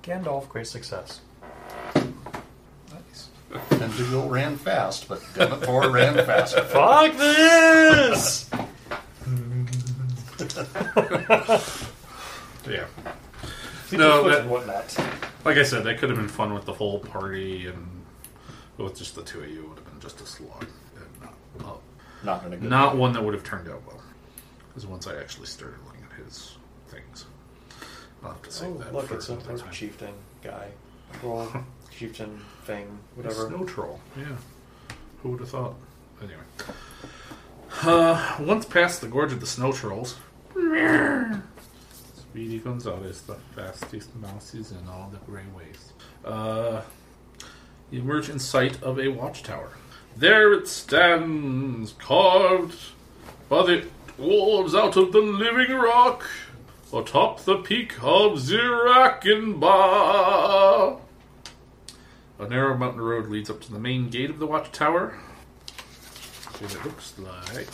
I: Gandalf, great success.
A: Nice.
D: Bendigo ran fast, but Denethor ran faster.
I: Fuck this!
C: Yeah. No, that,
F: whatnot.
C: like I said, that could have been fun with the whole party, and with just the two of you, it would have been just a slog. And not, oh,
D: Not going to go.
C: not one that would have turned out well. Because once I actually started looking at his things, I'll have to save
I: Oh,
C: that
I: look,
C: for
I: it's a
C: another time.
I: chieftain guy, troll, chieftain thing,
C: Whatever.
I: whatever.
C: Snow troll. Yeah. Who would have thought? Anyway. Uh, once past the gorge of the snow trolls, Speedy Gonzales, the fastest mouses in all the gray waves, uh, you emerge in sight of a watchtower. There it stands, carved by the wolves out of the living rock, atop the peak of Zirakinba. A narrow mountain road leads up to the main gate of the watchtower. And it looks like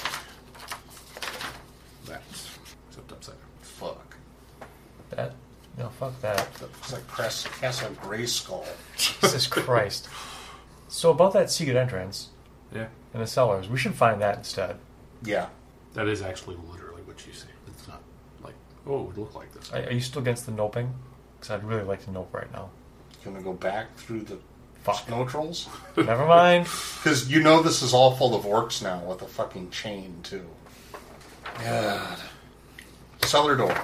C: that. Except upside down.
D: Fuck.
E: That? No, fuck that.
D: That looks like Crest Castle Grey Skull.
E: Jesus Christ. So about that secret entrance
C: Yeah.
E: and the cellars, we should find that instead.
D: Yeah.
C: That is actually literally what you see. It's not like, oh, it would look like this.
E: Are, are you still against the noping? Because I'd really like to nope right now.
D: Going to go back through the
E: Fuck.
D: snow trolls?
E: Never mind.
D: Because you know this is all full of orcs now with a fucking chain, too. God. Cellar door.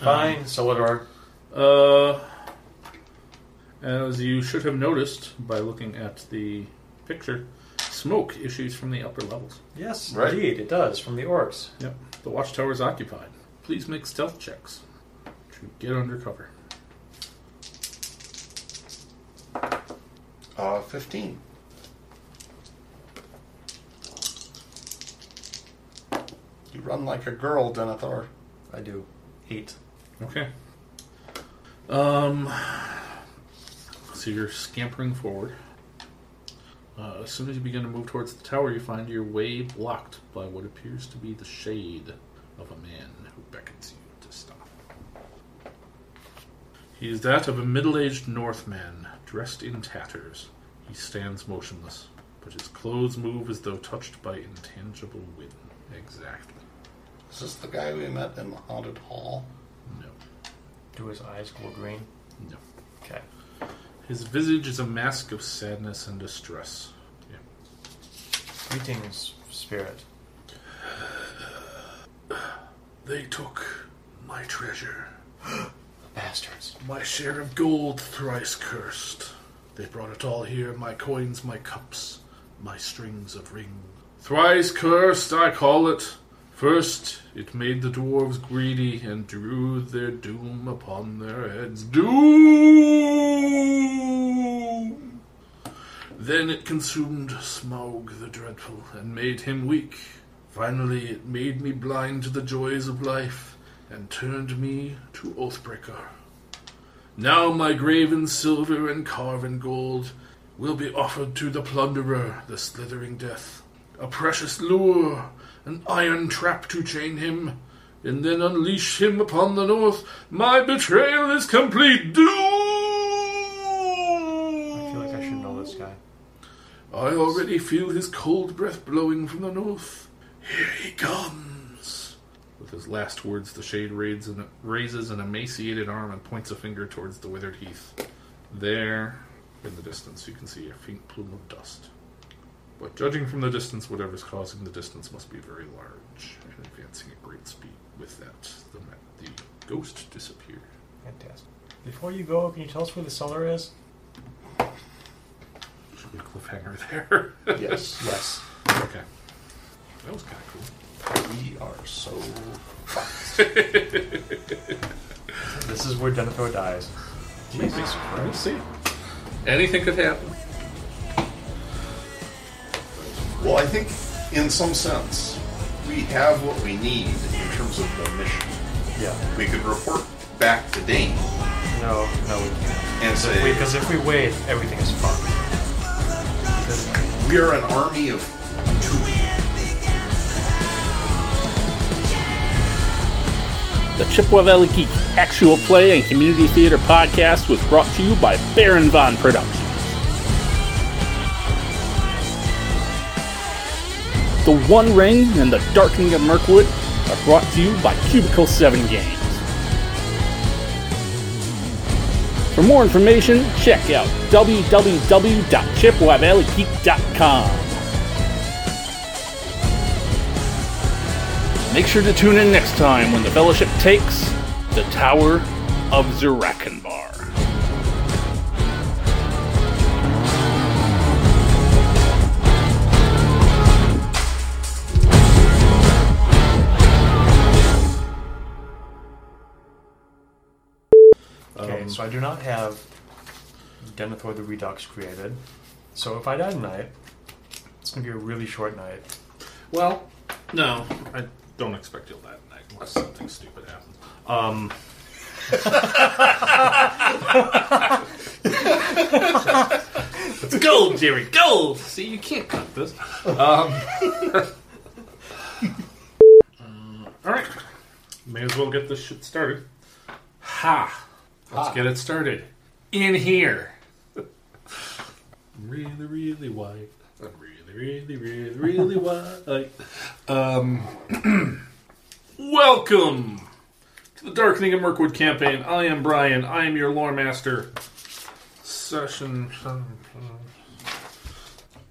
E: Fine,
D: Um,
E: Solidor.
C: Uh, as you should have noticed by looking at the picture, smoke issues from the upper levels.
I: Yes,
D: Right.
I: indeed, it does, from the orcs.
C: Yep. The watchtower is occupied. Please make stealth checks to get under cover.
D: Uh, 15. You run like a girl, Denethor.
I: I do. Eight.
C: Okay. Um. So you're scampering forward. Uh, as soon as you begin to move towards the tower, you find your way blocked by what appears to be the shade of a man who beckons you to stop. He is that of a middle aged Northman, dressed in tatters. He stands motionless, but his clothes move as though touched by intangible wind. Exactly.
D: Is this the guy we met in the haunted hall?
C: No.
E: Do his eyes glow green?
C: No.
E: Okay.
C: His visage is a mask of sadness and distress.
E: Greetings, spirit.
C: They took my treasure,
E: Bastards.
C: my share of gold thrice cursed. They brought it all here my coins, my cups, my strings of rings. Thrice cursed, I call it. First, it made the dwarves greedy and drew their doom upon their heads. Doom! Then it consumed Smaug the Dreadful and made him weak. Finally, it made me blind to the joys of life and turned me to Oathbreaker. Now my graven silver and carven gold will be offered to the plunderer, the slithering death. A precious lure, an iron trap to chain him, and then unleash him upon the north. My betrayal is complete. Doom!
E: I feel like I should know this guy.
C: I already feel his cold breath blowing from the north. Here he comes. With his last words, the shade raids and raises an emaciated arm and points a finger towards the withered heath. There, in the distance, you can see a faint plume of dust. But judging from the distance, whatever's causing the distance must be very large and advancing at great speed. With that, the, ma- the ghost disappeared.
E: Fantastic. Before you go, can you tell us where the cellar is?
C: Should be a cliffhanger there.
D: Yes. yes.
C: okay. That was kind of cool.
D: We are so.
E: This is where Denethor dies.
C: We'll see. Anything could happen.
D: Well, I think in some sense, we have what we need in terms of the mission.
E: Yeah.
D: We could report back to Dane
E: No, no, we can't.
D: and say,
E: Because if we wait, everything is fucked.
D: we are an army of two.
O: The Chippewa Valley Geek Actual Play and Community Theater podcast was brought to you by Baron Von Productions. The One Ring and The Darkening of Mirkwood are brought to you by Cubicle 7 Games. For more information, check out www.chippewavalleygeek.com. Make sure to tune in next time when the Fellowship takes the Tower of Zerakanbar.
C: Um,
E: Okay, so I do not have Denethor the Redux created. So if I die tonight, it's gonna be a really short night.
C: Well, no, I don't expect you'll die tonight unless something stupid happens. Um. it's gold, Jerry. Gold. See, you can't cut this. Um. all right. May as well get this shit started. Ha! Let's get it started. In here. really, really white. I'm really, really, really, really white. Um, welcome to the Darkening of Mirkwood campaign. I am Brian. I am your lore master. Session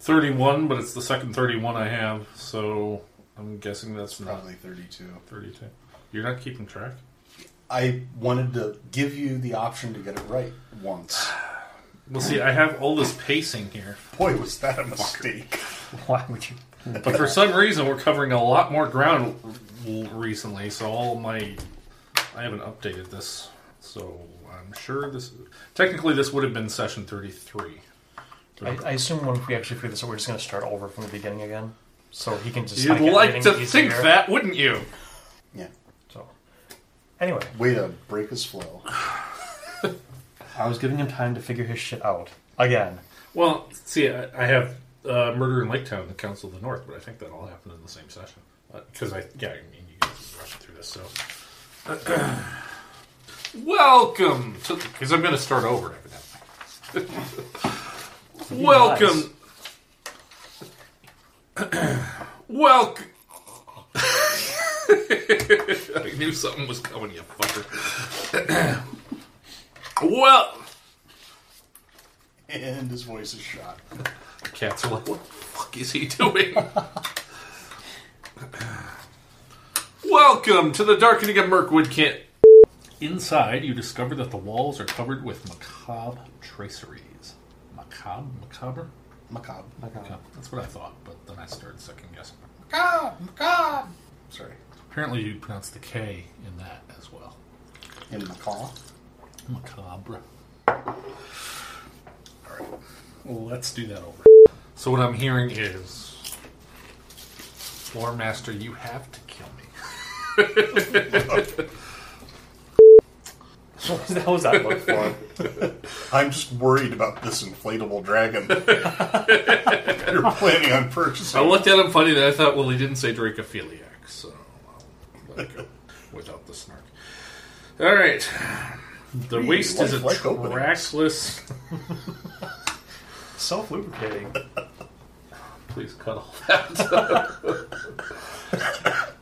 C: thirty-one, but it's the second thirty-one I have, so I'm guessing that's not
D: Probably 32.
C: thirty-two. You're not keeping track.
D: I wanted to give you the option to get it right once.
C: Well, see, I have all this pacing here,
D: Boy, was that a mistake.
E: Why would you?
C: but for some reason, we're covering a lot more ground l- l- recently. So all my, I haven't updated this, so I'm sure this. Technically, this would have been session thirty-three.
E: I, I assume when we actually figure this out, we're just gonna start over from the beginning again. So he can just.
C: You'd
E: get
C: like
E: everything
C: to
E: easier.
C: think that, wouldn't you?
D: Yeah.
E: So, anyway,
D: Way to break his flow.
E: I was giving him time to figure his shit out again.
C: Well, see, I, I have uh, Murder in Lake Town, The Council of the North, but I think that all happened in the same session. Because I, yeah, I mean, you guys are rushing through this, so. Welcome to. Because I'm going to start over, evidently. Welcome. Welcome. I knew something was coming, you fucker. well.
D: And his voice is shot.
C: Cats are like, what the fuck is he doing? Welcome to the Darkening of Mirkwood Kit. Inside, you discover that the walls are covered with macabre traceries. Macabre? Macabre?
D: Macabre.
C: Yeah, that's what I thought, but then I started second guessing.
D: Macabre. Macabre. Sorry.
C: Apparently, you pronounce the K in that as well.
D: In macaw.
C: Macabre. Alright, well, let's do that over. So, what I'm hearing is Lore Master, you have to kill me.
E: What the hell was that look for?
D: I'm just worried about this inflatable dragon. You're planning on
C: I
D: purchasing.
C: looked at him funny, then I thought, well, he didn't say dracophiliac, so I'll let it go without the snark. All right. The waist is a
D: lifelike opening.
C: trackless.
E: Self lubricating.
C: Please cut all that.